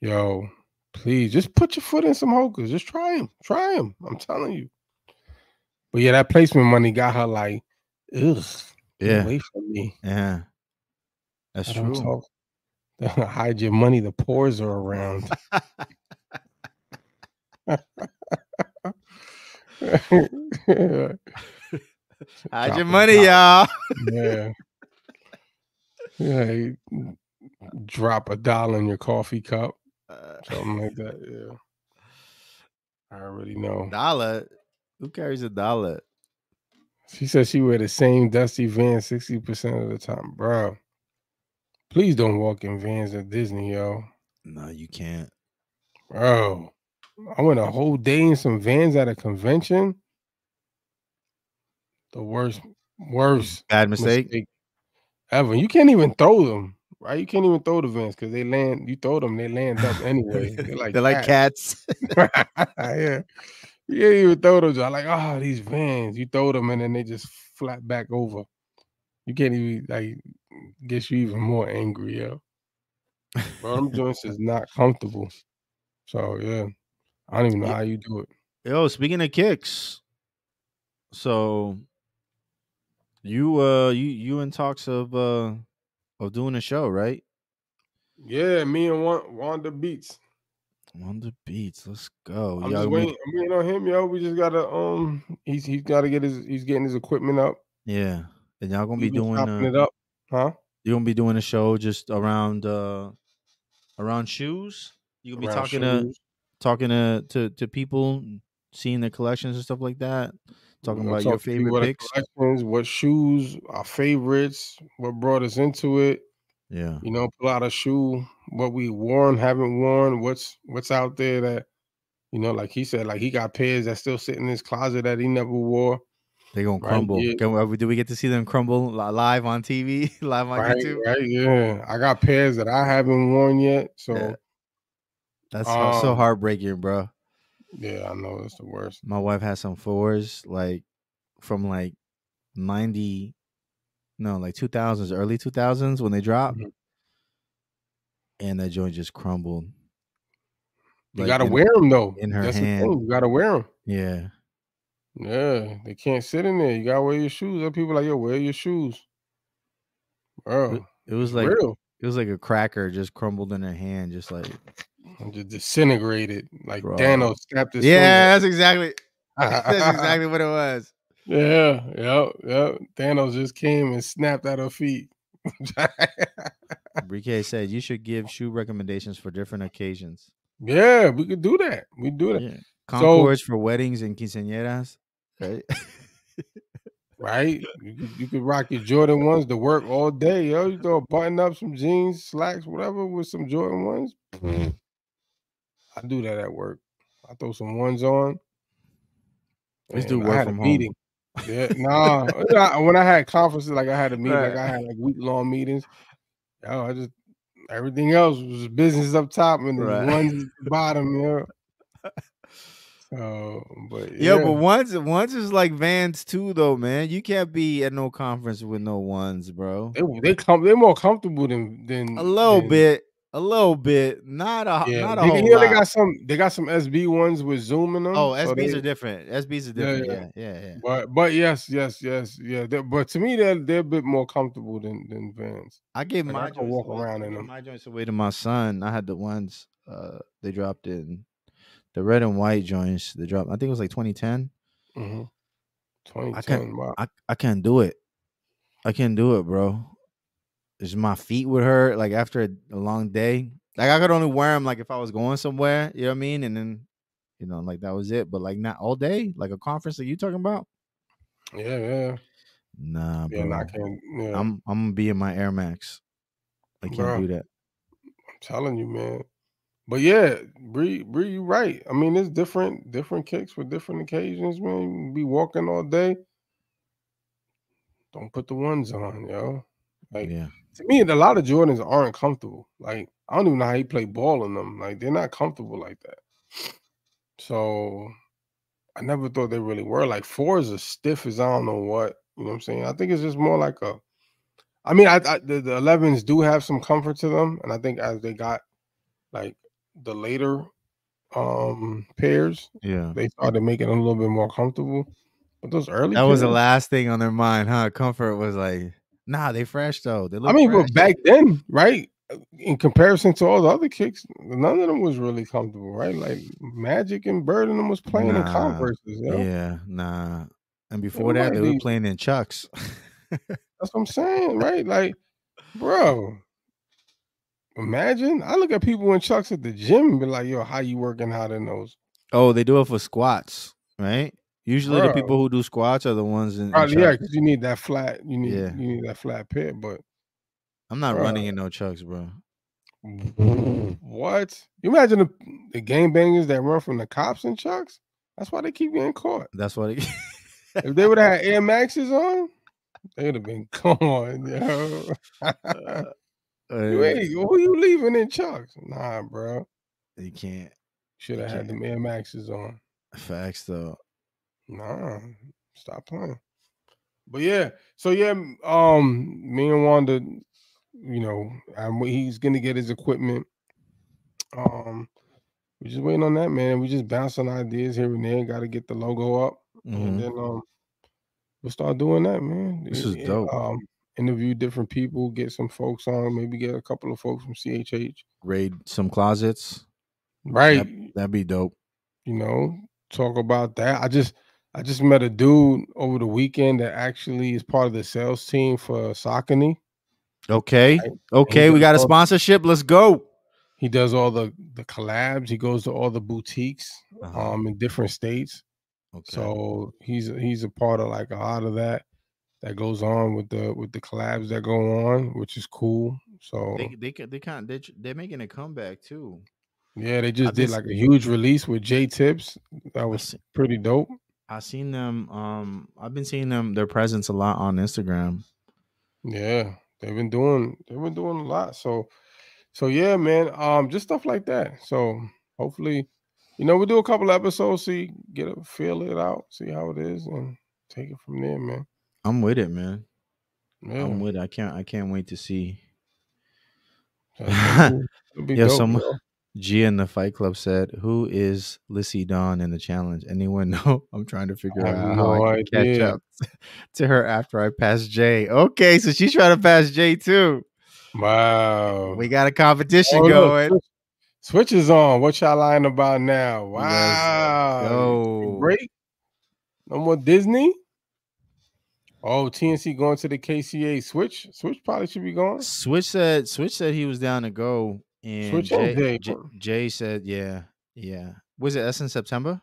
[SPEAKER 2] Yo, please just put your foot in some Hocus. Just try him. Try him. I'm telling you. But yeah, that placement money got her like, ugh, get
[SPEAKER 1] Yeah.
[SPEAKER 2] away from me.
[SPEAKER 1] Yeah. That's
[SPEAKER 2] I don't
[SPEAKER 1] true.
[SPEAKER 2] talk. Hide your money. The pores are around.
[SPEAKER 1] Hide your
[SPEAKER 2] Dropping
[SPEAKER 1] money, y'all.
[SPEAKER 2] Yeah. Yeah. you Drop a dollar in your coffee cup, something like that. Yeah. I already know.
[SPEAKER 1] dollar. Who carries a dollar?
[SPEAKER 2] She said she wear the same dusty van 60% of the time. Bro, please don't walk in vans at Disney, yo.
[SPEAKER 1] No, you can't.
[SPEAKER 2] Bro, I went a whole day in some vans at a convention. The worst, worst.
[SPEAKER 1] Bad mistake.
[SPEAKER 2] ever. You can't even throw them, right? You can't even throw the vents because they land. You throw them, they land up anyway. They're like, cats.
[SPEAKER 1] cats.
[SPEAKER 2] yeah. You can't even throw those. i like, oh, these vans. You throw them and then they just flat back over. You can't even like gets you even more angry, yo. Bro, them joints is not comfortable. So yeah, I don't even know
[SPEAKER 1] Yeah.
[SPEAKER 2] how you do it.
[SPEAKER 1] Yo, speaking of kicks, so you uh you you in talks of uh of doing a show, right?
[SPEAKER 2] Yeah, me and Wan- Wanda Beats.
[SPEAKER 1] On the beats, let's go. Y'all
[SPEAKER 2] I'm just
[SPEAKER 1] gonna
[SPEAKER 2] waiting.
[SPEAKER 1] make-
[SPEAKER 2] I'm waiting on him, yo. We just gotta um. He's he's gotta get his. He's getting his equipment up.
[SPEAKER 1] yeah, and y'all gonna be
[SPEAKER 2] He's been
[SPEAKER 1] doing
[SPEAKER 2] chopping it
[SPEAKER 1] uh,
[SPEAKER 2] up, huh?
[SPEAKER 1] you gonna be doing a show just around uh around shoes. You gonna be
[SPEAKER 2] Around
[SPEAKER 1] talking uh, to
[SPEAKER 2] shoes,
[SPEAKER 1] talking to, to to people, seeing their collections and stuff like that. Talking
[SPEAKER 2] you know,
[SPEAKER 1] about your
[SPEAKER 2] talk to people
[SPEAKER 1] favorite
[SPEAKER 2] about the
[SPEAKER 1] picks.
[SPEAKER 2] collections, what shoes, our favorites, what brought us into it.
[SPEAKER 1] Yeah,
[SPEAKER 2] You know, pull out a shoe, what we worn, haven't worn, what's what's out there that, you know, like he said, like he got pairs that still sit in his closet that he never wore.
[SPEAKER 1] they gonna
[SPEAKER 2] Right,
[SPEAKER 1] crumble.
[SPEAKER 2] yeah.
[SPEAKER 1] Can we, uh, do we get to see them crumble li- live on TV, live on
[SPEAKER 2] right,
[SPEAKER 1] YouTube?
[SPEAKER 2] right, yeah. I got pairs that I haven't worn yet, so.
[SPEAKER 1] Yeah. That's so- so
[SPEAKER 2] Um,
[SPEAKER 1] heartbreaking, bro.
[SPEAKER 2] Yeah, I know that's the worst.
[SPEAKER 1] My wife has some fours like from like ninety, no, like two thousands, early two thousands when they dropped,
[SPEAKER 2] Mhm.
[SPEAKER 1] and that joint just crumbled.
[SPEAKER 2] You
[SPEAKER 1] Like,
[SPEAKER 2] gotta
[SPEAKER 1] in-
[SPEAKER 2] wear them though.
[SPEAKER 1] in her
[SPEAKER 2] that's
[SPEAKER 1] hand.
[SPEAKER 2] the thing. You gotta wear them.
[SPEAKER 1] Yeah,
[SPEAKER 2] Yeah, they can't sit in there. You gotta wear your shoes. Other people like, yo, wear your shoes, bro.
[SPEAKER 1] it was like
[SPEAKER 2] real.
[SPEAKER 1] it was like a cracker just crumbled in her hand, just like
[SPEAKER 2] I'm just disintegrated. Like
[SPEAKER 1] Bro.
[SPEAKER 2] Thanos snapped his
[SPEAKER 1] yeah, that's exactly
[SPEAKER 2] finger.
[SPEAKER 1] that's exactly what it was.
[SPEAKER 2] yeah, yeah, yeah. Thanos just came and snapped at her feet.
[SPEAKER 1] Brique said you should give shoe recommendations for different occasions.
[SPEAKER 2] yeah, we could do that. We do that,
[SPEAKER 1] Yeah. Concords for weddings and quinceañeras, right?
[SPEAKER 2] right? You could, you could rock your Jordan ones to work all day, yo. You throw a button up, some jeans, slacks, whatever, with some Jordan ones. I do that at work. I throw some ones on.
[SPEAKER 1] Let's do
[SPEAKER 2] and I
[SPEAKER 1] work
[SPEAKER 2] had a
[SPEAKER 1] from home.
[SPEAKER 2] meeting. Yeah, nah. I- when I had conferences, like I had a meeting, like
[SPEAKER 1] Right.
[SPEAKER 2] I had like week long meetings. Yo, I just everything else was business up top and then
[SPEAKER 1] Right.
[SPEAKER 2] ones at the bottom, yo. So, but
[SPEAKER 1] Yeah,
[SPEAKER 2] yeah,
[SPEAKER 1] but once once is like Vans too, though, man. You can't be at no conference with no ones, bro.
[SPEAKER 2] they they come they're more comfortable than than
[SPEAKER 1] A little
[SPEAKER 2] than-
[SPEAKER 1] bit, a little bit, not a
[SPEAKER 2] Mm, Yeah,
[SPEAKER 1] not a
[SPEAKER 2] they,
[SPEAKER 1] whole
[SPEAKER 2] yeah, they
[SPEAKER 1] lot.
[SPEAKER 2] got some. They got some SB ones with zoom in them.
[SPEAKER 1] Oh, SBs
[SPEAKER 2] so they-
[SPEAKER 1] are different. SBs are
[SPEAKER 2] Yeah,
[SPEAKER 1] different. Yeah, yeah, yeah.
[SPEAKER 2] But but yes, yes, yes, yeah. They're, but to me, they're they're a bit more comfortable than than Vans.
[SPEAKER 1] I gave
[SPEAKER 2] Like, I
[SPEAKER 1] my
[SPEAKER 2] could
[SPEAKER 1] joints
[SPEAKER 2] walk
[SPEAKER 1] away.
[SPEAKER 2] around
[SPEAKER 1] I
[SPEAKER 2] in
[SPEAKER 1] gave
[SPEAKER 2] 'em.
[SPEAKER 1] my joints away to my son. I had the ones uh they dropped in the red and white joints. They dropped. I think it was like 2010.
[SPEAKER 2] Mhm. 2010. Wow.
[SPEAKER 1] I I can't do it. I can't do it, bro. It's my feet would hurt. Like after a, a long day, like I could only wear them like if I was going somewhere. You know what I mean? And then, you know, like that was it. But like not all day, like a conference that you talking about?
[SPEAKER 2] Yeah, yeah,
[SPEAKER 1] Nah, bro.
[SPEAKER 2] yeah. And I can. Yeah, I'm
[SPEAKER 1] I'm I'm gonna be in my Air Max. I can't
[SPEAKER 2] Bruh.
[SPEAKER 1] do that.
[SPEAKER 2] telling you, man. But yeah, Bree, Bree, you right. I mean, it's different, different kicks for different occasions, man. You can be walking all day. Don't put the ones on, yo. Like,
[SPEAKER 1] yeah.
[SPEAKER 2] to me, a lot of Jordans aren't comfortable. Like I don't even know how he play ball in them. Like they're not comfortable like that. So I never thought they really were. Like four is as stiff as I don't know what. You know what I'm saying? I think it's just more like a. I mean, I, I the the elevens do have some comfort to them, and I think as they got like the later um pairs,
[SPEAKER 1] Yeah.
[SPEAKER 2] they started making them a little bit more comfortable. But those early
[SPEAKER 1] That was the
[SPEAKER 2] pairs-
[SPEAKER 1] last thing on their mind, huh? Comfort was like, nah, they fresh though. They look
[SPEAKER 2] I mean,
[SPEAKER 1] fresh.
[SPEAKER 2] but back then, right? In comparison to all the other kicks, none of them was really comfortable, right? Like Magic and Bird and them was playing in
[SPEAKER 1] Nah.
[SPEAKER 2] Converses. yo.
[SPEAKER 1] Yeah, nah. And before that,
[SPEAKER 2] might
[SPEAKER 1] they were
[SPEAKER 2] be.
[SPEAKER 1] playing in Chucks.
[SPEAKER 2] That's what I'm saying, right? Like, bro, imagine I look at people in chucks at the gym and be like, "Yo, how you working out in those?"
[SPEAKER 1] oh, they do it for squats, right? Usually, the
[SPEAKER 2] Bruh.
[SPEAKER 1] people who do squats are the ones in. in
[SPEAKER 2] Probably, yeah,
[SPEAKER 1] Chucks.
[SPEAKER 2] because you need that flat. You need
[SPEAKER 1] Yeah.
[SPEAKER 2] you need that flat pair. But
[SPEAKER 1] I'm not
[SPEAKER 2] Bruh.
[SPEAKER 1] running in no Chucks, bro.
[SPEAKER 2] what? You imagine the, the game bangers that run from the cops in chucks? That's why they keep getting caught.
[SPEAKER 1] That's what. It,
[SPEAKER 2] If they would have had Air Maxes on, they'd have been gone, yo. you
[SPEAKER 1] Uh,
[SPEAKER 2] ain't, who you leaving in Chucks? Nah, bro.
[SPEAKER 1] you can't.
[SPEAKER 2] Should have had them Air Maxes on.
[SPEAKER 1] Facts though.
[SPEAKER 2] Nah, stop playing. But yeah, so yeah, m- um, me and Wanda, you know, I'm, he's gonna get his equipment. Um, we're just waiting on that, man. We just bouncing ideas here and there. Got to get the logo up.
[SPEAKER 1] Mhm.
[SPEAKER 2] and then um, we'll start doing that, man.
[SPEAKER 1] This
[SPEAKER 2] I-
[SPEAKER 1] is
[SPEAKER 2] I-
[SPEAKER 1] dope.
[SPEAKER 2] Um, interview different people, get some folks on, maybe get a couple of folks from CHH,
[SPEAKER 1] Raid some closets.
[SPEAKER 2] right?
[SPEAKER 1] That'd be dope.
[SPEAKER 2] You know, talk about that. I just, I just met a dude over the weekend that actually is part of the sales team for Saucony.
[SPEAKER 1] Okay.
[SPEAKER 2] Right.
[SPEAKER 1] Okay, we
[SPEAKER 2] does
[SPEAKER 1] got a
[SPEAKER 2] all-
[SPEAKER 1] sponsorship. Let's go.
[SPEAKER 2] He does all the the collabs. He goes to all the boutiques,
[SPEAKER 1] Uh-huh.
[SPEAKER 2] um, in different states.
[SPEAKER 1] Okay.
[SPEAKER 2] So he's he's a part of like a lot of that that goes on with the with the collabs that go on, which is cool. So
[SPEAKER 1] they they ca- they kind they tr- they're making a comeback too.
[SPEAKER 2] yeah, they
[SPEAKER 1] I
[SPEAKER 2] just did
[SPEAKER 1] just-
[SPEAKER 2] like a huge release with J Tips. That
[SPEAKER 1] I
[SPEAKER 2] was
[SPEAKER 1] see-
[SPEAKER 2] pretty dope.
[SPEAKER 1] I seen them. Um, I've been seeing them their presence a lot on Instagram.
[SPEAKER 2] Yeah, they've been doing they've been doing a lot. So so yeah, man. Um, just stuff like that. So hopefully, you know, we'll do a couple of episodes, see, get a feel it out, see how it is, and take it from there, man.
[SPEAKER 1] I'm with it, man.
[SPEAKER 2] Yeah,
[SPEAKER 1] I'm with it. I can't I can't wait to see.
[SPEAKER 2] that's cool. It'll be
[SPEAKER 1] Yeah,
[SPEAKER 2] dope,
[SPEAKER 1] some-
[SPEAKER 2] bro.
[SPEAKER 1] Gia in the Fight Club said, "Who is Lissy Dawn in the challenge? Anyone know? I'm trying to figure
[SPEAKER 2] I
[SPEAKER 1] out how
[SPEAKER 2] have no
[SPEAKER 1] I can catch
[SPEAKER 2] idea.
[SPEAKER 1] up to her after I pass Jay. Okay, so she's trying to pass Jay too.
[SPEAKER 2] Wow.
[SPEAKER 1] We got a competition
[SPEAKER 2] Oh, look,
[SPEAKER 1] going.
[SPEAKER 2] Switch, Switch is on. What y'all lying about now? Wow.
[SPEAKER 1] go.
[SPEAKER 2] Break. No more Disney. Oh, TNC going to the KCA. Switch. Switch probably should be going.
[SPEAKER 1] Switch said Switch said he was down to go, and
[SPEAKER 2] Switch
[SPEAKER 1] Jay,
[SPEAKER 2] and Jay,
[SPEAKER 1] J-
[SPEAKER 2] bro.
[SPEAKER 1] Jay said, "Yeah, yeah." Was it that's in September?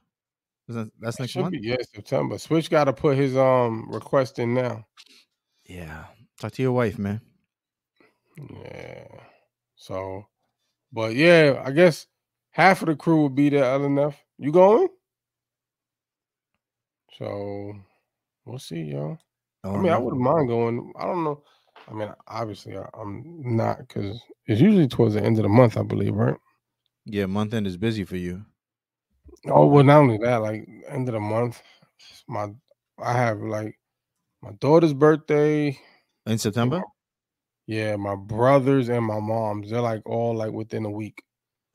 [SPEAKER 1] Isn't that- that's next
[SPEAKER 2] should
[SPEAKER 1] month?
[SPEAKER 2] be yeah, September. Switch got to put his um request in now.
[SPEAKER 1] Yeah. Talk to your wife, man.
[SPEAKER 2] Yeah. So, but yeah, I guess half of the crew will be there. Other enough. You going? So, we'll see, y'all. I mean, I wouldn't mind going. I don't know. I mean, obviously, I, I'm not because it's usually towards the end of the month, I believe, right?
[SPEAKER 1] Yeah, month end is busy for you.
[SPEAKER 2] Oh well, not only that, like end of the month, my I have like my daughter's birthday.
[SPEAKER 1] In September?
[SPEAKER 2] Yeah, my brothers and my moms, they're like all like within a week.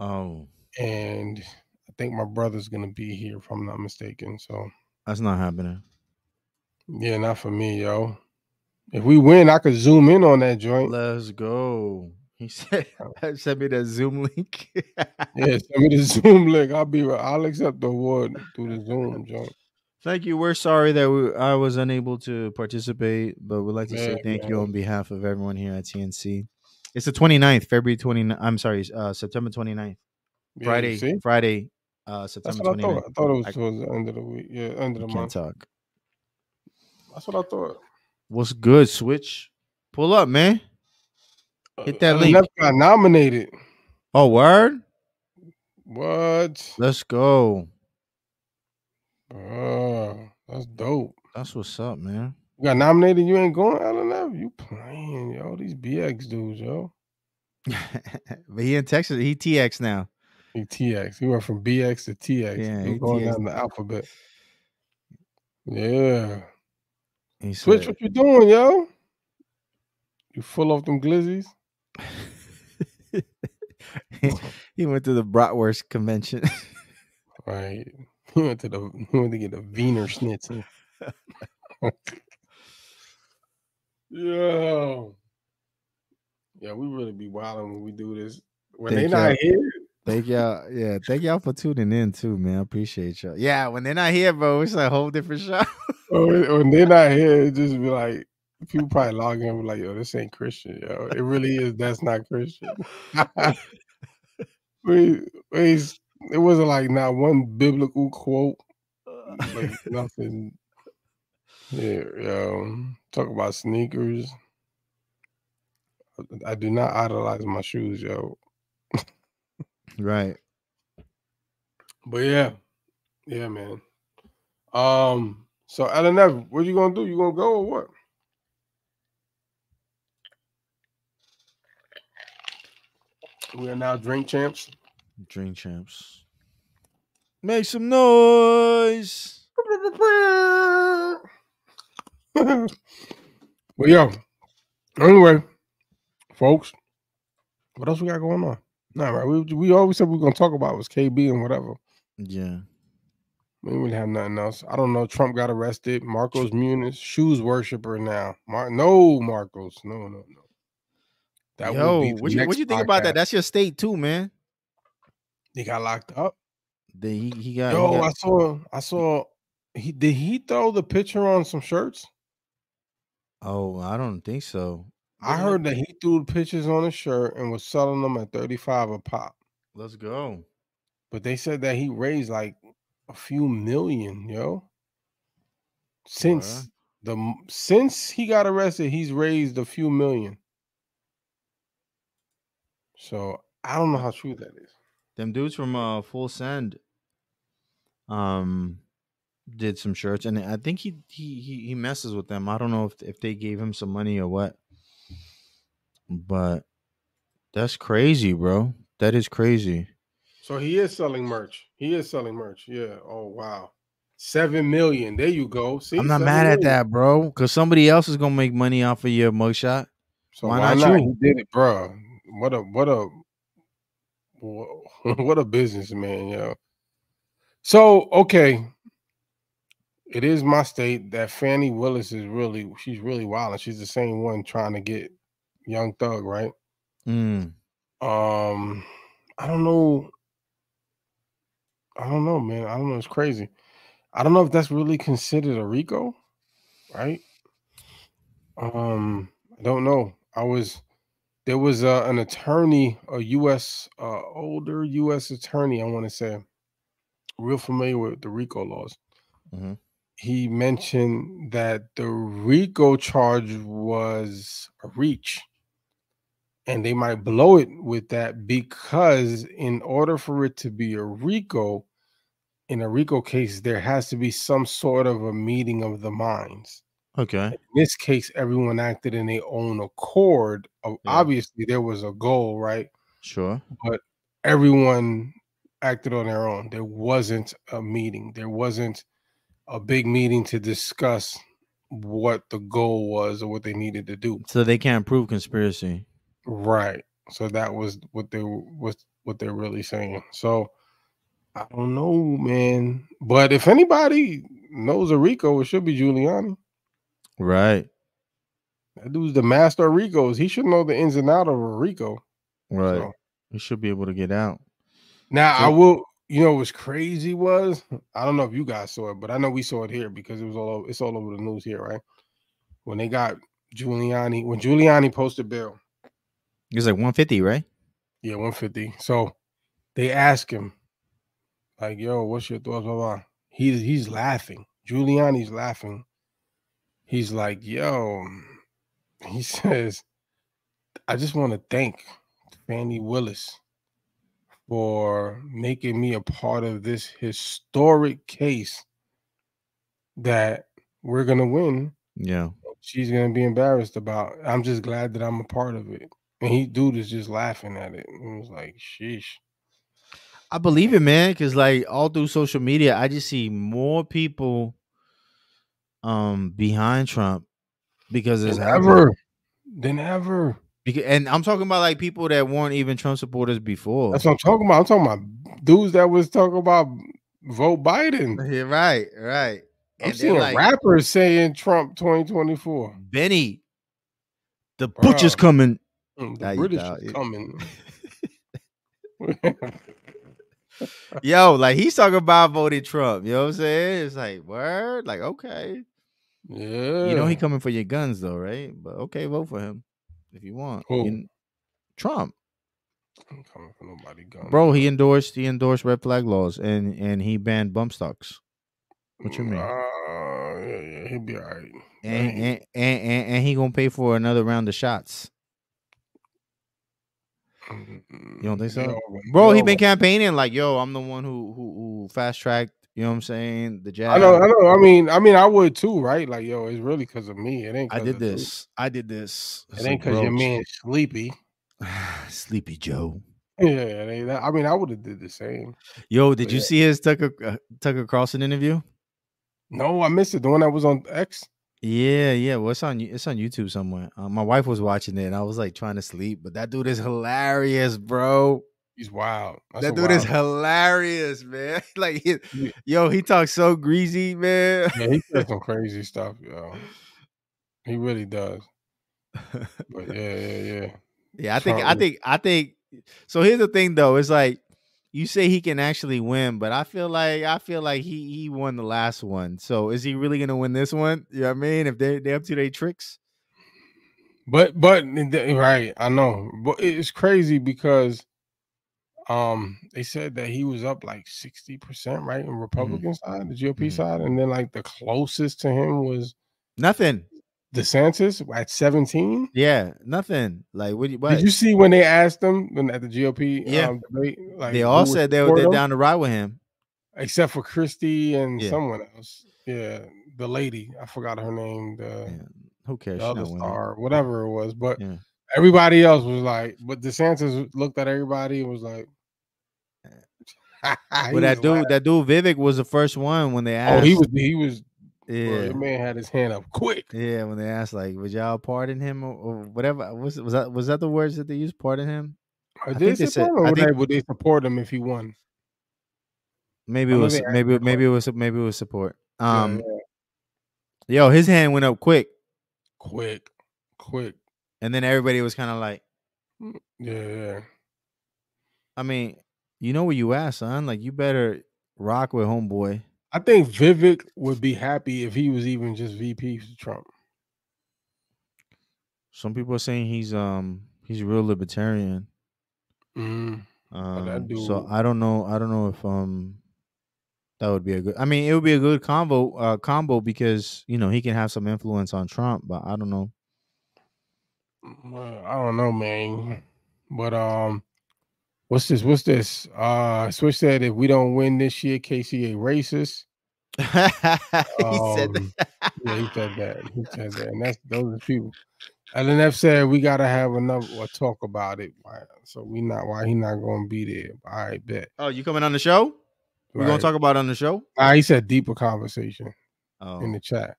[SPEAKER 1] Oh,
[SPEAKER 2] And I think my brother's gonna be here if I'm not mistaken. So
[SPEAKER 1] that's not happening.
[SPEAKER 2] yeah, not for me, yo. If we win, I could zoom in on that joint.
[SPEAKER 1] Let's go. He said,
[SPEAKER 2] Oh.
[SPEAKER 1] "Send me that Zoom link."
[SPEAKER 2] Yeah, send me the Zoom link. I'll be. right- I'll accept the award through the Zoom joint.
[SPEAKER 1] Thank you. We're sorry that we, I was unable to participate, but we'd like to say
[SPEAKER 2] Yeah,
[SPEAKER 1] thank
[SPEAKER 2] man.
[SPEAKER 1] you on behalf of everyone here at TNC. It's the 29th, February 29th. I'm sorry, uh, September 29th.
[SPEAKER 2] Yeah,
[SPEAKER 1] Friday,
[SPEAKER 2] see?
[SPEAKER 1] Friday, uh,
[SPEAKER 2] That's
[SPEAKER 1] September
[SPEAKER 2] what
[SPEAKER 1] 29th.
[SPEAKER 2] I thought. I thought it was
[SPEAKER 1] I-
[SPEAKER 2] towards the end of the week. Yeah, end of the
[SPEAKER 1] I can't
[SPEAKER 2] month.
[SPEAKER 1] talk.
[SPEAKER 2] That's what I thought.
[SPEAKER 1] What's good, Switch? Pull up, man. Hit that
[SPEAKER 2] Uh,
[SPEAKER 1] link.
[SPEAKER 2] Left got nominated.
[SPEAKER 1] Oh, word?
[SPEAKER 2] What?
[SPEAKER 1] Let's go.
[SPEAKER 2] Oh, that's dope.
[SPEAKER 1] That's what's up, man.
[SPEAKER 2] You got nominated. You ain't going LNF. You playing, yo? These BX dudes, yo.
[SPEAKER 1] but he in Texas. He TX now.
[SPEAKER 2] He TX. He went from BX to TX.
[SPEAKER 1] Yeah,
[SPEAKER 2] he
[SPEAKER 1] he
[SPEAKER 2] going
[SPEAKER 1] TX.
[SPEAKER 2] down the alphabet. Yeah.
[SPEAKER 1] He
[SPEAKER 2] Switch.
[SPEAKER 1] said-
[SPEAKER 2] What you doing, yo? You full off them glizzies?
[SPEAKER 1] he went to the Bratwurst convention.
[SPEAKER 2] Right. He went to the. He went to get a Wiener Schnitzel. yo. Yeah, we really be wilding when we do this. When they
[SPEAKER 1] Thank
[SPEAKER 2] not
[SPEAKER 1] y'all.
[SPEAKER 2] here,
[SPEAKER 1] Thank y'all. Yeah, thank y'all for tuning in too, man. I appreciate y'all. Yeah, when they're not here, bro, it's a whole different show.
[SPEAKER 2] or when when they're not here, it just be like people probably log in and be like, "Yo, this ain't Christian, yo. It really is. That's not Christian." we, we, s- it wasn't like not one biblical quote, like nothing. Yeah, yo, talk about sneakers. I- I do not idolize my shoes, yo.
[SPEAKER 1] Right.
[SPEAKER 2] But yeah, yeah, man. Um, so LNF, what you gonna do? You gonna go or what? We are now drink champs.
[SPEAKER 1] Dream champs. Make some noise.
[SPEAKER 2] well, yo. Anyway, folks, what else we got going on? Nah, right. We, we always said we were gonna talk about was KB and whatever.
[SPEAKER 1] Yeah.
[SPEAKER 2] We didn't really have nothing else. I don't know. Trump got arrested. Marcos Muniz, shoes worshiper now. Mar- no, Marcos. No, no, no. would
[SPEAKER 1] Yo,
[SPEAKER 2] be the
[SPEAKER 1] what you what
[SPEAKER 2] next
[SPEAKER 1] you think about
[SPEAKER 2] podcast.
[SPEAKER 1] that? That's your state too, man.
[SPEAKER 2] He got locked up.
[SPEAKER 1] The, he, he got, he
[SPEAKER 2] Yo, I
[SPEAKER 1] got-
[SPEAKER 2] saw. I saw. He did he throw the picture on some shirts?
[SPEAKER 1] Oh, I don't think so.
[SPEAKER 2] I
[SPEAKER 1] Wasn't it-
[SPEAKER 2] heard that he threw the pictures on a shirt and was selling them at thirty five a pop.
[SPEAKER 1] Let's go.
[SPEAKER 2] But they said that he raised like a few million, yo. Since
[SPEAKER 1] Bruh.
[SPEAKER 2] the m- since he got arrested, he's raised a few million. So I don't know how true that is.
[SPEAKER 1] them dudes from uh Full Send um did some shirts and I think he he he, he messes with them. I don't know if if they gave him some money or what. But that's crazy, bro. That is crazy.
[SPEAKER 2] So he is selling merch. He is selling merch. Yeah. Oh wow. Seven million. There you go. See,
[SPEAKER 1] I'm not
[SPEAKER 2] seven
[SPEAKER 1] mad at
[SPEAKER 2] million.
[SPEAKER 1] that, bro, cuz somebody else is going to make money off of your mugshot.
[SPEAKER 2] So
[SPEAKER 1] Why
[SPEAKER 2] why,
[SPEAKER 1] not
[SPEAKER 2] not?
[SPEAKER 1] you?
[SPEAKER 2] He did it, bro. What a what a wha- what a businessman, yo. So okay, it is my state that Fannie Willis is really she's really wild, and she's the same one trying to get Young Thug right.
[SPEAKER 1] Mm.
[SPEAKER 2] Um, I don't know. I don't know, man. I don't know. It's crazy. I don't know if that's really considered a Rico, right? Um, I don't know. I was there was uh, an attorney, a U.S. Uh, older U.S. attorney, I want to say, real familiar with the Rico laws.
[SPEAKER 1] Mhm.
[SPEAKER 2] He mentioned that the Rico charge was a reach and they might blow it with that because in order for it to be a RICO, in a RICO case, there has to be some sort of a meeting of the minds.
[SPEAKER 1] Okay.
[SPEAKER 2] In this case, everyone acted in their own accord. O-
[SPEAKER 1] Yeah.
[SPEAKER 2] Obviously, there was a goal, right?
[SPEAKER 1] Sure.
[SPEAKER 2] Everyone acted on their own. There wasn't a meeting. There wasn't a big meeting to discuss what the goal was or what they needed to do.
[SPEAKER 1] So they can't prove conspiracy.
[SPEAKER 2] Right. So that was what they were- was what they're really saying. So I don't know, man. But if anybody knows a Rico, it should be Giuliani.
[SPEAKER 1] Right.
[SPEAKER 2] That dude's the master of Ricos. He should know the ins and out of a Rico.
[SPEAKER 1] Right.
[SPEAKER 2] So-
[SPEAKER 1] You should be able to get out.
[SPEAKER 2] Now I
[SPEAKER 1] So-
[SPEAKER 2] will. You know what's crazy was I don't know if you guys saw it, but I know we saw it here because it was all over, it's all over the news here, right? When they got Giuliani, when Giuliani posted bail,
[SPEAKER 1] It's like 150, right?
[SPEAKER 2] yeah, one fifty. So they ask him, like, "Yo, what's your thoughts?" Blah blah. He's he's laughing. Giuliani's laughing. He's like, "Yo," he says, "I just want to thank Fannie Willis." for making me a part of this historic case that we're gonna win.
[SPEAKER 1] Yeah.
[SPEAKER 2] She's gonna be embarrassed about. I'm just glad that I'm a part of it. And he dude is just laughing at it. It was like, sheesh.
[SPEAKER 1] I believe it, man, because like all through social media, I just see more people um behind Trump because it's
[SPEAKER 2] Than
[SPEAKER 1] happening.
[SPEAKER 2] ever. Than ever.
[SPEAKER 1] Beca- and I'm talking about like people that weren't even Trump supporters before.
[SPEAKER 2] That's what I'm talking about. I'm talking about dudes that was talking about vote Biden.
[SPEAKER 1] Yeah, right, right.
[SPEAKER 2] I'm
[SPEAKER 1] And
[SPEAKER 2] seeing
[SPEAKER 1] then like
[SPEAKER 2] rappers saying Trump 2024.
[SPEAKER 1] Benny, the butcher's
[SPEAKER 2] Bruh.
[SPEAKER 1] coming.
[SPEAKER 2] Mm,
[SPEAKER 1] Nah,
[SPEAKER 2] The
[SPEAKER 1] you
[SPEAKER 2] British
[SPEAKER 1] doubt
[SPEAKER 2] is
[SPEAKER 1] it.
[SPEAKER 2] coming.
[SPEAKER 1] Yo, like he's talking about voting Trump. You know what I'm saying? It's like word, like okay.
[SPEAKER 2] yeah.
[SPEAKER 1] You know he coming for your guns though, right? But okay, vote for him if you want.
[SPEAKER 2] Who?
[SPEAKER 1] You- Trump,
[SPEAKER 2] I'm coming for nobody gun.
[SPEAKER 1] bro. He endorsed he endorsed red flag laws and and he banned bump stocks. What you mean?
[SPEAKER 2] Uh, yeah, yeah, he'll be all right.
[SPEAKER 1] And
[SPEAKER 2] Dang.
[SPEAKER 1] and, and and and he gonna pay for another round of shots,
[SPEAKER 2] Mm, You
[SPEAKER 1] don't think so? bro. He been campaigning like, yo, I'm the one who who, who fast tracked. You know what I'm saying? The jab.
[SPEAKER 2] I know, I know. I mean, I mean, I would too, right? Like, yo, it's really because of me. It ain't.
[SPEAKER 1] I
[SPEAKER 2] 'cause
[SPEAKER 1] did
[SPEAKER 2] of you.
[SPEAKER 1] this. I did this. It's
[SPEAKER 2] It ain't
[SPEAKER 1] like,
[SPEAKER 2] because your
[SPEAKER 1] bro,
[SPEAKER 2] man sleepy.
[SPEAKER 1] Sleepy Joe.
[SPEAKER 2] Yeah, it ain't that. I mean, I would have did the same.
[SPEAKER 1] Yo, did
[SPEAKER 2] But
[SPEAKER 1] you
[SPEAKER 2] yeah.
[SPEAKER 1] see his Tucker uh, Tucker Carlson interview?
[SPEAKER 2] No, I missed it. The one that was on X.
[SPEAKER 1] Yeah, yeah. Well, it's on you- it's on YouTube somewhere. Uh, my wife was watching it, and I was like trying to sleep. But that dude is hilarious, bro.
[SPEAKER 2] He's wild. That's
[SPEAKER 1] That
[SPEAKER 2] a
[SPEAKER 1] dude is
[SPEAKER 2] wild-
[SPEAKER 1] hilarious, man. like, he-
[SPEAKER 2] Yeah.
[SPEAKER 1] yo, he talks so greasy, man.
[SPEAKER 2] Yeah, he does some crazy stuff, yo. He really does. But yeah, yeah, yeah.
[SPEAKER 1] Yeah, I think I
[SPEAKER 2] Charlotte.
[SPEAKER 1] think I think so here's the thing though, it's like you say he can actually win, but I feel like I feel like he he won the last one. So is he really gonna win this one? You know what I mean? If they they up to their tricks.
[SPEAKER 2] But but n- th- right, I know. But it- it's crazy because um they said that he was up like 60%, right?
[SPEAKER 1] Mm-hmm.
[SPEAKER 2] In Republican side, the GOP
[SPEAKER 1] Mhm.
[SPEAKER 2] side, and then like the closest to him was
[SPEAKER 1] Nothing.
[SPEAKER 2] DeSantis at 17.
[SPEAKER 1] Yeah, nothing. Like what, do you- what?
[SPEAKER 2] Did you see when they asked him when at the GOP
[SPEAKER 1] Yeah.
[SPEAKER 2] um, debate? Like
[SPEAKER 1] they all
[SPEAKER 2] who would
[SPEAKER 1] said they were
[SPEAKER 2] support
[SPEAKER 1] they're
[SPEAKER 2] him?
[SPEAKER 1] down to ride with him.
[SPEAKER 2] except for Christie and
[SPEAKER 1] Yeah.
[SPEAKER 2] someone else. Yeah, the lady. I forgot her name. The,
[SPEAKER 1] Yeah, Who cares?
[SPEAKER 2] the
[SPEAKER 1] She
[SPEAKER 2] other
[SPEAKER 1] not winning.
[SPEAKER 2] star, whatever it was. But
[SPEAKER 1] Yeah.
[SPEAKER 2] everybody else was like, but DeSantis looked at everybody and was like,
[SPEAKER 1] But that dude, that dude Vivek was the first one when they
[SPEAKER 2] oh,
[SPEAKER 1] asked.
[SPEAKER 2] he was, he was, bro,
[SPEAKER 1] yeah.
[SPEAKER 2] the man had his hand up quick.
[SPEAKER 1] Yeah, when they asked like, "Would y'all pardon him or, or whatever?" uh, Was was that was that the words that they used? Pardon him?
[SPEAKER 2] Or
[SPEAKER 1] think
[SPEAKER 2] did
[SPEAKER 1] they
[SPEAKER 2] they
[SPEAKER 1] said-
[SPEAKER 2] support him?
[SPEAKER 1] I
[SPEAKER 2] or Would,
[SPEAKER 1] think-
[SPEAKER 2] they, would they support him if he won?
[SPEAKER 1] Maybe
[SPEAKER 2] I
[SPEAKER 1] it
[SPEAKER 2] know
[SPEAKER 1] was
[SPEAKER 2] they asked
[SPEAKER 1] maybe
[SPEAKER 2] that
[SPEAKER 1] maybe it was maybe it was support.
[SPEAKER 2] Yeah,
[SPEAKER 1] Um,
[SPEAKER 2] yeah.
[SPEAKER 1] yo, his hand went up quick,
[SPEAKER 2] quick, quick.
[SPEAKER 1] and then everybody was kind of like,
[SPEAKER 2] Yeah, yeah.
[SPEAKER 1] I mean, you know where you at, son? Like, you better rock with homeboy.
[SPEAKER 2] I think Vivek would be happy if he was even just VP for Trump.
[SPEAKER 1] Some people are saying he's um he's real libertarian.
[SPEAKER 2] Mm. that
[SPEAKER 1] Um, so
[SPEAKER 2] dude-
[SPEAKER 1] I don't know. I don't know if um that would be a good. I mean, it would be a good combo uh, combo because you know he can have some influence on Trump, but I don't know.
[SPEAKER 2] Well, I don't know, man. But um, what's this? What's this? Uh, Switch said if we don't win this year, KCA racist.
[SPEAKER 1] he said
[SPEAKER 2] Um,
[SPEAKER 1] that.
[SPEAKER 2] Yeah, he said that. He said that, and that's those are the people. LNF said we gotta have another or talk about it. Why? So we not why he not gonna be there? All right, bet.
[SPEAKER 1] Oh, you coming on the show? We're gonna
[SPEAKER 2] Right.
[SPEAKER 1] talk about it on the show.
[SPEAKER 2] Ah, he said deeper conversation
[SPEAKER 1] Oh.
[SPEAKER 2] in the chat.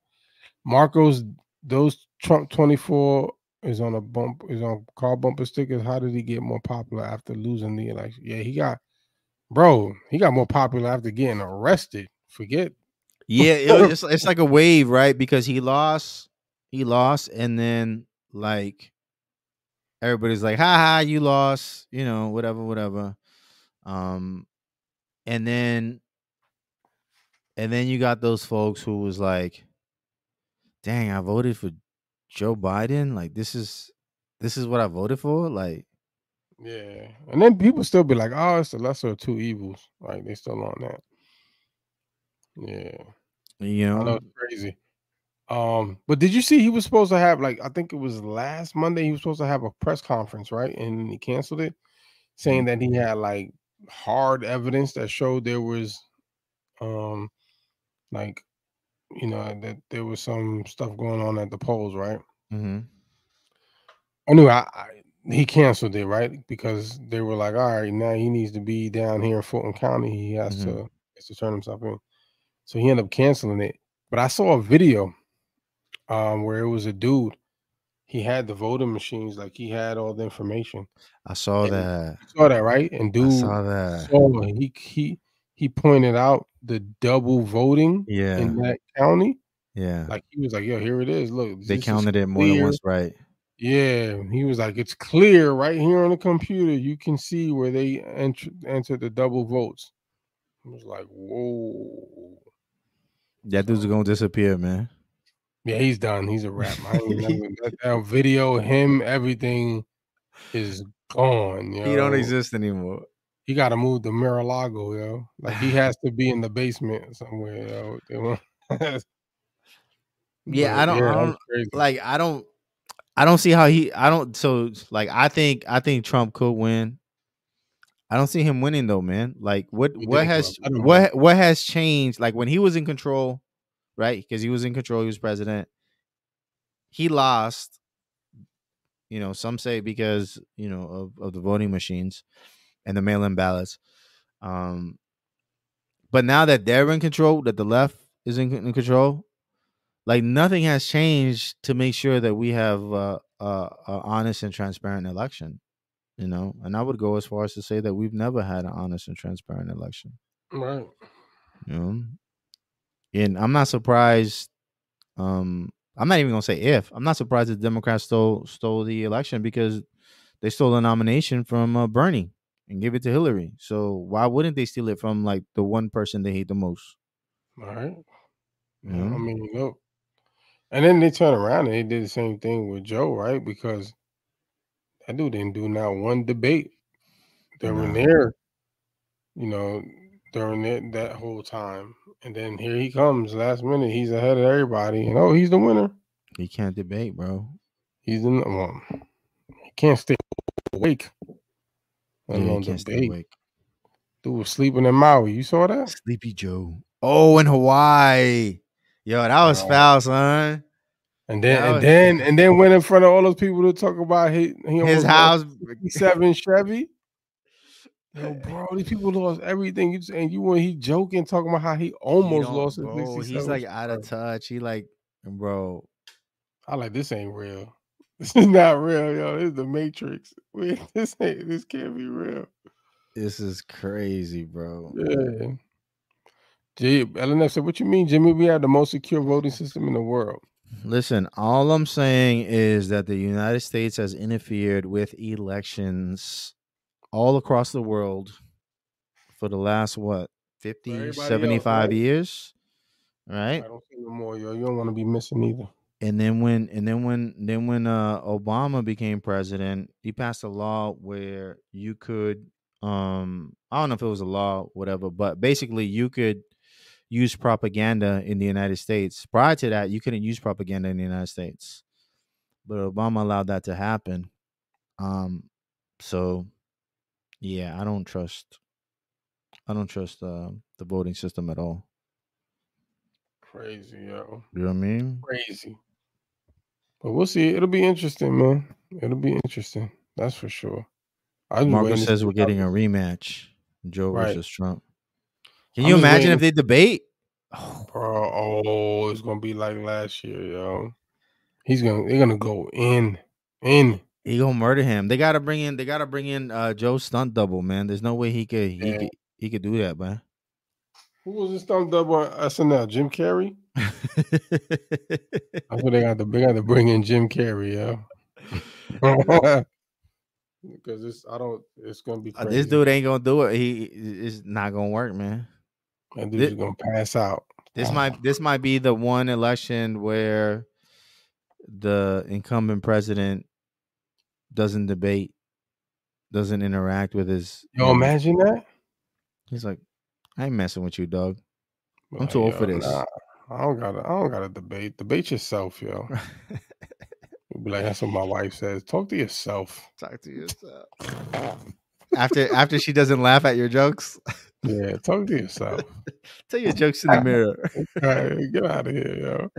[SPEAKER 2] Marcos, those Trump 24 is on a bump, is on car bumper stickers. How did he get more popular after losing the election? Yeah, he got, bro, he got more popular after getting arrested. Forget.
[SPEAKER 1] Yeah, it- it's it's like a wave, right? Because he lost, he lost, and then like everybody's like, "Ha ha, you lost," you know, whatever, whatever. Um, and then, and then you got those folks who was like, "Dang, I voted for Joe Biden. Like, this is this is what I voted for." Like,
[SPEAKER 2] Yeah. And then people still be like, oh, it's the lesser of two evils. Like, they still on that. Yeah.
[SPEAKER 1] you
[SPEAKER 2] I
[SPEAKER 1] know,
[SPEAKER 2] know it's crazy. Um, but did you see he was supposed to have like I think it was last Monday he was supposed to have a press conference, right? And he canceled it, saying that he had like hard evidence that showed there was, um, like, you know that there was some stuff going on at the polls, right?
[SPEAKER 1] hmm
[SPEAKER 2] Anyway, I, I, he canceled it, right? Because they were like, all right, now he needs to be down here in Fulton County. He has
[SPEAKER 1] Mhm.
[SPEAKER 2] to has to turn himself in. So he ended up canceling it. But I saw a video um, where it was a dude. He had the voting machines, like he had all the information.
[SPEAKER 1] I saw
[SPEAKER 2] And
[SPEAKER 1] that.
[SPEAKER 2] You saw that, right? And dude,
[SPEAKER 1] I saw that.
[SPEAKER 2] saw it. he he he pointed out the double voting
[SPEAKER 1] Yeah,
[SPEAKER 2] in that county.
[SPEAKER 1] yeah.
[SPEAKER 2] Like he was like, "Yo, here it is. Look,
[SPEAKER 1] They
[SPEAKER 2] this is
[SPEAKER 1] counted it more than
[SPEAKER 2] clear.
[SPEAKER 1] once, right?
[SPEAKER 2] Yeah, he was like, it's clear right here on the computer. You can see where they enter entered the double votes. I was like, whoa.
[SPEAKER 1] That dude's gonna disappear, man.
[SPEAKER 2] Yeah, he's done. He's a rap. I ain't never, that, that video, him, everything is gone. Yo.
[SPEAKER 1] He don't exist anymore.
[SPEAKER 2] He got to move to Mar-a-Lago, yo. Like he has to be in the basement somewhere. Yo. They won't-
[SPEAKER 1] Yeah,
[SPEAKER 2] But
[SPEAKER 1] I don't, I
[SPEAKER 2] that was
[SPEAKER 1] don't
[SPEAKER 2] crazy.
[SPEAKER 1] like. I don't. I don't see how he. I don't. So like, I think. I think Trump could win. I don't see him winning though, man. Like, what?
[SPEAKER 2] You
[SPEAKER 1] What
[SPEAKER 2] think, bro?
[SPEAKER 1] has?
[SPEAKER 2] I don't
[SPEAKER 1] What? What has changed? Like when he was in control, right? Because he was in control. He was president. He lost. You know, some say because you know of, of the voting machines and the mail-in ballots. Um, but now that they're in control, that the left is in, in control, like nothing has changed to make sure that we have uh, a, a honest and transparent election you know and i would go as far as to say that we've never had an honest and transparent election
[SPEAKER 2] right.
[SPEAKER 1] you know and i'm not surprised um i'm not even gonna say if i'm not surprised the democrats stole stole the election because they stole the nomination from uh, bernie and give it to hillary so why wouldn't they steal it from like the one person they hate the most
[SPEAKER 2] All right.
[SPEAKER 1] you
[SPEAKER 2] Yeah, I
[SPEAKER 1] know?
[SPEAKER 2] mean, look. And then they turn around and they did the same thing with Joe, right? Because that dude didn't do not one debate during
[SPEAKER 1] Nah.
[SPEAKER 2] there, you know, during that, that whole time. And then here he comes last minute. He's ahead of everybody. And oh, he's the winner.
[SPEAKER 1] you can't debate bro
[SPEAKER 2] He's in the well, he can't stay awake.
[SPEAKER 1] yeah,
[SPEAKER 2] Let
[SPEAKER 1] you
[SPEAKER 2] alone
[SPEAKER 1] can't stay
[SPEAKER 2] debate.
[SPEAKER 1] awake
[SPEAKER 2] Dude was sleeping in Maui. You saw that?
[SPEAKER 1] Sleepy Joe. Oh, in Hawaii. Yo, that was
[SPEAKER 2] Wow.
[SPEAKER 1] foul, son.
[SPEAKER 2] And then
[SPEAKER 1] That was-
[SPEAKER 2] and then and then went in front of all those people to talk about his, he
[SPEAKER 1] His
[SPEAKER 2] almost lost
[SPEAKER 1] house.
[SPEAKER 2] 57 Chevy. Yo, bro, these people lost everything. You just- and you when he joking talking about how he
[SPEAKER 1] He
[SPEAKER 2] almost
[SPEAKER 1] don't-
[SPEAKER 2] lost his
[SPEAKER 1] bro,
[SPEAKER 2] 67.
[SPEAKER 1] He's like out of touch. He like, bro.
[SPEAKER 2] I like this ain't real. This is not real, yo. This is the Matrix. We- this ain't this can't be real.
[SPEAKER 1] This is crazy, bro.
[SPEAKER 2] Yeah. Gee, LNF said, "What you mean, Jimmy? We have the most secure voting system in the world."
[SPEAKER 1] Listen, all I'm saying is that the United States has interfered with elections all across the world for the last what 50,
[SPEAKER 2] everybody else,
[SPEAKER 1] 75
[SPEAKER 2] right?
[SPEAKER 1] years. Right?
[SPEAKER 2] I don't see no more, yo. You don't want to be missing either.
[SPEAKER 1] and then when and then when then when uh obama became president he passed a law where you could um i don't know if it was a law whatever but basically you could use propaganda in the united states prior to that you couldn't use propaganda in the united states but obama allowed that to happen um so yeah i don't trust i don't trust uh, the voting system at all
[SPEAKER 2] Crazy, yo.
[SPEAKER 1] you know what i mean
[SPEAKER 2] Crazy. But we'll see. It'll be interesting, man. It'll be interesting. That's for sure. I just
[SPEAKER 1] Marco
[SPEAKER 2] waiting to
[SPEAKER 1] says
[SPEAKER 2] see
[SPEAKER 1] we're
[SPEAKER 2] how
[SPEAKER 1] getting a
[SPEAKER 2] this-
[SPEAKER 1] rematch. Joe
[SPEAKER 2] Right.
[SPEAKER 1] versus Trump. Can
[SPEAKER 2] I'm
[SPEAKER 1] you
[SPEAKER 2] just
[SPEAKER 1] imagine
[SPEAKER 2] waiting-
[SPEAKER 1] if they debate? Oh,
[SPEAKER 2] Bro, oh, it's gonna be like last year, yo. He's gonna they're gonna go in, in.
[SPEAKER 1] he gonna murder him. They gotta bring in. They gotta bring in uh Joe's stunt double, man. There's no way he could. He
[SPEAKER 2] Yeah.
[SPEAKER 1] could. He could do that, man.
[SPEAKER 2] Who was this thumbed up on SNL? Jim Carrey? I feel they got to they got to bring in Jim Carrey, yo. Because it's I don't it's gonna be
[SPEAKER 1] Uh,
[SPEAKER 2] crazy.
[SPEAKER 1] this dude ain't gonna do it. He it's not gonna work, man.
[SPEAKER 2] that
[SPEAKER 1] thi-
[SPEAKER 2] dude's gonna pass out.
[SPEAKER 1] This might this might be the one election where the incumbent president doesn't debate, doesn't interact with his.
[SPEAKER 2] Yo,
[SPEAKER 1] members.
[SPEAKER 2] imagine that.
[SPEAKER 1] He's like, I ain't messing with you, dog. I'm too old for
[SPEAKER 2] yo,
[SPEAKER 1] this.
[SPEAKER 2] nah, I don't gotta I don't gotta debate. Debate yourself, yo. You'll be like, that's what my wife says. Talk to yourself.
[SPEAKER 1] Talk to yourself. after after she doesn't laugh at your jokes,
[SPEAKER 2] Yeah, talk to yourself.
[SPEAKER 1] tell your jokes in the mirror.
[SPEAKER 2] All right, get out of here, yo.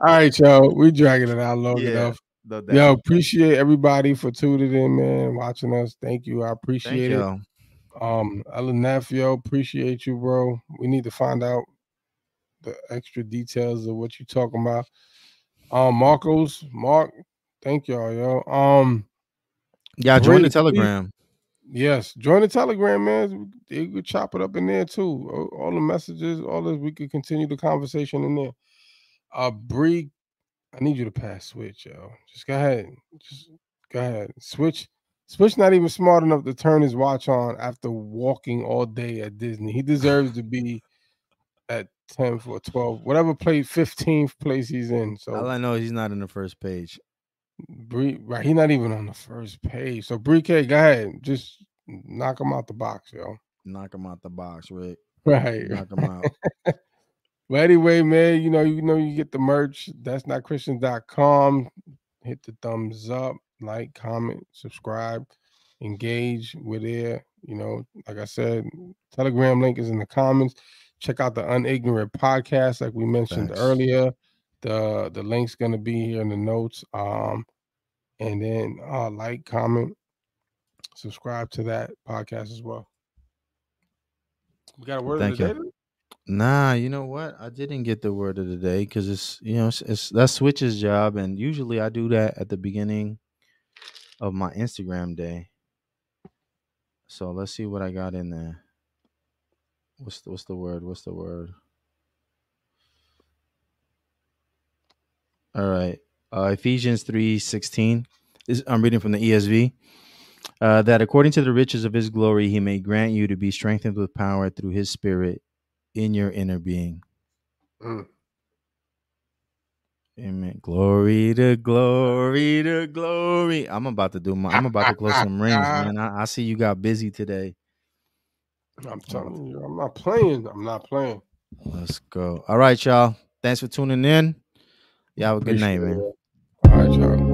[SPEAKER 2] All right, yo. We dragging it out long
[SPEAKER 1] Yeah,
[SPEAKER 2] enough.
[SPEAKER 1] No doubt.
[SPEAKER 2] Yo, appreciate everybody for tuning in, man, watching us. Thank you. I
[SPEAKER 1] Thank
[SPEAKER 2] appreciate it.
[SPEAKER 1] you.
[SPEAKER 2] Um, Ellen Nafio, appreciate you, bro. We need to find out the extra details of what you're talking about. Um, Marcos, Mark, thank y'all, yo. Um,
[SPEAKER 1] Yeah, join the
[SPEAKER 2] Great.
[SPEAKER 1] Telegram.
[SPEAKER 2] Yes, join the Telegram, man. You could chop it up in there too. All- All the messages, all this, we could continue the conversation in there. Uh, Bree, I need you to pass switch, yo. Just go ahead, just go ahead. Switch, switch. Not even smart enough to turn his watch on after walking all day at Disney. He deserves to be at tenth or twelve, whatever place, fifteenth place he's in. So
[SPEAKER 1] All I know is he's not in the first page.
[SPEAKER 2] Bree, right? He's not even on the first page. So Bree K, go ahead, just knock him out the box, yo.
[SPEAKER 1] Knock him out the box, Rick.
[SPEAKER 2] Right.
[SPEAKER 1] Knock him out.
[SPEAKER 2] But anyway, man, you know, you know, you get the merch. That's not Christian.com. Hit the thumbs up, like, comment, subscribe, engage. We're there. You know, like I said, Telegram link is in the comments. Check out the Unignorant podcast, like we mentioned
[SPEAKER 1] Facts.
[SPEAKER 2] earlier. The the link's gonna be here in the notes. Um, and then uh like, comment, subscribe to that podcast as well. We got a word
[SPEAKER 1] Thank
[SPEAKER 2] of the
[SPEAKER 1] you.
[SPEAKER 2] day. today?
[SPEAKER 1] Nah, you know what? I didn't get the word of the day because it's you know it's, it's that's Switch's job, and usually I do that at the beginning of my Instagram day. So let's see what I got in there. What's the, what's the word? What's the word? All right, uh, Ephesians three sixteen. This, I'm reading from the ESV. Uh, that according to the riches of His glory, He may grant you to be strengthened with power through His Spirit in your inner being.
[SPEAKER 2] Mm.
[SPEAKER 1] Amen. Glory to glory to glory. I'm about to do my. I'm about to close some rings, man. I, I see you got busy today.
[SPEAKER 2] I'm
[SPEAKER 1] Hold on.
[SPEAKER 2] telling you, I'm not playing. I'm not playing.
[SPEAKER 1] Let's go. All right, y'all. Thanks for tuning in. Y'all have a good night,
[SPEAKER 2] Appreciate
[SPEAKER 1] man.
[SPEAKER 2] it. All right, y'all.